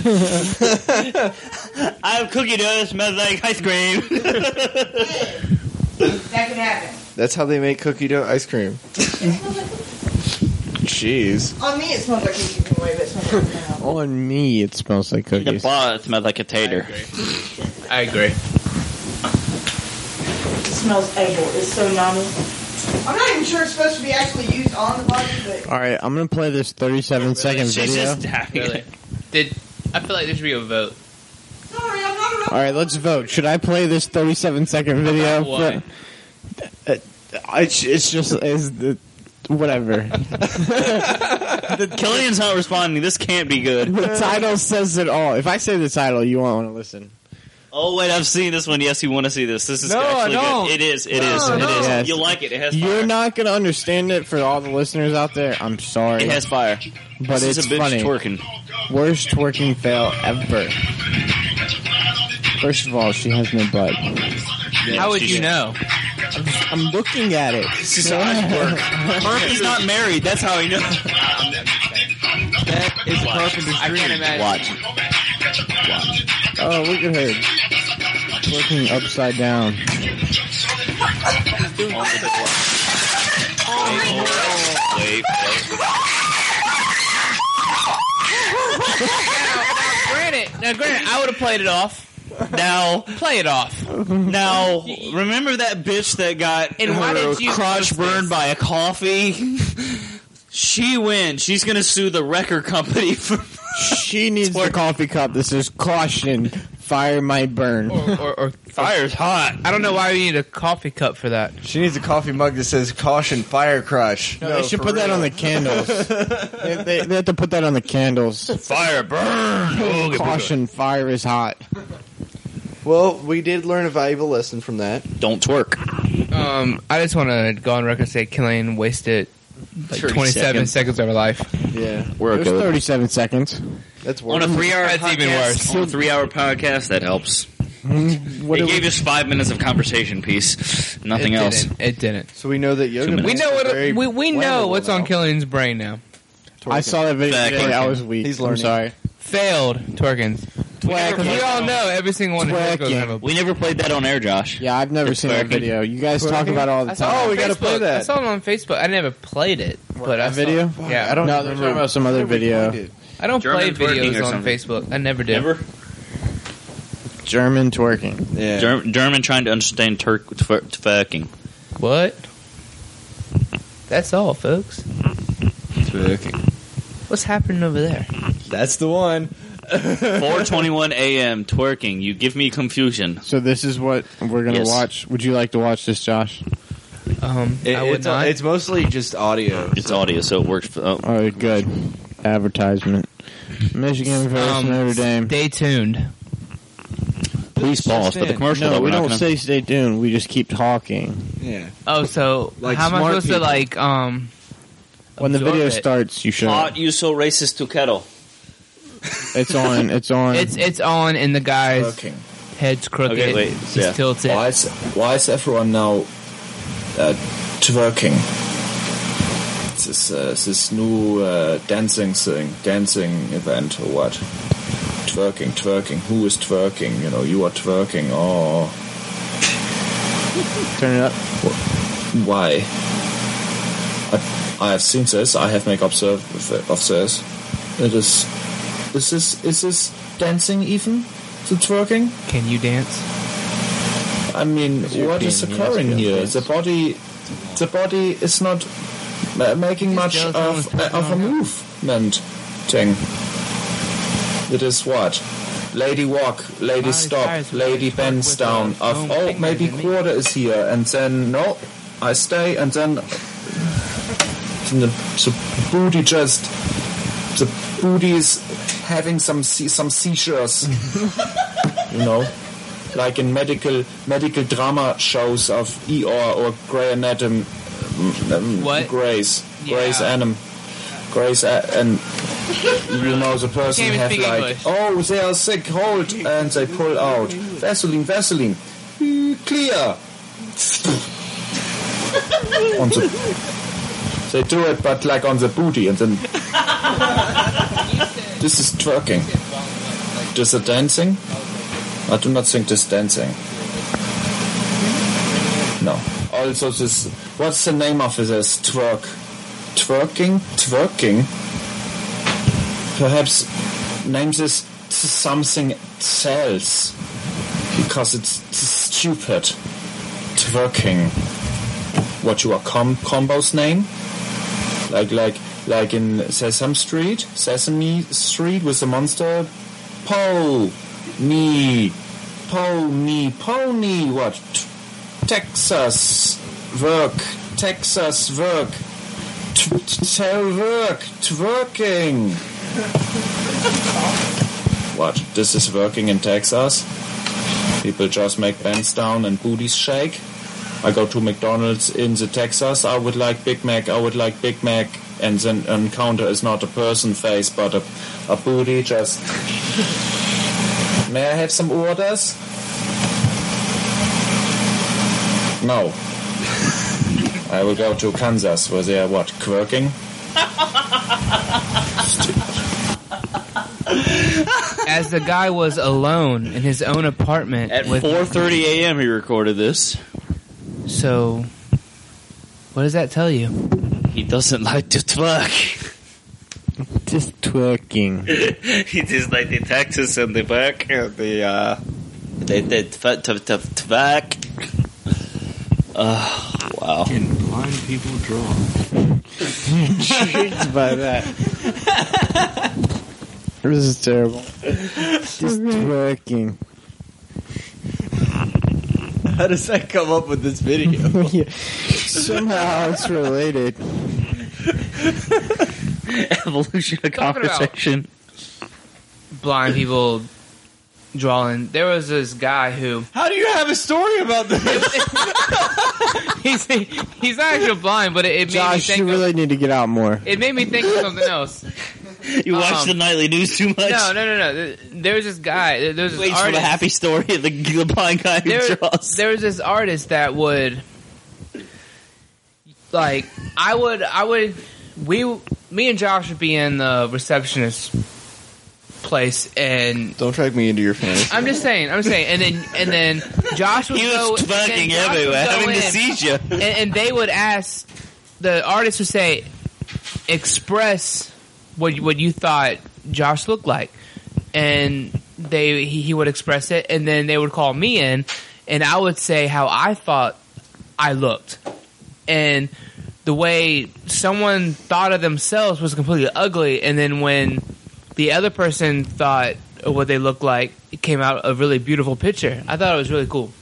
I have cookie dough smells like ice cream. yeah, that could happen. That's how they make cookie dough ice cream. It smells like cookies. Jeez. On me, it smells like cookies anyway, but it smells like vanilla. On me, it smells like The cookies. bot smells like a tater. I agree. It smells edible. It's so yummy. I'm not even sure it's supposed to be actually used on the body, but All right, I'm gonna play this 37 second She's video. just happy. Really. Did I feel like there should be a vote? sorry, I'm not around. All right, let's vote. Should I play this 37 second video? Why? For, uh, it's, it's just it's the, whatever. Killian's not responding. This can't be good. the title says it all. If I say the title, you won't want to listen. Oh wait, I've seen this one. Yes, you want to see this. This is No, I actually don't. good. It is. It is. It is. Yes. You'll like it. It has. You're Fire. not gonna understand it for all the listeners out there. I'm sorry, It has fire. but it's this is a bitch funny. twerking. Worst twerking fail ever. First of all, she has no butt. How would she you should. know? I'm looking at it. He's not married. That's how he knows. That is carpenter's I can't imagine. Watch. Oh, look at her. Twerking upside down. Wait, wait. Granted, now granted, I would have played it off. Now, Play it off. now, remember that bitch that got And why her did you crotch post burned this? by a coffee? she wins. She's gonna sue the record company for. She needs the coffee cup. This is caution. Fire might burn. Or, or, or Fire's hot. I don't know why we need a coffee cup for that. She needs a coffee mug that says "Caution, Fire Crush." No, they should put that on the candles. they, they, they have to put that on the candles. Fire burn. Caution, fire is hot. Well, we did learn a valuable lesson from that. Don't twerk. Um, I just want to go on record and say Killian wasted like 30 27 seconds. seconds. of her life. Yeah, It We're was 37 seconds. that's On a worth. three-hour That's podcast, even worse. On a three-hour podcast, that helps. What it do we- gave us five minutes of conversation piece. Nothing it else. Didn't. It didn't. So we know that Two yoga. minutes. We know what Very we, we know flammable what's on now. Killian's brain now. I saw that video Back today. I in. was weak. He's I'm learning. sorry. Failed Twerkins. Because we all know every single one of his goes have a We never played that on air, Josh. Yeah, I've never It's seen that twerking. video. Oh, You guys talk about it all the I saw it time. on we gotta play Facebook. that. I saw it on Facebook. I never played it, but That I saw- video? Yeah, I don't. no, they're talking about some other video. I don't play German twerking or videos on something. Facebook. I never did. Never. German twerking. Yeah. Ger- German trying to understand Turk twer- twerking. What? That's all, folks. What's happening over there? That's the one. 4:21 a.m. twerking. You give me confusion. So this is what we're gonna Yes. watch. Would you like to watch this, Josh? Um, It- I would it's, not. it's mostly just audio. It's audio, so it works. For, oh. All right, good advertisement. Michigan versus Um, Notre Dame. Stay tuned. Please pause for the commercial. No, though. we We're not don't gonna- say stay tuned. We just keep talking. Yeah. Oh, so Like how am I smart supposed to people. like um? When the absorb video it? starts, you should. Hot, you so racist to kettle. It's on. It's on. It's it's on and the guy's head's crooked. Okay, wait, He's yeah. tilted. Why is why is everyone now uh, twerking? This is uh, this new uh, dancing thing, dancing event or what? Twerking, twerking. Who is twerking? You know, you are twerking. Oh, Turn it up. why? I, I have seen this. I have make observed of this. It is. Is this is this dancing even? to twerking? Can you dance? I mean, European, what is yes, occurring yes, here? yes. The body, the body is not ma- making much does of, uh, of a movement thing. It is what? Lady walk, lady stop, lady bends down. Of oh, maybe quarter is here, and then no, I stay, and then the, the booty just the booty is having some se- some seizures, you know, like in medical medical drama shows of Eeyore or Grey Anatomy. Um, What? Grey's Yeah. Grey's Anim. Grey's a- and you know the person Can't even have speak like English. oh they are sick hold and they pull out Vaseline Vaseline Hmm, clear. on the, they do it, but like on the booty, and then this is twerking. This is dancing. I do not think this dancing. No. Also, this. What's the name of this twerk? Twerking, twerking. Perhaps name this something else because it's stupid. Twerking what your com- combo's name. Like like like in Sesame Street, Sesame Street with the monster Pony, Pony, Pony. What? T- Texas work, Texas work, T- t- tell work, twerking. What? This is working in Texas. People just make bands down and booties shake. I go to McDonald's in the Texas. I would like Big Mac. I would like Big Mac. And then an counter is not a person face, but a, a booty. Just may I have some orders? No. I will go to Kansas, where they are what quirking. As the guy was alone in his own apartment At with- 4:30 a.m. he recorded this. So, what does that tell you? He doesn't like to twerk. Just twerking. he just like the Texas and the back and the uh they they tw- tw- tw- twack. Oh, Uh, wow. Can blind people draw? Intrigued by that. This is terrible. Just twerking. How does that come up with this video? Yeah. Somehow it's related. Evolution of Talking about- conversation. Blind people drawing. There was this guy who How do you have a story about this? he's he's not actually blind, but it, it made Josh, me you think. of- really need to get out more. it made me think of something else. You watch Um, the nightly news too much. No, no, no, no. There was this guy. There was this Waits for artist. the happy story of the, the blind guy who there, draws. there was this artist that would like I would I would we me and Josh would be in the receptionist place and Don't drag me into your fantasy. I'm just saying I'm just saying and then and then Josh would He go was and then twerking Josh would everywhere, go having in, the seizure. and, and they would ask the artist would say express what you, what you thought Josh looked like and they he, he would express it and then they would call me in and I would say how I thought I looked and the way someone thought of themselves was completely ugly and then when the other person thought of what they looked like it came out a really beautiful picture I thought it was really cool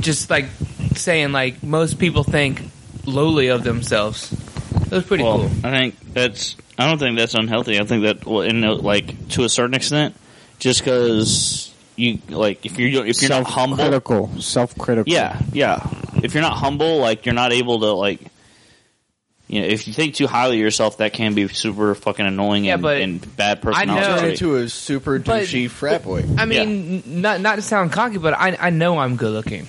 just like saying like most people think lowly of themselves that was pretty well, cool I think that's. I don't think that's unhealthy. I think that, well, in a, like to a certain extent, just because you like if you if you're not humble, Critical. Self critical. Yeah, yeah. If you're not humble, like you're not able to like you know, if you think too highly of yourself, that can be super fucking annoying Yeah, and, but and bad I know. personality. Turn trait. into a super But- douchey frat boy. I mean, n not not to sound cocky, but I I know I'm good looking.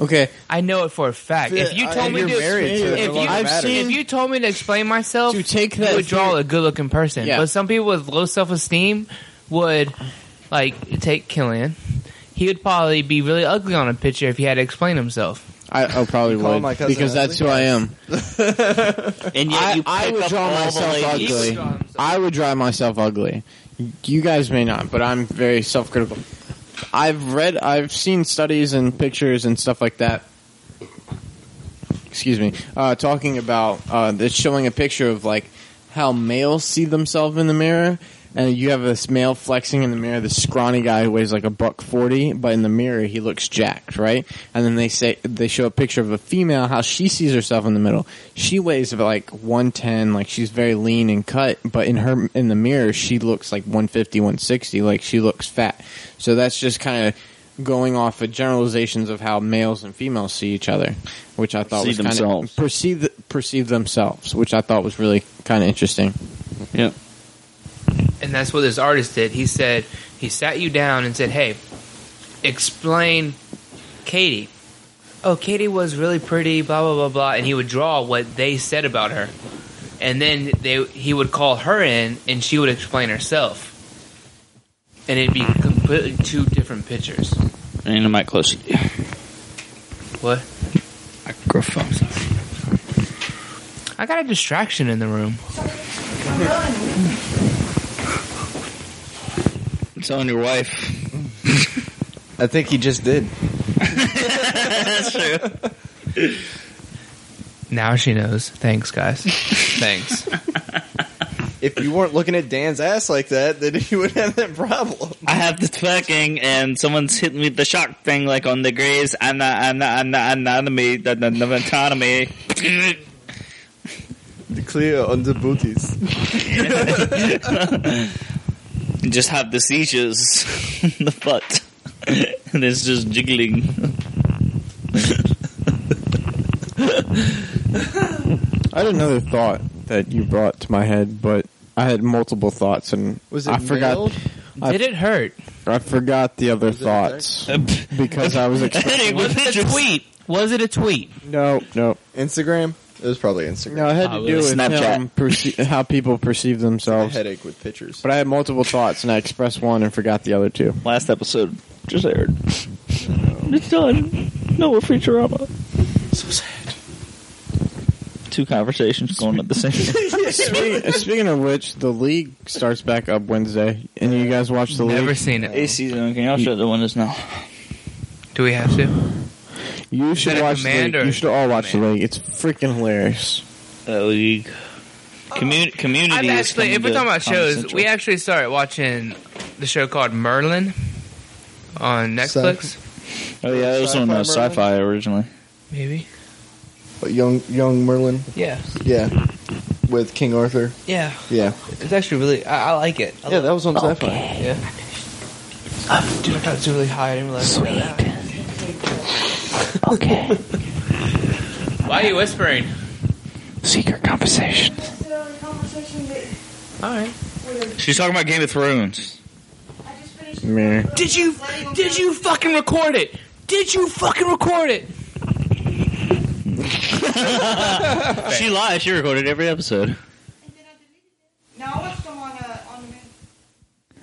Okay. I know it for a fact. If you I- told me you're to, married to her, if no you longer I've matters. seen- if you told me to explain myself, To take you that would draw a good looking person. Yeah. But some people with low self esteem would like take Killian. he would probably be really ugly on a picture if he had to explain himself. I, I probably call would my cousin because that's who I ugly? am. and yet I, you I pick would up draw all the myself ladies. ugly. I would draw myself ugly. You guys may not, but I'm very self-critical. I've read, I've seen studies and pictures and stuff like that. Excuse me, uh, talking about uh, it's showing a picture of like how males see themselves in the mirror, and you have this male flexing in the mirror, this scrawny guy who weighs like a buck forty, but in the mirror he looks jacked, right? And then they say they show a picture of a female how she sees herself in the middle. She weighs about like one ten, like she's very lean and cut, but in her in the mirror she looks like 150, 160, like she looks fat. So that's just kind of going off of generalizations of how males and females see each other, which I thought See was kind themselves. of perceive perceive themselves, which I thought was really kind of interesting. Yeah. And that's what this artist did. He said he sat you down and said, "Hey, explain Katie." Oh, Katie was really pretty, blah blah blah blah, and he would draw what they said about her. And then they he would call her in and she would explain herself. And it'd be completely two different pictures. And the mic closer. What? Microphone. I got a distraction in the room. It's on your wife. I think he just did. That's true. Now she knows. Thanks, guys. Thanks. If you weren't looking at Dan's ass like that, then you would have that problem. I have the fucking and someone's hitting me with the shock thing like on the grays and the and the and the anatomy the the the anatomy. Clear on the booties. Just have the seizures in the butt. and it's just jiggling. I had another thought that you brought to my head, but I had multiple thoughts and Was it I forgot. mailed? I, Did it hurt? I forgot the other thoughts because I was expecting. was it a tweet? Was it a tweet? No, no. Instagram? It was probably Instagram. No, Oh, it had to do with him perce- how people perceive A themselves. headache with pictures. But I had multiple thoughts, and I expressed one and forgot the other two. Last episode just aired. It's done. No more Futurama. So sad. Two conversations going at the same speaking, speaking of which, the league starts back up Wednesday, and you guys watch the league. Never seen it. A season. Can y'all shut the windows now? Do we have to? You that should a watch. The command league. or- You should all watch the league. It's freaking hilarious. The league. Commun- community. Oh, I've is actually, coming if we're to talking about Comedy shows, Central. we actually started watching the show called Merlin on Netflix. oh yeah, it was on uh, Sci-fi sci-fi originally. Maybe. But young young Merlin? Yeah. Yeah. With King Arthur? Yeah. Yeah. It's actually really. I, I like it. I Yeah, love- that was on sci fi. Yeah. Dude, I thought it was really high. I didn't realize it was that Okay. high. Why are you whispering? Secret conversation. All right. She's talking about Game of Thrones. Meh. Did you? Did you fucking record it? Did you fucking record it? She lied. She recorded every episode. No, I watched them on, uh, on the moon.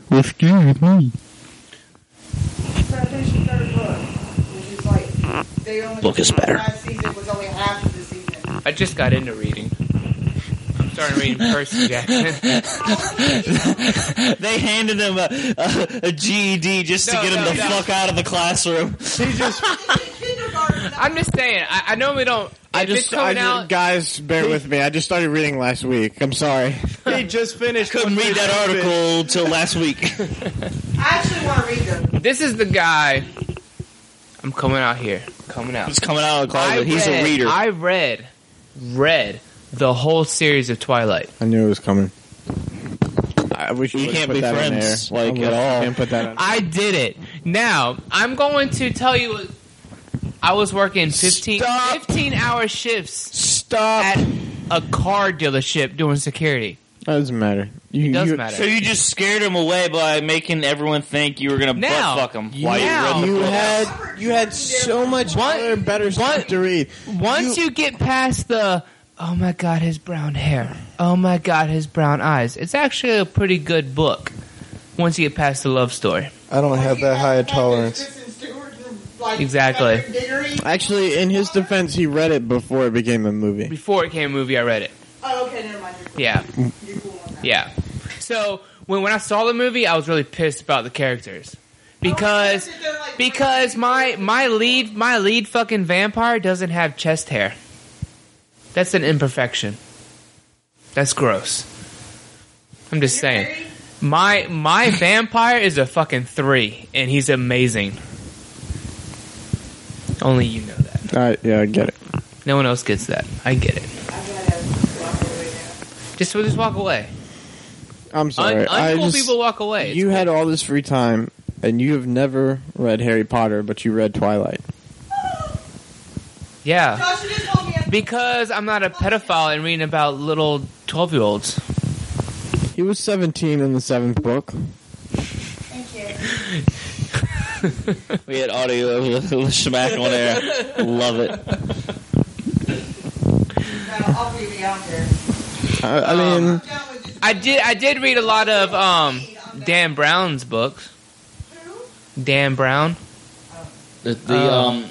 What's good with me? So I finished the third book, which is like they only Book is better. Last season was only half of the season. I just got into reading. I'm starting reading Percy Jackson. they handed him a, a, a GED just to No, get him no, the no. fuck out of the classroom. I'm just saying. I, I normally don't. I if it's just, I coming just- out. guys, bear with me. I just started reading last week. I'm sorry. He just finished. Couldn't read that article till last week. I actually want to read them. This is the guy. I'm coming out here. Coming out. It's coming out of the closet. He's a read- reader. I read, read the whole series of Twilight. I knew it was coming. I wish you We would've can't put be that in friends, there. like, I wish at you all. Can't put that in. I did it. Now I'm going to tell you. I was working 15, 15 hour shifts Stop. at a car dealership doing security. That doesn't matter. You, It does you, so matter. you just scared him away by making everyone think you were gonna Now. butt fuck him. You- while you read now. the You book. had you had so much What? other better stuff What? to read. Once you, get past the, oh my god, his brown hair. Oh my god, his brown eyes. It's actually a pretty good book. Once you get past the love story. I don't have that high a tolerance. Kristen's like Exactly. every degree. Actually, in his defense, he read it before it became a movie. Before it came a movie, I read it. Oh, okay, never mind. Yeah. Yeah. So when when I saw the movie, I was really pissed about the characters because because my my lead my lead fucking vampire doesn't have chest hair. That's an imperfection. That's gross. I'm just saying. My my vampire is a fucking three, and he's amazing. Only you know that. I, yeah, I get it. No one else gets that. I get it. Just just walk away. I'm sorry. Un- I uncool just, people walk away. It's You had all this free time, and you have never read Harry Potter, but you read Twilight. Yeah. Because I'm not a pedophile and reading about little 12 year olds. He was 17 in the seventh book. We had audio of the schmack on air. Love it. I'll leave you out there. I, I mean, I did I did read a lot of um, Dan Brown's books. Dan Brown. The, the Um, um,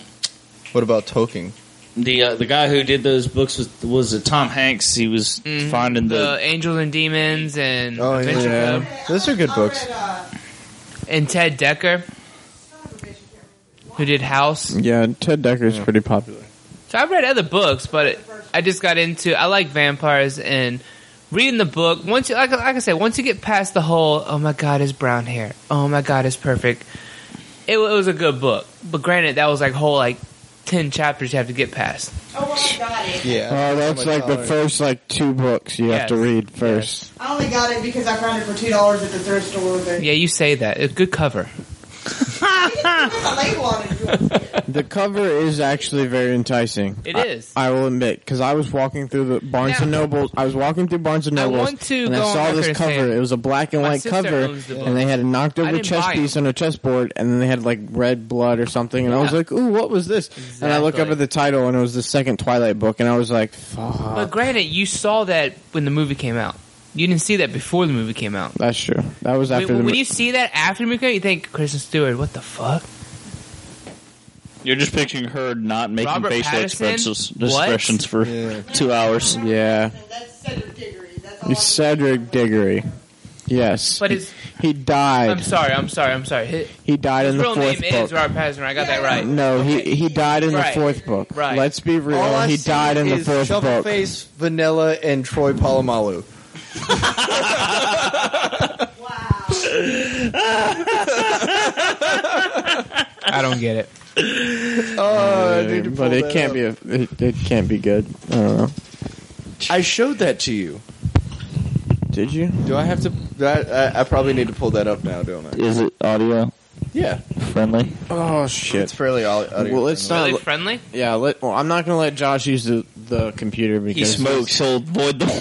What about Toking? the uh, the guy who did those books was was it Tom Hanks. He was Mhm. finding the the, Angels and Demons and Oh Adventure yeah, Club. those are good books. and Ted Decker, who did House. yeah, Ted Decker is pretty popular. So I've read other books, but it, I just got into I like vampires and reading the book. Once you like, like I said, once you get past the whole oh my god, his brown hair, oh my god, it's perfect. It, wa- it was a good book, but granted, that was like whole like ten chapters you have to get past. Oh, well, I got it. Oh, that's like the first like two books you have to Yes. read first. I only got it because I found it for two dollars at the thrift store. But Yeah, you say that. It's good cover. a label on it. The cover is actually very enticing. It It is. is. I, will admit, because I was walking through the Barnes and Noble. I was walking through Barnes and I Noble, want to and go I on saw this record cover. saying- it was a black and My white sister cover, owns the book. and they had a knocked I over didn't chess buy it. piece on a chessboard, and then they had like red blood or something. And I was Yeah. like, "Ooh, what was this?" And I look up Exactly. at the title, and it was the second Twilight book, and I was like, "Fuck." But granted, you saw that when the movie came out. You didn't see that before the movie came out. That's true. That was after When, the. when you see that after the movie, came out, you think Kristen Stewart, what the fuck? You're just picturing her not making Robert facial Pattinson? expressions, What? expressions for two hours. yeah, It's Cedric Diggory. Yes, But it's- he died. I'm sorry, I'm sorry, I'm sorry. His, He died his in the real name fourth book. is Robert Pattinson. I got that right. No, he he died in Right. the fourth book. Right. Let's be real. All I he see died in the is fourth book. Shovelface, Vanilla, and Troy Polamalu. I don't get it. Oh, I need to but pull it that can't up. be a, it, it can't be good. I don't know. I showed that to you. Did you? Do I have to? do I, I, I probably need to pull that up now, don't I? Is it audio Yeah, friendly? Oh it's shit. fairly. au- audio Well, it's friendly. not. Really friendly? Yeah. Let, well, I'm not gonna let Josh use the, the computer because He smokes, he'll void the Um,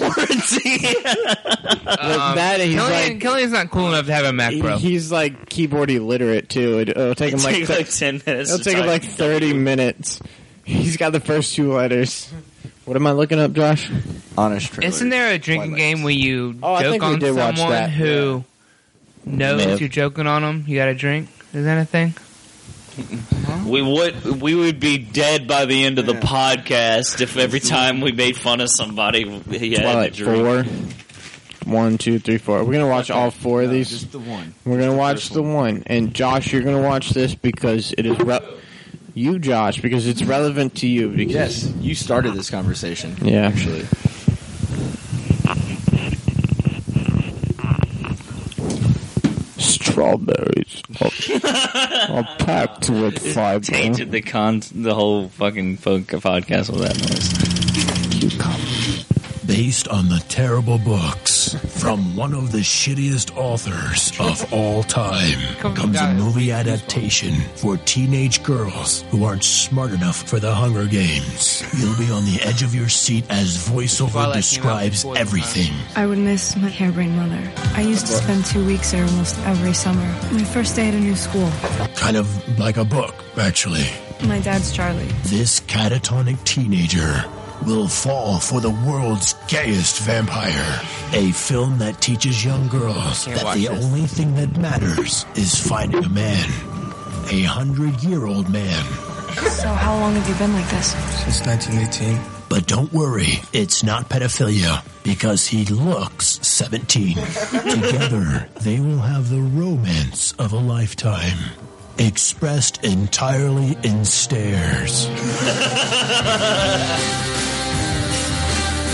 With warranty. that, he's Killian, like Killian's not cool enough to have a Mac, he- bro. he's like keyboard illiterate too. It, it'll take him like Take like ten minutes. it'll to take him type. like 30 minutes. He's got the first two letters. What am I looking up, Josh? honest. Trailer. Isn't there a drinking Twilight. game where you Oh, I joke think we on did watch someone that, who knows Live. you're joking on them? You got a drink? Is that a thing? We would we would be dead by the end of the podcast if every time we made fun of somebody he had a Twilight drink. four. One, two, three, four. We're gonna watch all four of these. the one. We're gonna watch the one, and Josh, you're gonna watch this because it is re- you, Josh, because it's relevant to you. Yes, Because you started this conversation. Yeah. actually. strawberries are, are packed with fiber. Tainted the con the whole fucking fo- podcast with that noise. Based on the terrible books from one of the shittiest authors of all time comes a movie adaptation for teenage girls who aren't smart enough for the Hunger Games. You'll be on the edge of your seat as voiceover Twilight came out describes before the everything. I would miss my harebrained mother. I used to spend two weeks there almost every summer. My first day at a new school. Kind of like a book, actually. My dad's Charlie. This catatonic teenager will fall for the world's gayest vampire. A film that teaches young girls Can't that watch the this. only thing that matters is finding a man. a hundred year old man. So how long have you been like this? Since 1918. But don't worry, it's not pedophilia because he looks 17. Together, they will have the romance of a lifetime, expressed entirely in stares.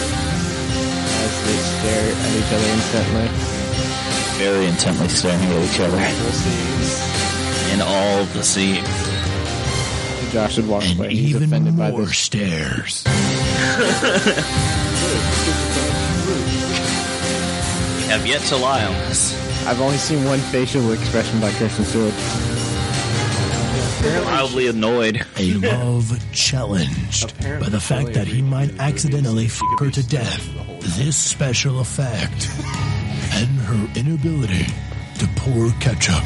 As they stare at each other intently. Very intently staring at each other. In all the scenes. Josh would walk away. He's Even offended by more this. stares. Have yet to lie on this. I've only seen one facial expression by Kristen Stewart. Mildly annoyed. A love challenged by the fact that he might accidentally f her to death. This special effect and her inability to pour ketchup.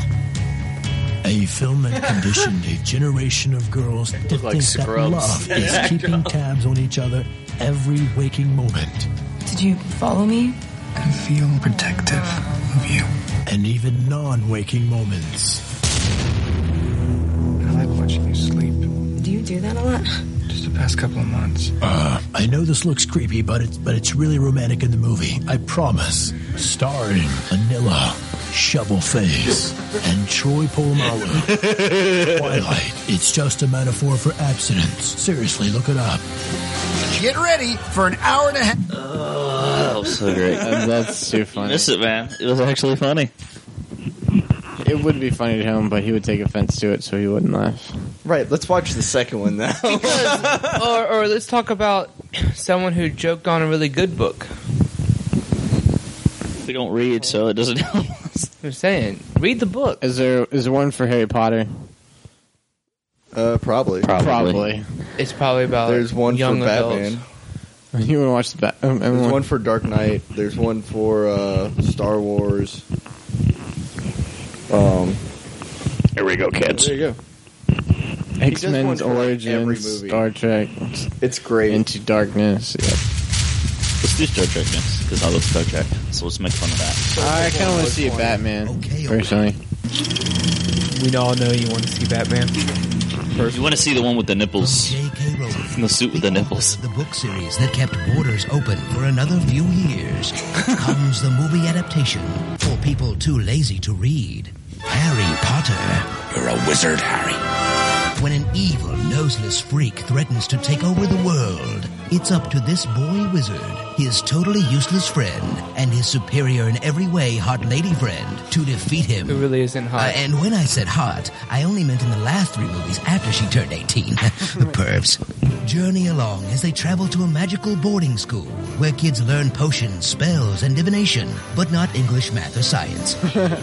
A film that conditioned a generation of girls to think like that Scrubs. love Yeah. is keeping tabs on each other every waking moment. Did you follow me? I feel protective of you. And even non waking moments. I like watching you sleep. Do you do that a lot? Just the past couple of months. Uh, I know this looks creepy, but it's but it's really romantic in the movie. I promise. Starring Manila, Shovel Face, and Troy Polamalu. Twilight. It's just a metaphor for abstinence. Seriously, look it up. Get ready for an hour and a half. Oh, so great. That's too funny. Miss it, man. It was actually funny. It would be funny to him, but he would take offense to it, so he wouldn't laugh. Right. Let's watch the second one now. or, or let's talk about someone who joked on a really good book. We don't read, so it doesn't help. I'm saying, read the book. Is there is there one for Harry Potter? Uh, probably. Probably. It's probably about There's one young for adults. Batman. You want to watch the Bat? Um, There's everyone- one for Dark Knight. There's one for uh, Star Wars. Um, Here we go, kids. There you go. He X does one Men's for, like, every Origins, movie. Star Trek. It's great. Into Darkness. Yep. Let's do Star Trek next, because I love Star Trek. So let's make fun of that. I kind of want to see a Batman personally. We all know you want to see Batman. You want to see the one with the nipples. The suit with the nipples. The book series that kept borders open for another few years comes the movie adaptation for people too lazy to read. Harry Potter. You're a wizard, Harry. When an evil, noseless freak threatens to take over the world, it's up to this boy wizard, his totally useless friend, and his superior in every way hot lady friend to defeat him. Who really isn't hot. Uh, and when I said hot, I only meant in the last three movies after she turned 18. the pervs. Journey along as they travel to a magical boarding school where kids learn potions, spells, and divination, but not English, math, or science.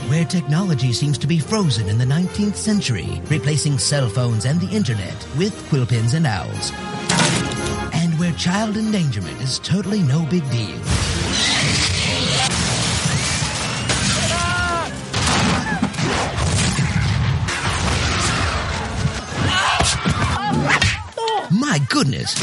where technology seems to be frozen in the 19th century, replacing cell phones and the internet with quill pens and owls. And where child endangerment is totally no big deal. My goodness.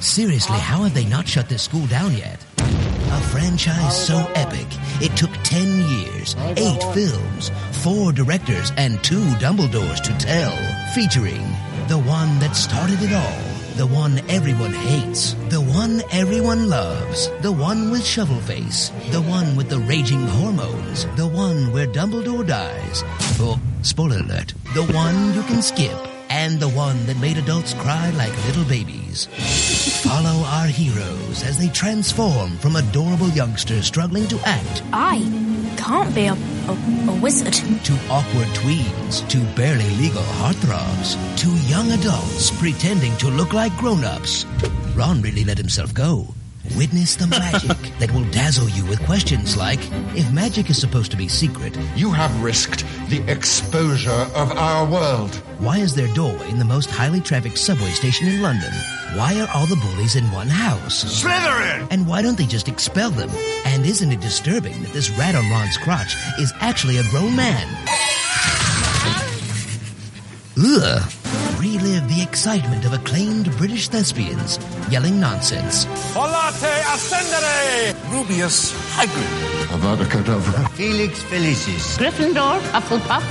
Seriously, how have they not shut this school down yet? A franchise so epic, it took 10 years, 8 films, 4 directors, and 2 Dumbledores to tell. Featuring the one that started it all, the one everyone hates, the one everyone loves, the one with shovel face, the one with the raging hormones, the one where Dumbledore dies. Oh, spoiler alert, the one you can skip, and the one that made adults cry like little babies. Follow our heroes as they transform from adorable youngsters struggling to act I can't be a, a, a wizard. to awkward tweens to barely legal heartthrobs to young adults pretending to look like grown-ups. Ron really let himself go. Witness the magic that will dazzle you with questions like, if magic is supposed to be secret, you have risked the exposure of our world. Why is there doorway in the most highly trafficked subway station in London? Why are all the bullies in one house? Slytherin! And why don't they just expel them? And isn't it disturbing that this rat on Ron's crotch is actually a grown man? Ugh. relive the excitement of acclaimed British thespians yelling nonsense. Volate ascendere! Rubius Hagrid. Avada Felix Felicis. Gryffindor, Hufflepuff,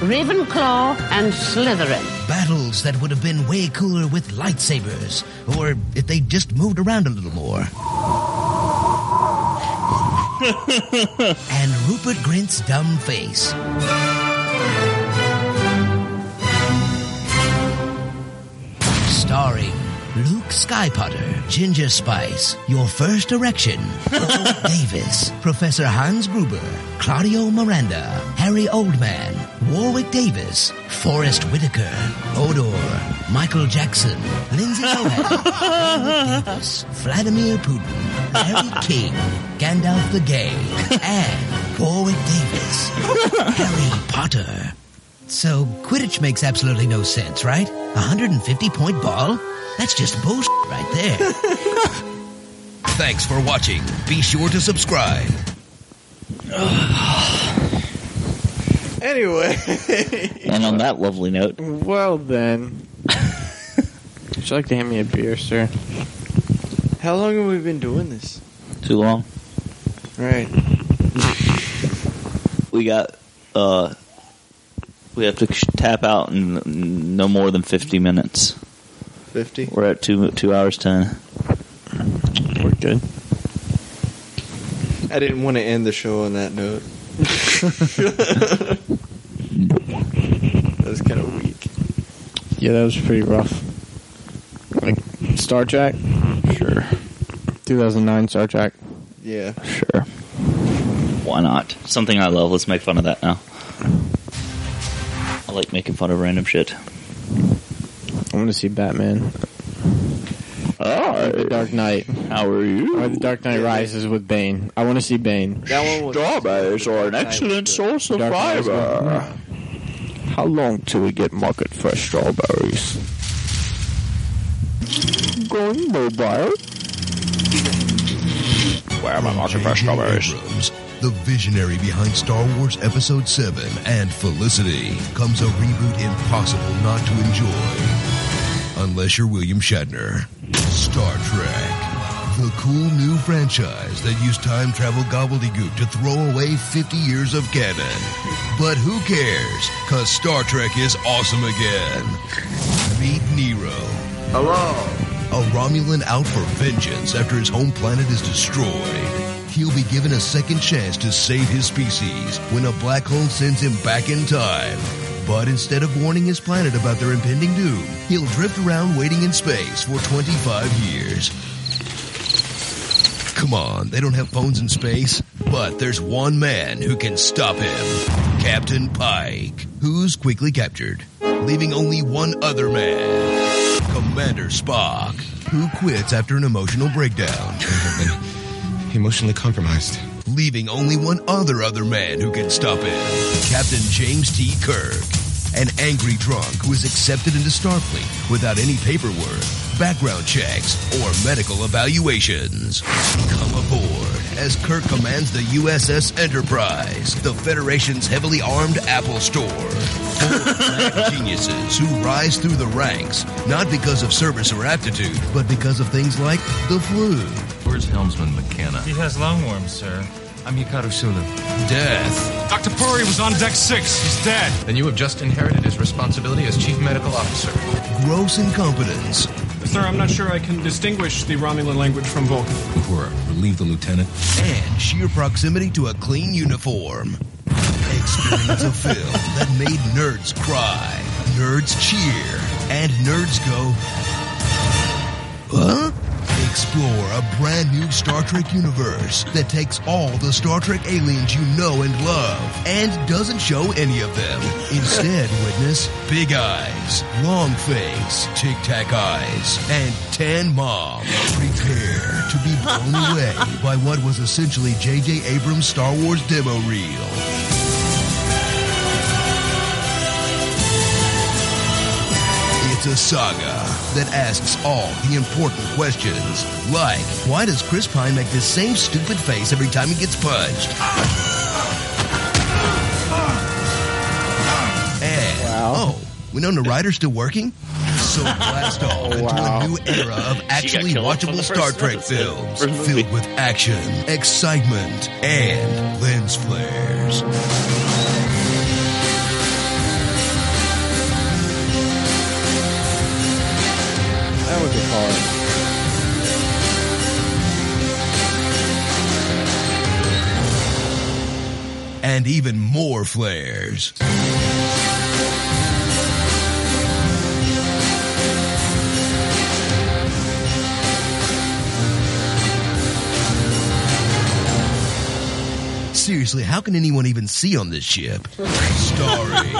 Ravenclaw, and Slytherin. Battles that would have been way cooler with lightsabers, or if they just moved around a little more. and Rupert Grint's dumb face. Starring Luke Skypotter, Ginger Spice, Your First Erection, Joe Davis, Professor Hans Gruber, Claudio Miranda, Harry Oldman, Warwick Davis, Forrest Whitaker, Odor, Michael Jackson, Lindsay Lohan, Warwick Davis, Vladimir Putin, Larry King, Gandalf the Gay, and Warwick Davis, Harry Potter. So, Quidditch makes absolutely no sense, right? 150 point ball? That's just bullshit right there. Thanks for watching. Be sure to subscribe. Anyway. And on that lovely note, well then. Would you like to hand me a beer, sir? How long have we been doing this? too long. Right. We got. uh We have to sh- tap out in in no more than fifty minutes. 50? We're at two two hours ten. We're good. I didn't want to end the show on that note. that was kind of weak. Yeah, that was pretty rough. Like Star Trek? Sure. 2009 Star Trek. Yeah. Sure. Why not? Something I love. Let's make fun of that now. I like making fun of random shit. I want to see Batman. The Dark Knight. How are you? Or The Dark Knight Rises with Bane. I want to see Bane. Strawberries are an excellent source of Dark Knight was fiber. How long till we get market fresh strawberries? Going mobile. Where am I marching for strawberries? The visionary behind Star Wars Episode 7 and Felicity comes a reboot impossible not to enjoy. Unless you're William Shatner. Star Trek. The cool new franchise that used time travel gobbledygook to throw away 50 years of canon. But who cares? Cause Star Trek is awesome again. Meet Nero. Hello. A Romulan out for vengeance after his home planet is destroyed. He'll be given a second chance to save his species when a black hole sends him back in time. But instead of warning his planet about their impending doom, he'll drift around waiting in space for 25 years. Come on, they don't have phones in space. But there's one man who can stop him Captain Pike, who's quickly captured, leaving only one other man Commander Spock, who quits after an emotional breakdown. emotionally compromised. Leaving only one other other man who can stop him Captain James T. Kirk. An angry drunk who is accepted into Starfleet without any paperwork, background checks, or medical evaluations. Come aboard as Kirk commands the USS Enterprise, the Federation's heavily armed Apple store. Black geniuses who rise through the ranks, not because of service or aptitude, but because of things like the flu. Where's Helmsman McKenna? He has lungworms, sir. I'm Hikaru Sulu. Death. Dr. Puri was on deck six. He's dead. Then you have just inherited his responsibility as chief medical officer. Gross incompetence. Sir, I'm not sure I can distinguish the Romulan language from Vulcan. Uhura, relieve the lieutenant. And sheer proximity to a clean uniform. Experience a film that made nerds cry, nerds cheer, and nerds go, huh? Explore a brand new Star Trek universe that takes all the Star Trek aliens you know and love and doesn't show any of them. Instead, witness big eyes, long face, tic tac eyes, and tan mom. Prepare to be blown away by what was essentially J.J. Abrams' Star Wars demo reel. It's a saga that asks all the important questions, like why does Chris Pine make the same stupid face every time he gets punched? And oh, We know the writer's still working. So blast off into a new era of actually watchable Star Trek films filled with action, excitement, and lens flares. That was a car. and even more flares. Seriously, how can anyone even see on this ship? Starring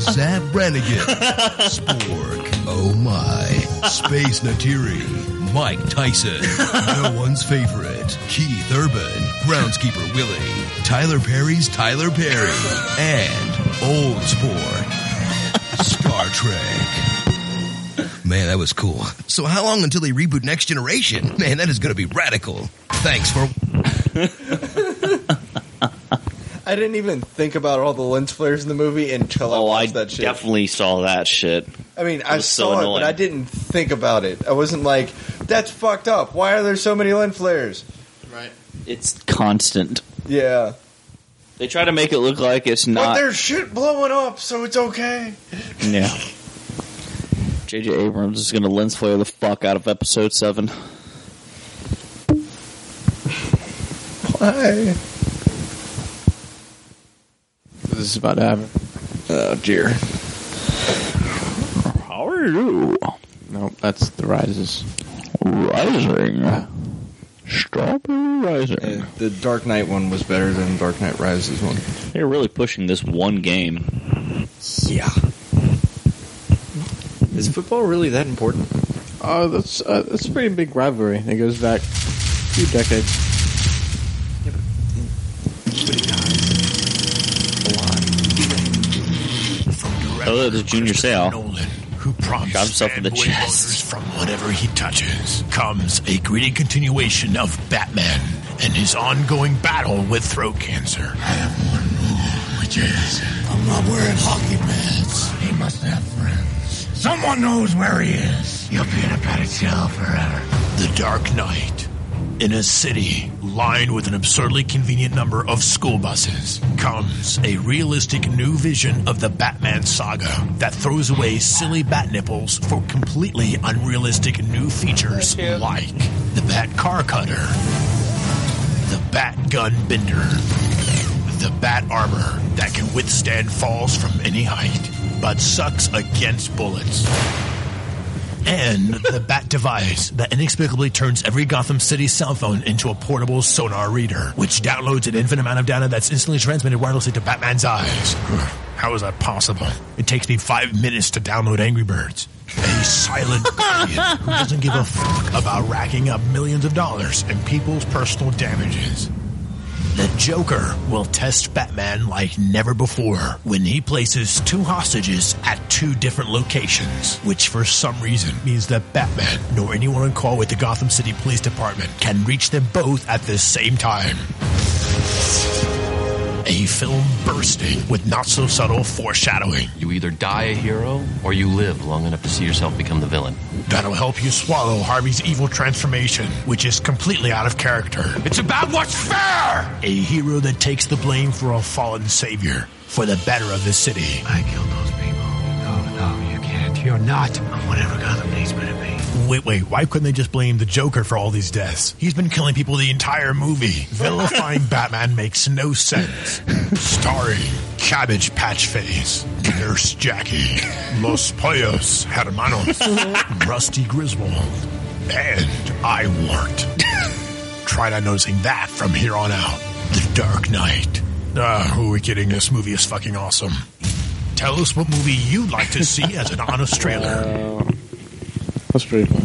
Zap Brannigan, Spork, Oh My, Space Natiri, Mike Tyson, No One's Favorite, Keith Urban, Groundskeeper Willie, Tyler Perry's Tyler Perry, and Old Spork. Star Trek. Man, that was cool. So, how long until they reboot Next Generation? Man, that is going to be radical. Thanks for. I didn't even think about all the lens flares in the movie until I watched that shit. Oh, Definitely saw that shit. I mean, It I was so saw it, annoying. but I didn't think about it. I wasn't like, "That's fucked up. Why are there so many lens flares?" Right. It's constant. Yeah. They try to make it look like it's but not. there's shit blowing up, so it's okay. Yeah. J.J. Abrams is going to lens flare the fuck out of episode 7. Why? This is about to happen. Oh dear. How are you? No, that's the rises. Rising. Strawberry Rising. the Dark Knight one was better than Dark Knight Rises one. They're really pushing this one game. Yeah. Is football really that important? Oh, that's uh, that's a pretty big rivalry. It goes back a few decades. Oh, the junior sale. Who prompts Got himself in the fanboy chest. voters from whatever he touches comes a gritty continuation of Batman and his ongoing battle with throat cancer. I have one rule, which is I'm not wearing hockey pads. He must have friends. Someone knows where he is. You'll be in a padded cell forever. The Dark Knight. In a city lined with an absurdly convenient number of school buses comes a realistic new vision of the Batman saga that throws away silly bat nipples for completely unrealistic new features like the Bat Car Cutter, the Bat Gun Bender, the Bat Armor that can withstand falls from any height but sucks against bullets and the bat device that inexplicably turns every Gotham City cell phone into a portable sonar reader, which downloads an infinite amount of data that's instantly transmitted wirelessly to Batman's eyes. How is that possible? It takes me five minutes to download Angry Birds. A silent guardian who doesn't give a fuck about racking up millions of dollars in people's personal damages. The Joker will test Batman like never before when he places two hostages at two different locations, which for some reason means that Batman nor anyone on call with the Gotham City Police Department can reach them both at the same time. A film bursting with not so subtle foreshadowing. You either die a hero or you live long enough to see yourself become the villain. That'll help you swallow Harvey's evil transformation, which is completely out of character. It's about what's fair! A hero that takes the blame for a fallen savior, for the better of the city. I killed those people. No, no, you can't. You're not. Whatever Gotham needs me to be. Wait, wait, why couldn't they just blame the Joker for all these deaths? He's been killing people the entire movie. Vilifying Batman makes no sense. Starring Cabbage Patch Face, Nurse Jackie, Los Pollos Hermanos, Rusty Griswold, and I Wart. Try not noticing that from here on out. The Dark Knight. Ah, who are we kidding? This movie is fucking awesome. Tell us what movie you'd like to see as an honest trailer. That's pretty funny.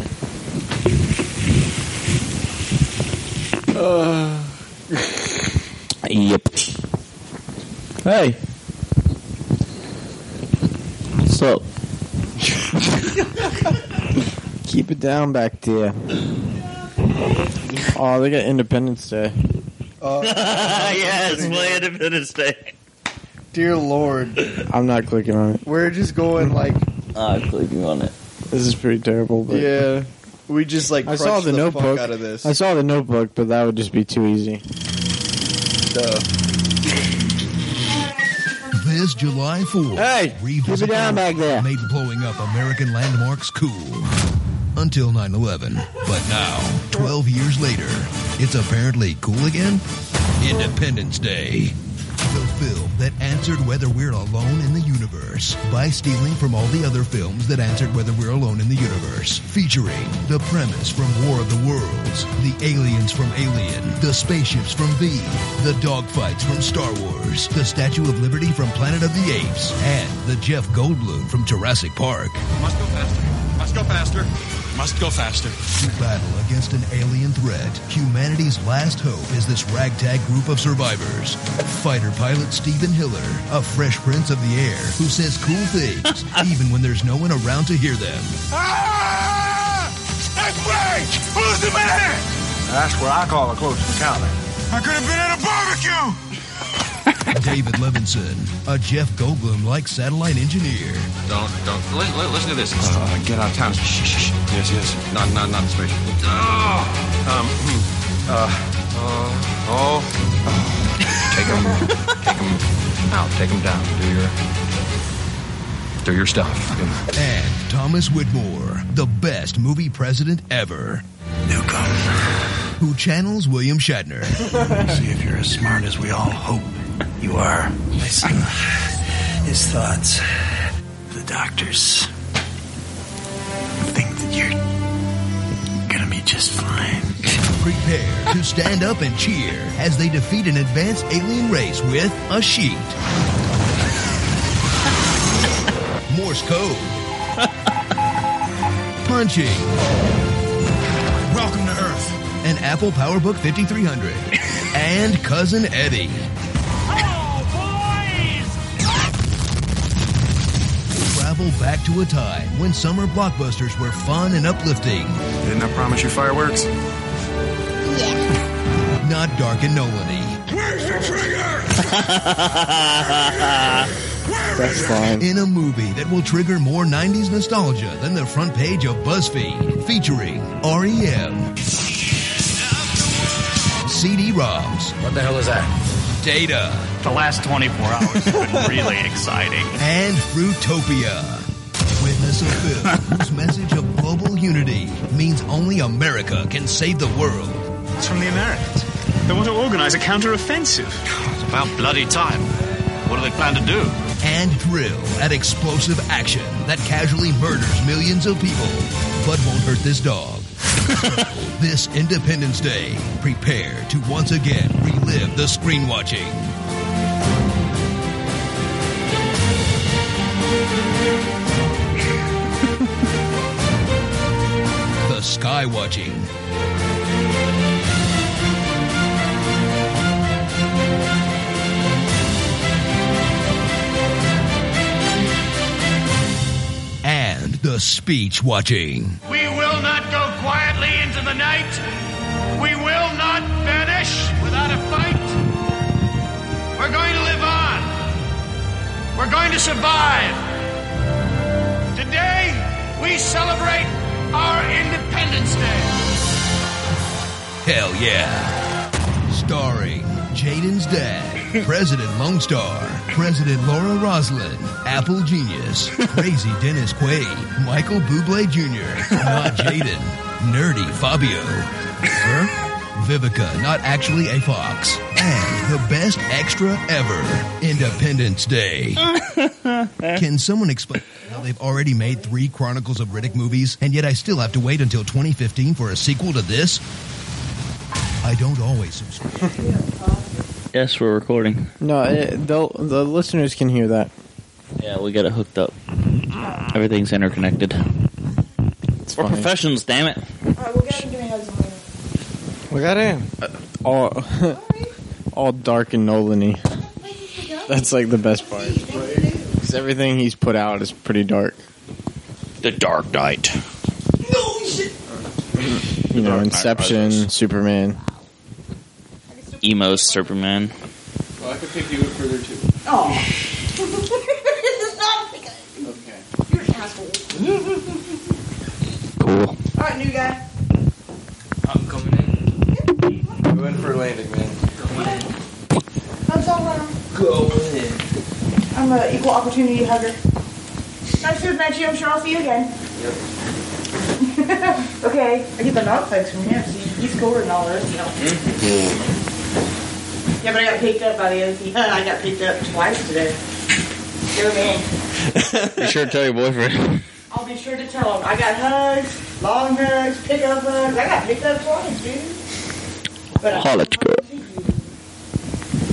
Uh, Yep. Hey. What's up? Keep it down back there. Oh, they got Independence Day. Uh, yeah, it's Play Independence Day. Dear Lord, I'm not clicking on it. we're just going like I click you on it. This is pretty terrible. But Yeah, we just like I saw crushed the, fuck notebook. out of this. I saw the notebook, but that would just be too easy. This July 4th, hey, revisit keep it down back there. made blowing up American landmarks cool. Until 9 11. But now, 12 years later, it's apparently cool again? Independence Day. The film that answered whether we're alone in the universe by stealing from all the other films that answered whether we're alone in the universe. Featuring the premise from War of the Worlds, the aliens from Alien, the spaceships from V, the dogfights from Star Wars, the Statue of Liberty from Planet of the Apes, and the Jeff Goldblum from Jurassic Park. Must go faster. Must go faster. Must go faster. Battle against an alien threat. Humanity's last hope is this ragtag group of survivors. Fighter pilot Stephen Hiller, a fresh prince of the air who says cool things even when there's no one around to hear them. That's Blake! Who's the man? That's what I call a close encounter. I could have been at a barbecue! David Levinson, a Jeff Goldblum like satellite engineer. Don't, don't. Li- li- listen to this. Uh, get out of town. Shh, shh, shh. Yes, yes. Not, not, not the spaceship. Oh. Um. hmm. Uh. Oh. Oh. Take him. take him out. Take him down. Do your. Do your stuff. And Thomas Whitmore, the best movie president ever. Newcomb. Who channels William Shatner. See if you're as smart as we all hope you are. Listen, his thoughts, the doctors think that you're gonna be just fine. Prepare to stand up and cheer as they defeat an advanced alien race with a sheet. Morse code. Punching. Welcome to Earth. An Apple PowerBook 5300. and Cousin Eddie. Travel back to a time when summer blockbusters were fun and uplifting. Didn't I promise you fireworks? Not dark and Nolan Where's the trigger? That's fine. In a movie that will trigger more 90s nostalgia than the front page of BuzzFeed, featuring E REM, CD ROMs. What the hell is that? Data. The last 24 hours have been really exciting. And Fruitopia. Witness a film whose message of global unity means only America can save the world. It's from the Americans. They want to organize a counteroffensive. It's about bloody time. What do they plan to do? and thrill at explosive action that casually murders millions of people, but won't hurt this dog. this Independence Day, prepare to once again relive the screen watching. the sky watching. And the speech watching. We will not go quietly into the night. We will not vanish without a fight. We're going to live on. We're going to survive. Today, we celebrate our Independence Day. Hell yeah. Starring Jaden's dad, President Lone Star, President Laura Roslin, Apple Genius, Crazy Dennis Quaid, Michael Bublé Jr., not Jaden, Nerdy Fabio, Her, Vivica, not actually a fox, and the best extra ever, Independence Day. Can someone explain how they've already made three Chronicles of Riddick movies, and yet I still have to wait until 2015 for a sequel to this? I don't always subscribe. Yes, we're recording. No, it, the the listeners can hear that. Yeah, we got it hooked up. Everything's interconnected. we're funny. professionals, damn it. Look at him. Uh, all all dark and Nolan-y. That's like the best part. Because everything he's put out is pretty dark. The Dark Knight. You know, Inception, Superman. Emo Superman. Well, I could pick you up further too. Oh. it's not because. Okay. You're an asshole. uh, I'm an equal opportunity hugger. Nice to meet you. I'm sure I'll see you again. okay. I get the knock legs from him. So you scored and all this, you know. Yeah, but I got picked up by the OC. I got picked up twice today. Go man. Be sure to tell your boyfriend. I'll be sure to tell him. I got hugs, long hugs, pickup hugs. I got picked up twice, dude. But Oh, I- Holla, girl.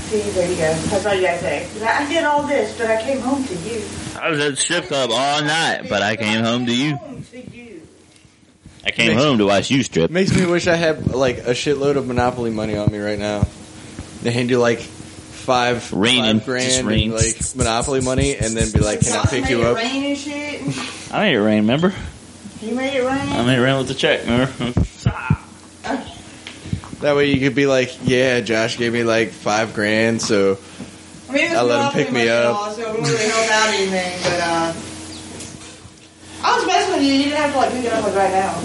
See, there you go. That's all you gotta say. 'Cause I I did all this, but I came home to you. I was at the strip club all night, but I came home to you. I came home to watch you strip. Makes me wish I had like a shitload of Monopoly money on me right now. They hand you like five, Raining. five grand, Just rain. and, like Monopoly money, and then be like, "Can I Y'all pick made you it up?" rain and shit. and I made it rain, remember? You made it rain. I made it rain with the check, remember? That way you could be like, "Yeah, Josh gave me like five grand, so I mean, it was I let him Monopoly pick me money up." law, So we really help out anything, but uh, I was messing with you. You didn't have to like pick it up like right now.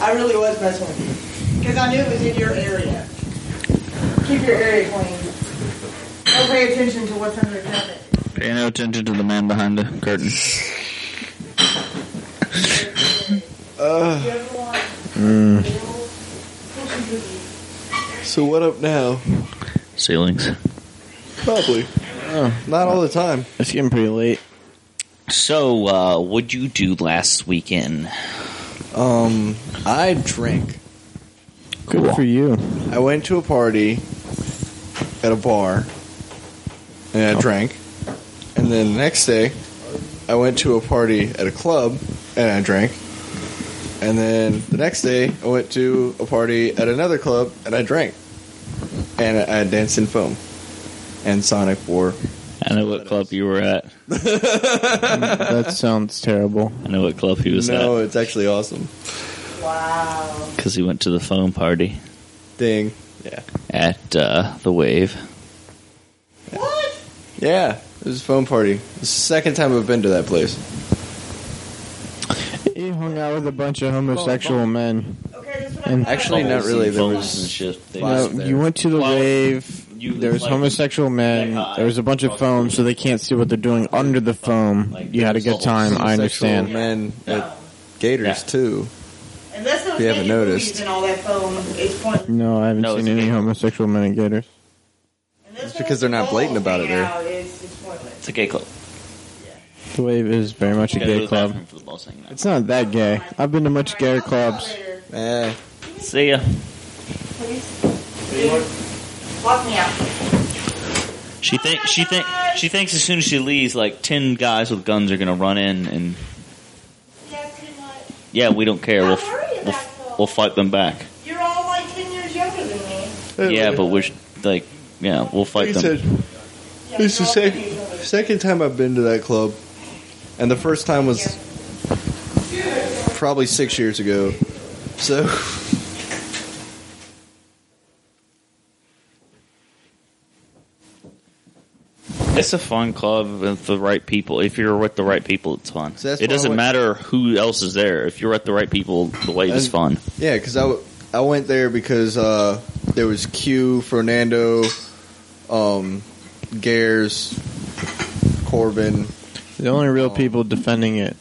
I really was messing with you because I knew it was in your area. Keep your area clean. Don't pay attention to what's under the carpet. Pay no attention to the man behind the curtain. Uh, Mm. so what up now? Ceilings. Probably. Oh, not all the time. It's getting pretty late. So, uh, what'd you do last weekend? Um, I drank. Good for you. I went to a party at a bar Oh. and I drank. And then the next day, I went to a party at a club and I drank. And then the next day, I went to a party at another club and I drank. And I I danced in foam and Sonic War. I know what club you were at. that sounds terrible. I know what club he was no, it's actually awesome. at because he went to the foam party Thing. Yeah. at uh, the Wave. Yeah. It was a foam party. It's the second time I've been to that place. He hung out with a bunch of homosexual men. And Actually, not really. There was No, you went to the wave. there was homosexual men. There was a bunch of foam, so they can't see what they're doing under the foam. You had a good time. I understand. Men at Gators too. Unless those You haven't naked noticed. boobies and all that foam is point. No, I haven't seen any homosexual men at Gators. It's because they're not blatant about it there. It's a gay club. The wave is very much a Gotta go gay to the club. bathroom for the ball scene It's not that gay. I've been to much gayer clubs. Eh. See ya. Walk me out. She thinks she think she thinks as soon as she leaves, like ten guys with guns are gonna run in and. Yeah, we don't care. We'll f- we'll, f- we'll fight them back. You're all like ten years younger than me. Yeah, but we're sh- like, yeah, we'll fight He them. said, It's the second, second time I've been to that club, and the first time was probably six years ago. So It's a fun club with the right people. If you're with the right people, it's fun. that's it why I doesn't went- matter who else is there. If you're with the right people, the wave is And- fun. yeah, because I, w- I went there because uh, there was Q, Fernando, um, Gares, Corbin. The only real people defending it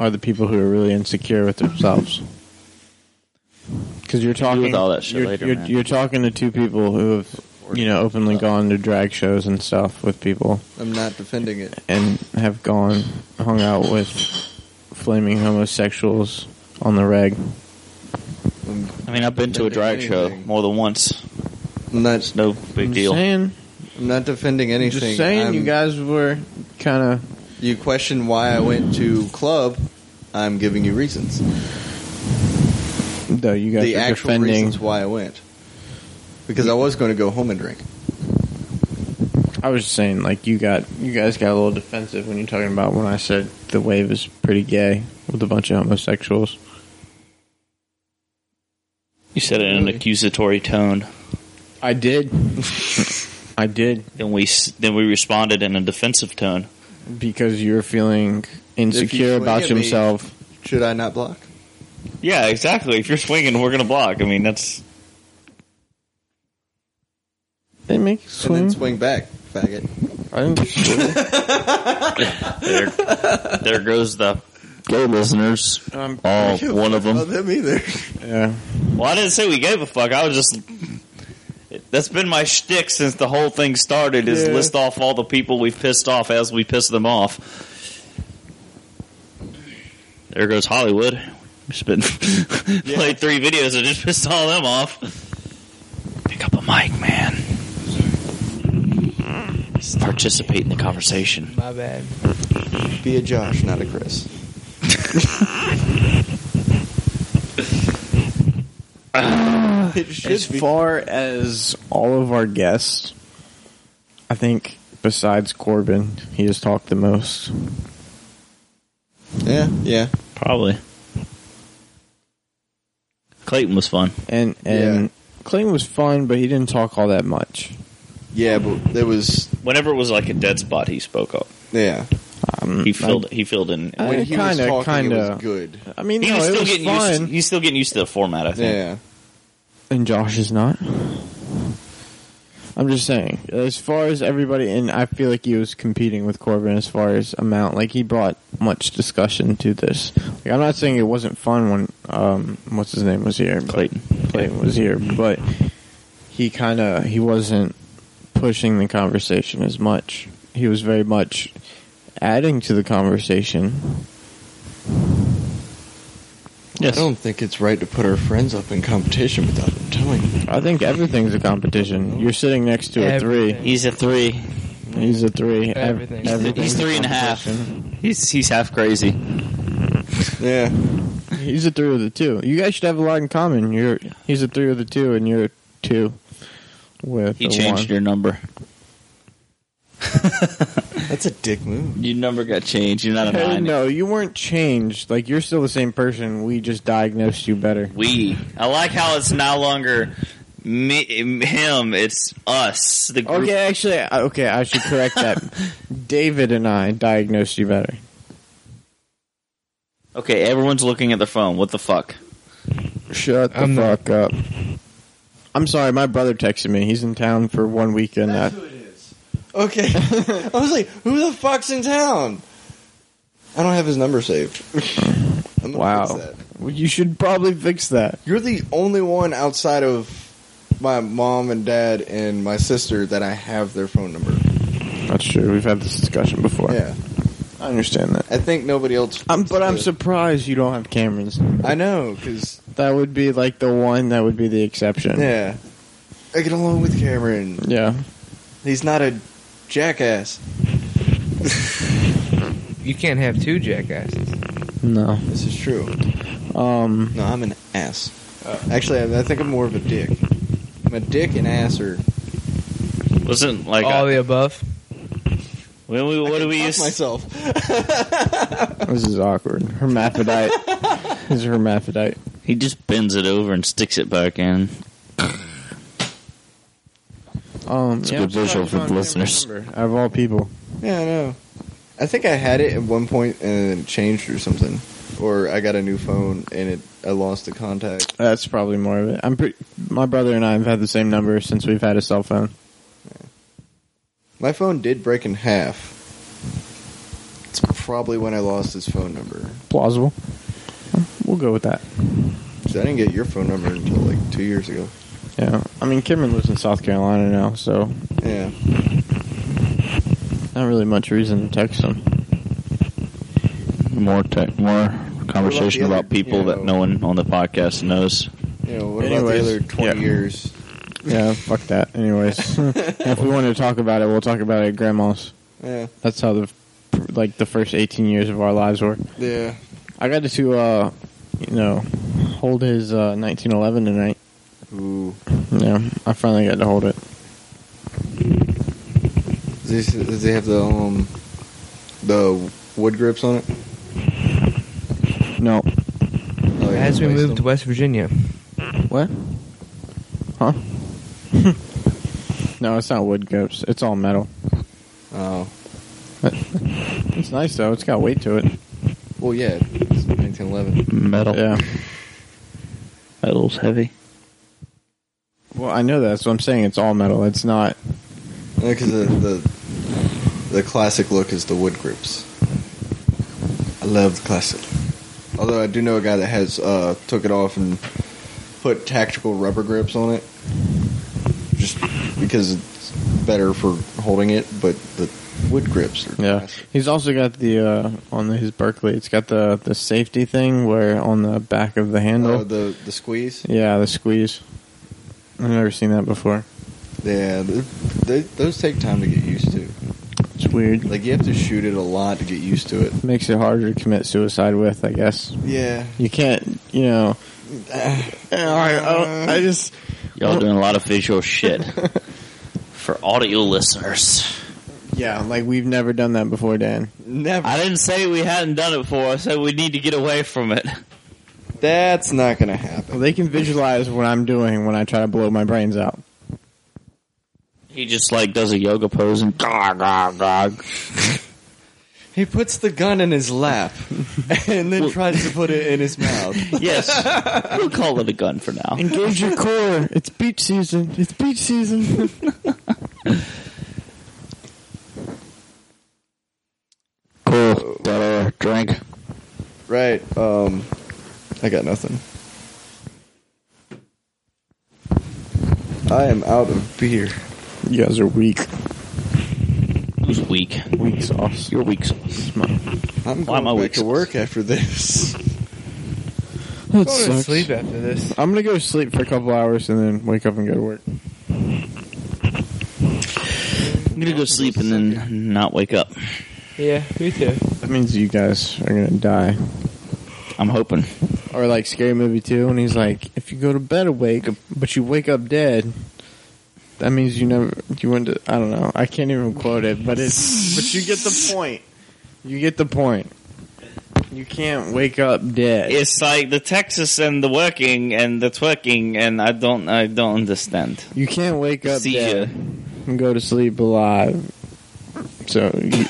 are the people who are really insecure with themselves. Because you're talking with all that shit you're, later, you're, man. you're talking to two people who have, you know, openly gone to drag shows and stuff with people, I'm not defending it. and have gone hung out with flaming homosexuals on the reg. I mean, I've been to a drag show more than once. That's no big I'm deal. saying, I'm not defending anything. just saying, I'm- you guys were kind of You question why I went to club. I'm giving you reasons. though. You guys the were actual defending. reasons why I went. Because I was going to go home and drink. I was just saying, like you got you guys got a little defensive when you're talking about when I said the wave is pretty gay with a bunch of homosexuals. You said it in an accusatory tone. I did. I did. Then we s- then we responded in a defensive tone. Because you're feeling insecure about yourself. should I not block? Yeah, exactly. If you're swinging, we're gonna block. I mean, that's They make you And swing. then swing back, faggot. there, there goes the gay listeners. Um, All one of them. them either. Yeah. Well, I didn't say we gave a fuck. I was just. That's been my shtick since the whole thing started. Is Yeah. list off all the people we've pissed off as we piss them off. There goes Hollywood. Just been played three videos and just pissed all them off. Pick up a mic, man. Participate in the conversation. My bad. Be a Josh, not a Chris. as far as all of our guests, I think besides Corbin, he has talked the most. Yeah, yeah, probably. Clayton was fun, and and Clayton was fun, but he didn't talk all that much. Yeah, but there was whenever it was like a dead spot, he spoke up. Yeah, Um, he filled he filled in. Mm, I When he was kinda- talking, it was kinda. good. I mean, he no, was it still was getting fun. used. he's still getting used to the format. I think. Yeah. And Josh is not. I'm just saying, as far as everybody, and I feel like he was competing with Corbin as far as amount. Like he brought much discussion to this. Like I'm not saying it wasn't fun when um, what's his name was here, but- Clayton. was here, but he kind of he wasn't pushing the conversation as much. He was very much adding to the conversation. Yes. I don't think it's right to put our friends up in competition without them telling. I think everything's a competition. You're sitting next to a three. He's a three. He's a three. Ev- Everything. He's- everything's he's three and a half. competition. He's he's half crazy. Yeah. He's a three with a two. You guys should have a lot in common. You're he's a three with a two, and you're a two with. He a changed one. your number. That's a dick move. Your number got changed. You're not a Hey, nine. no, you weren't changed. Like you're still the same person. We just diagnosed you better. We. I like how it's no longer me, him. It's us. The group. Okay, actually, I- okay, I should correct that. David and I diagnosed you better. Okay, Everyone's looking at their phone. What the fuck? Shut the I'm not- fuck up. I'm sorry, my brother texted me. He's in town for one weekend. I, Okay, I was like, who the fuck's in town? I don't have his number saved. I'm gonna Wow. fix that. Well, you should probably fix that. You're the only one outside of my mom and dad and my sister that I have their phone number. That's true. We've had this discussion before. Yeah. I understand that. I think nobody else. I'm, but I'm Yeah. surprised you don't have Cameron's. I know, because That would be like the one that would be the exception. yeah, I get along with Cameron. Yeah. He's not a jackass. You can't have two jackasses. No. This is true. Um. No, I'm an ass. Uh. Actually, I, I think I'm more of a dick. My dick and ass are. Wasn't like all the above. When we what do we use? Myself. This is awkward. Hermaphrodite. He's a hermaphrodite. He just bends it over and sticks it back in. Um, It's a yeah, good I'm surprised visual for you don't the have listeners. Cameron's number, Out of all people. Yeah, I know. I think I had it at one point and then it changed or something, or I got a new phone and it I lost the contact. That's probably more of it. I'm pretty. My brother and I have had the same number since we've had a cell phone. My phone did break in half. It's probably when I lost his phone number. Plausible. We'll go with that. 'Cause I didn't get your phone number until like two years ago. Yeah. I mean, Cameron lives in South Carolina now, so Yeah. not really much reason to text him. More tech, more conversation What about the about, other- people you that know- no one on the podcast knows. You know, what about the Anyways, other twenty yeah. years? Yeah, fuck that. Anyways, if we want to talk about it, we'll talk about it at grandma's. Yeah. That's how the like the first 18 years of our lives were. Yeah. I got to uh, you know, hold his uh, 1911 tonight. Ooh. Yeah, I finally got to hold it. Does he, does he have the um the wood grips on it? No. Oh, yeah, As we replace moved to them. West Virginia, What? Huh? no, it's not wood grips. It's all metal. Oh. It's nice though. It's got weight to it. Well, yeah. It's 1911. Metal. Yeah. Metal's heavy. Well, I know that, so I'm saying it's all metal. It's not Because the, the The classic look is the wood grips. I love the classic. Although I do know a guy that has uh, took it off and put tactical rubber grips on it, just because it's better for holding it. But the wood grips are Yeah, he's also got the uh, on his Berkeley. It's got the the safety thing where on the back of the handle. Oh, the the squeeze. yeah, the squeeze. I've never seen that before. Yeah, th th those take time to get used to. It's weird. Like you have to shoot it a lot to get used to it. Makes it harder to commit suicide with, I guess. Yeah. you can't. You know. oh, I, I just Y'all doing a lot of visual shit for audio listeners. Yeah, like we've never done that before, Dan. Never. I didn't say we hadn't done it before. I said we need to get away from it. That's not going to happen. Well, they can visualize what I'm doing when I try to blow my brains out. He just like does a yoga pose and gog gog gog. He puts the gun in his lap and then tries to put it in his mouth. Yes. we'll call it a gun for now. Engage your core. It's beach season. It's beach season. Cool. Better drink. Right. Um, I got nothing. I am out of beer. You guys are weak. Who's weak? Weak sauce. You're weak sauce. I'm Why going am I back weak to work after this. That Go to sucks. sleep after this. I'm gonna go sleep for a couple hours and then wake up and go to work. I'm gonna go sleep and then not wake up. Yeah, me too. That means you guys are gonna die. I'm hoping. Or like Scary Movie 2, and he's like, if you go to bed awake, but you wake up dead, that means you never, you went to, I don't know, I can't even quote it, but it's, but you get the point. You get the point. You can't wake up dead. It's like the Texas and the working and the twerking, and I don't, I don't understand. You can't wake up See ya. dead and go to sleep alive. So, you,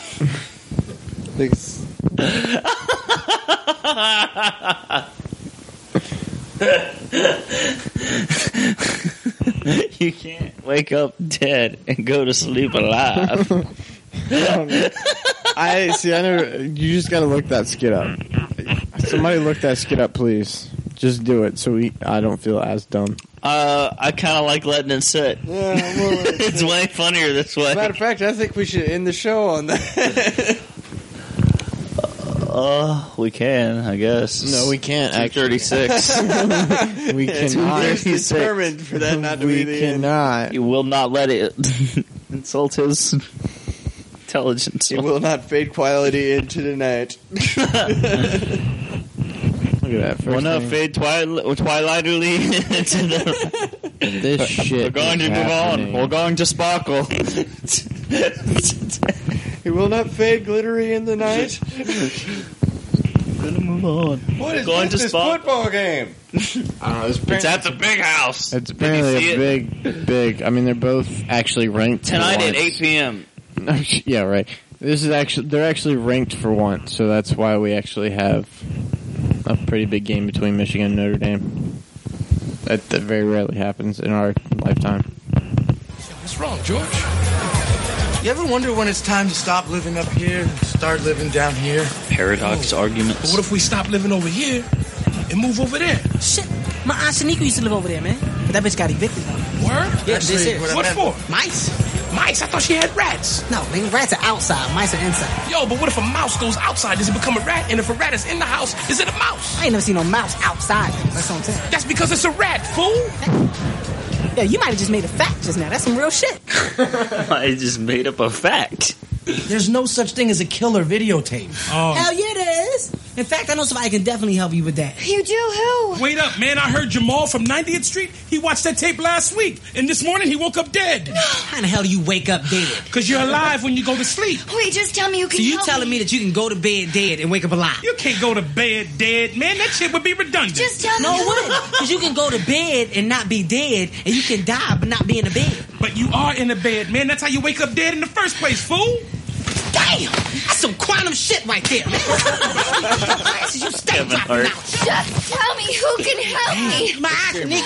Thanks. you can't wake up dead and go to sleep alive. I, see, I never, you just gotta look that skit up. Somebody look that skit up, please. Just do it so we, I don't feel as dumb. Uh, I kind of like letting it sit. it's way funnier this way. Matter of fact, I think we should end the show on that. Uh, we can, I guess. No, we can't, actually. 236. We cannot. There's determined for that not to we be the end. cannot. He will not let it insult his intelligence. It will not fade quietly into the night. Look at that. First Will not thing. fade twilight, twilighterly into the. This shit. We're going is to move on. happening. We're going to sparkle. It will not fade glittery in the night. Gonna move Uh, Oh, on. What is Going this, to this spot- football game? I don't know. It's, It's apparently, at the big house. it's apparently see a it? big, big. I mean, they're both actually ranked Tonight for at 8 p.m. once. yeah, right. This is actually they're actually ranked for once, so that's why we actually have a pretty big game between Michigan and Notre Dame. That, that very rarely happens in our lifetime. What's wrong, George? You ever wonder when it's time to stop living up here and start living down here? Paradox argument. But what if we stop living over here and move over there? Shit. My aunt Shaniqua used to live over there, man. But that bitch got evicted. Word? Yeah, Actually, this is. What for? Mice. Mice? I thought she had rats. No, nigga, rats are outside. Mice are inside. Yo, but what if a mouse goes outside? Does it become a rat? And if a rat is in the house, is it a mouse? I ain't never seen no mouse outside. That's what I'm saying. That's because it's a rat, fool. Yeah, you might have just made a fact just now. That's some real shit. I just made up a fact. There's no such thing as a killer videotape. Oh. Hell yeah, there is. In fact, I know somebody can definitely help you with that. You do who? Wait up, man. I heard Jamal from 90th Street. He watched that tape last week. And this morning, he woke up dead. How in the hell do you wake up dead? Because you're alive when you go to sleep. Wait, just tell me you can. So you telling me that you can go to bed dead and wake up alive? You can't go to bed dead, man. That shit would be redundant. Just tell no, me. No, Because you can go to bed and not be dead, and you can die but not be in a bed. But you are in a bed, man. That's how you wake up dead in the first place, fool. Damn! That's some quantum shit right there. you stay Kevin Hart. Shut. Tell me who can help me. My Nick.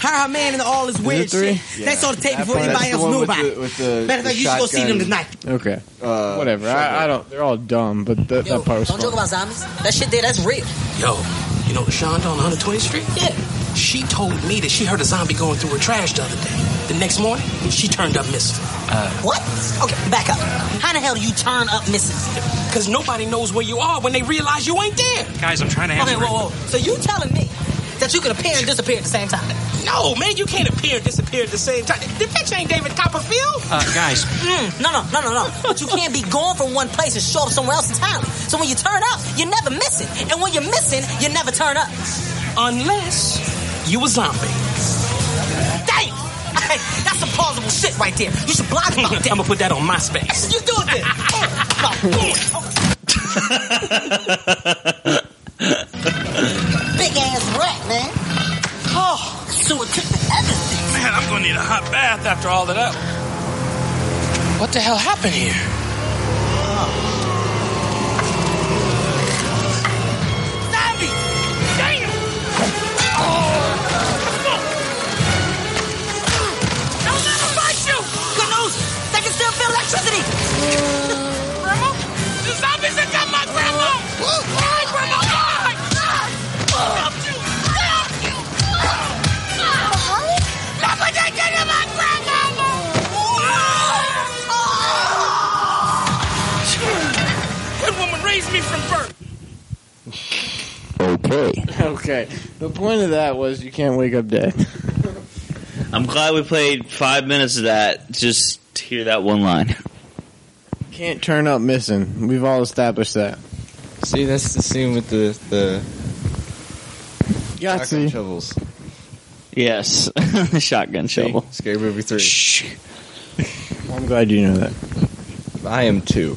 How her man and all this weird it three? shit. They saw the tape That before part- that's anybody the else one knew with about the- it. with the- Matter of the fact, you should go see them shotgun. tonight. Okay. Uh, Whatever. I, I don't. They're all dumb, but that, that part was Don't fun. joke about zombies. That shit there, that's real. Yo, you know Shonda on 120th Street? Yeah. She told me that she heard a zombie going through her trash the other day. The next morning, she turned up missing. Uh, What? Okay, back up. How the hell do you turn up missing? Because nobody knows where you are when they realize you ain't there. Guys, I'm trying Okay, whoa, whoa. So you telling me that you can appear and disappear at the same time? No, man, you can't appear and disappear at the same time. The bitch ain't David Copperfield. Uh, guys. Mm, no, no, no, no, no. But you can't be gone from one place and show up somewhere else entirely. So when you turn up, you're never missing. And when you're missing, you never turn up. Unless you a zombie. Dang! That's some plausible shit right there. You should blog about that. I'm gonna put that on MySpace. You do it then. Big ass rat, man. Oh, so it took everything. Man, I'm gonna need a hot bath after all of that. What the hell happened here? Zombie! Damn! Oh! Don't let them bite you! Good news! They can still feel electricity! grandma? The zombies have got my grandma! Why, grandma? Why? Help you! Help you! Look what they did to my grandmama! That woman raised me from birth. Okay. Okay. The point of that was you can't wake up dead. I'm glad we played five minutes of that just to hear that one line. Can't turn up missing. We've all established that. See, that's the scene with the the Got shotgun shovels. Yes, the shotgun shovel. Scary Movie Three. Shh. I'm glad you know that. I am too.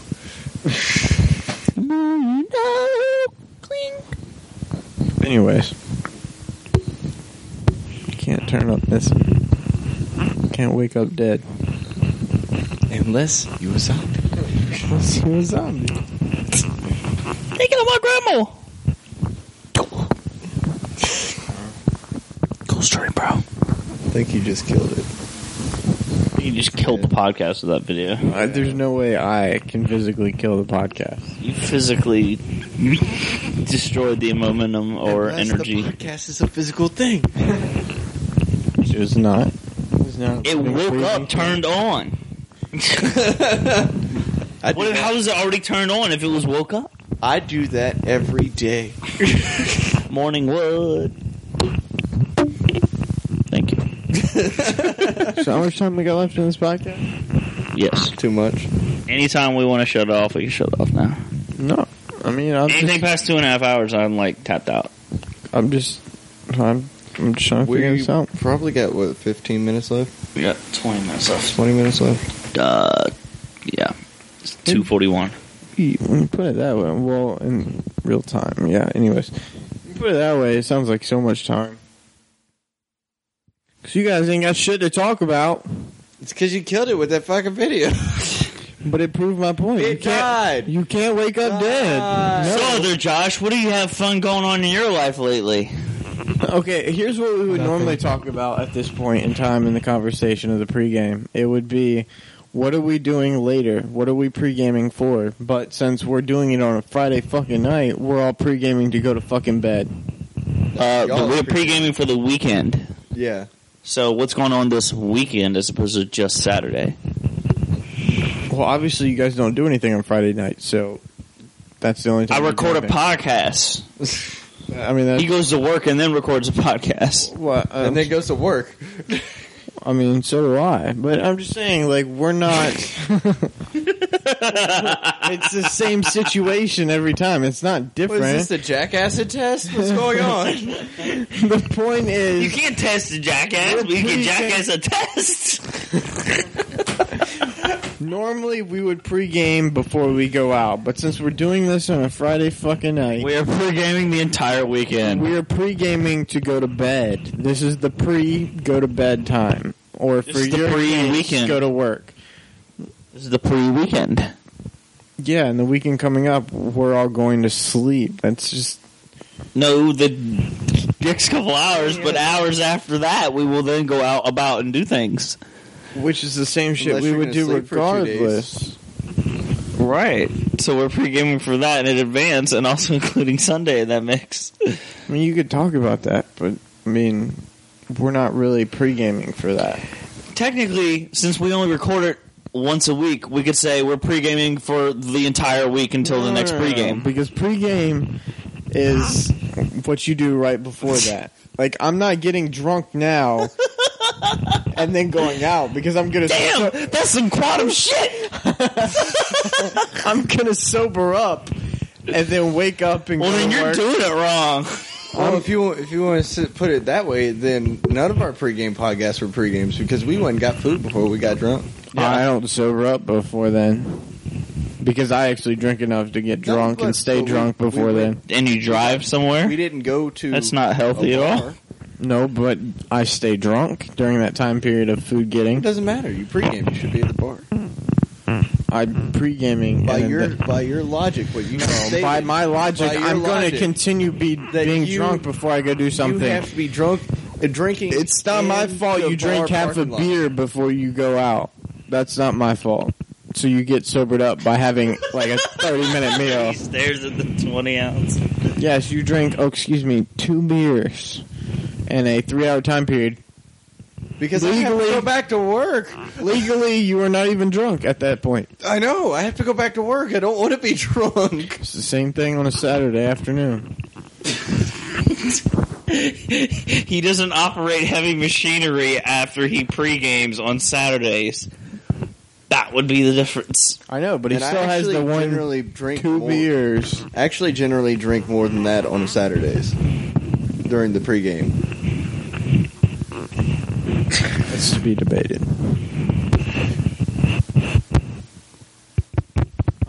Anyways, can't turn up missing. Can't wake up dead. Unless you a zombie. Unless you a zombie. Taking on my grandma. Cool story, bro. I think you just killed it. You just killed the podcast with that video. I, there's no way I can physically kill the podcast. You physically destroyed the momentum or Unless energy. The podcast is a physical thing. It was not. It woke up, turned on. what, how was it already turned on if it was woke up? I do that every day. Morning wood. Thank you. so how much time we got left in this podcast? Yes. Too much. Anytime we want to shut it off, we can shut it off now. No, I mean I'm Anything just, past two and a half hours, I'm like tapped out. I'm just I'm I'm just trying to figure We this out. probably got what 15 minutes left. We got 20 minutes left. 20 minutes left. Uh, yeah. It's 241. When you put it that way, well, in real time, yeah. Anyways, you put it that way, it sounds like so much time. Cause you guys ain't got shit to talk about. It's because you killed it with that fucking video. But it proved my point. you It can't, died. You can't wake up dead. No. So there, Josh, what do you have fun going on in your life lately? Okay, here's what we would normally talk about at this point in time in the conversation of the pregame. It would be, what are we doing later? What are we pregaming for? But since we're doing it on a Friday fucking night, we're all pregaming to go to fucking bed. Uh, but we're pre-gaming for the weekend. Yeah. So what's going on this weekend as opposed to just Saturday? Well, obviously you guys don't do anything on Friday night, so that's the only time. I you're record a doing it. podcast. I mean, that's, He goes to work and then records a podcast. What? um, and then goes to work. I mean, so do I. But I'm just saying, like, we're not. it's the same situation every time. It's not What different. is this, a jackass test? What's going on? the point is, You can't test a jackass, but you can jackass a test. normally we would pregame before we go out, but since we're doing this on a Friday fucking night, We are pre-gaming the entire weekend. we are pregaming to go to bed. This is the pre go to bed time, or This for is the your pre-weekend. case, go to work. This is the pre-weekend. Yeah, and the weekend coming up, we're all going to sleep. That's just No, the next couple hours, but hours after that, we will then go out about and do things. Which is the same shit Unless we you're would gonna do sleep for two days. regardless. Right. So we're pre gaming for that in advance and also including Sunday in that mix. I mean, you could talk about that, but I mean, we're not really pre gaming for that. Technically, since we only record it once a week, we could say we're pre gaming for the entire week until the No, next no, no, no, pre game. Because pre game is what you do right before that. Like, I'm not getting drunk now and then going out because I'm going to. Damn! that's some quantum shit! I'm going to sober up and then wake up and Well, go then to you're work. doing it wrong. Well, if you if you want to sit, put it that way, then none of our pregame podcasts were pregames because we went and got food before we got drunk. I don't sober up before then. Because I actually drink enough to get drunk but- and stay but we- drunk we before then. went- And you drive somewhere? We didn't go to. That's not healthy a at all. bar. No, but I stay drunk during that time period of food getting. It doesn't matter. You pregame. You should be at the bar. I'm pre gaming By your by your logic, what you stated- by my logic, by your I'm going to logic, continue be being you- drunk before I go do something. You have to be drunk. uh, Drinking. it's not my in fault the you bar drink half a parking lot. beer before you go out. That's not my fault. So you get sobered up by having like a 30 minute meal. Stares at the 20 ounce. Yes, you drink, oh, excuse me, two beers in a three hour time period. Because I have to go back to work. Legally, you are not even drunk at that point. I know. I have to go back to work. I don't want to be drunk. It's the same thing on a Saturday afternoon. he doesn't operate heavy machinery after he pre games on Saturdays. That would be the difference. I know, but And I actually generally drink two more- beers. I actually generally drink more than that on Saturdays during the pregame. That's to be debated.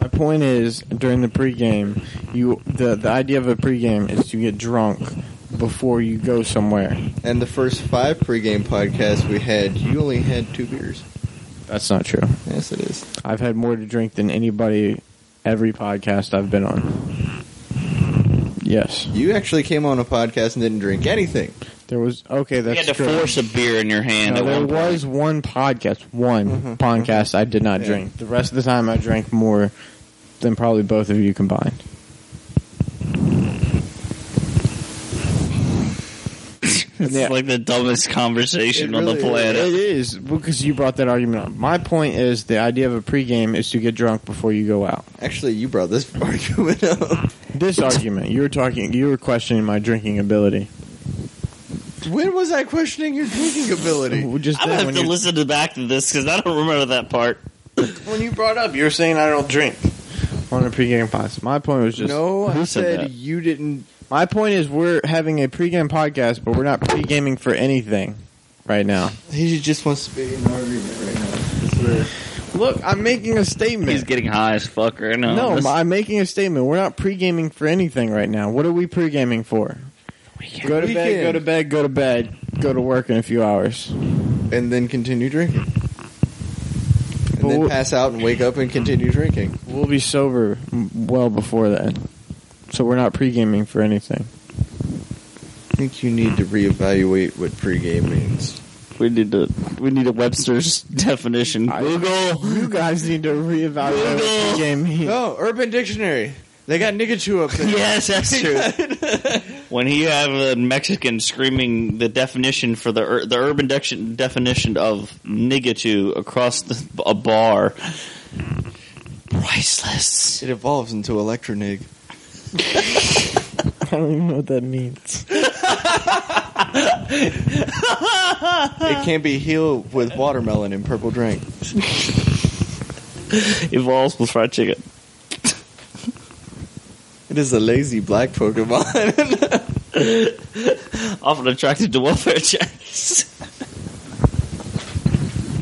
My point is, during the pregame, you the the idea of a pregame is to get drunk before you go somewhere. And the first five pregame podcasts we had, you only had two beers. That's not true. Yes, it is. I've had more to drink than anybody every podcast I've been on. Yes, You actually came on a podcast and didn't drink anything. there was okay. That's you had to true. force a beer in your hand. No, at there one point. was one podcast, one Mm-hmm, Mhm. podcast I did not Yeah. drink. The rest of the time, I drank more than probably both of you combined. It's like the dumbest conversation on the planet. It is because you brought that argument up. My point is the idea of a pregame is to get drunk before you go out. Actually, you brought this argument up. This argument you were talking, you were questioning my drinking ability. When was I questioning your drinking ability? Well, Just I'm then gonna when have to you- listen to back to this because I don't remember that part. when you brought up, you were saying I don't drink on a pregame podcast. My point was just No, I Who said that? you didn't. My point is we're having a pregame podcast, but we're not pregaming for anything right now. He just wants to be in an argument right now. Look, I'm making a statement. He's getting high as fuck right now. No, This- I'm making a statement. We're not pregaming for anything right now. What are we pregaming for? Go to bed, Weekend. go to bed, go to bed, go to work in a few hours. And then continue drinking. And But then we'll- pass out and wake up and continue drinking. We'll be sober m- well before then. So we're not pregaming for anything. I think you need to reevaluate what pregame means. we need to we need a Webster's definition. Google. You guys need to reevaluate what pregame means. Oh, Urban Dictionary. They got Nikachu up there. Yes, that's true. when you have a Mexican screaming the definition for the ur- the urban diction definition of nigatu across the, a bar, priceless. It evolves into Electronig. I don't even know what that means. It can be healed with watermelon and purple drink. Evolves with fried chicken. It is a lazy black Pokemon. Often attracted to welfare checks.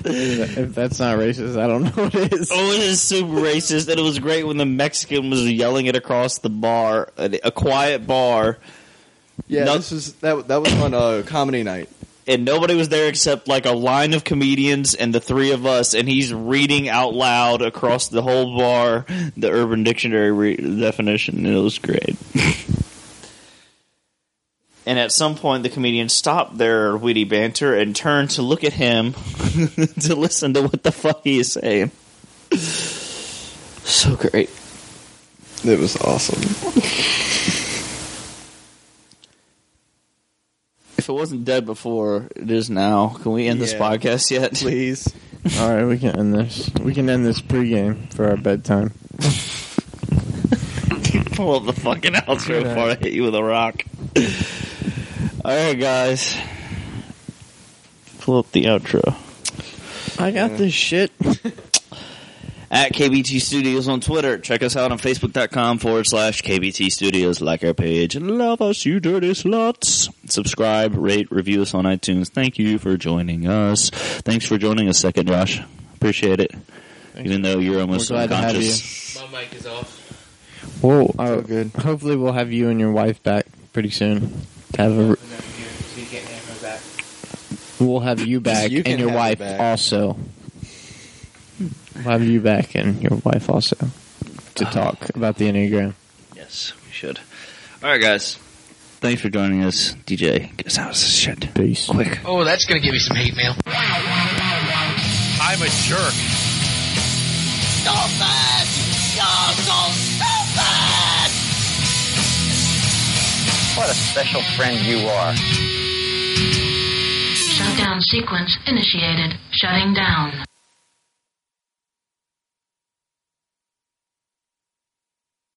if that's not racist, I don't know what it is. Oh, it is super racist, and it was great when the Mexican was yelling it across the bar, a, a quiet bar, yeah, No- this is that. That was on uh, comedy night. and nobody was there except like a line of comedians and the three of us, and he's reading out loud across the whole bar the Urban Dictionary re- definition, and it was great. And at some point, the comedian stopped their witty banter and turned to look at him to listen to what the fuck he is saying. So great. It was awesome. If it wasn't dead before, it is now. Can we end this Yeah. podcast yet? Please. All right, we can end this. We can end this pregame for our bedtime. Pull up the fucking outro Good before I hit you with a rock. All right, guys. Pull up the outro. I got this shit. At KBT Studios on Twitter. Check us out on Facebook.com forward slash KBT Studios. Like our page. Love us, you dirty sluts. Subscribe, rate, review us on iTunes. Thank you for joining us. Thanks for joining us, second Josh. Appreciate it. Even though you're almost We're glad to have unconscious. My mic is off. Whoa, oh, good. Hopefully, we'll have you and your wife back pretty soon. To have a, we'll have you back You can and your have her wife back. also. We'll have you back and your wife also to talk about the enneagram. Yes, we should. All right, guys. Thanks for joining us, DJ. Get us out of this shit. Peace. Quick. Oh, that's gonna give me some hate mail. I'm a jerk. Stupid! You're so stupid! What a special friend you are. Shutdown sequence initiated. Shutting down.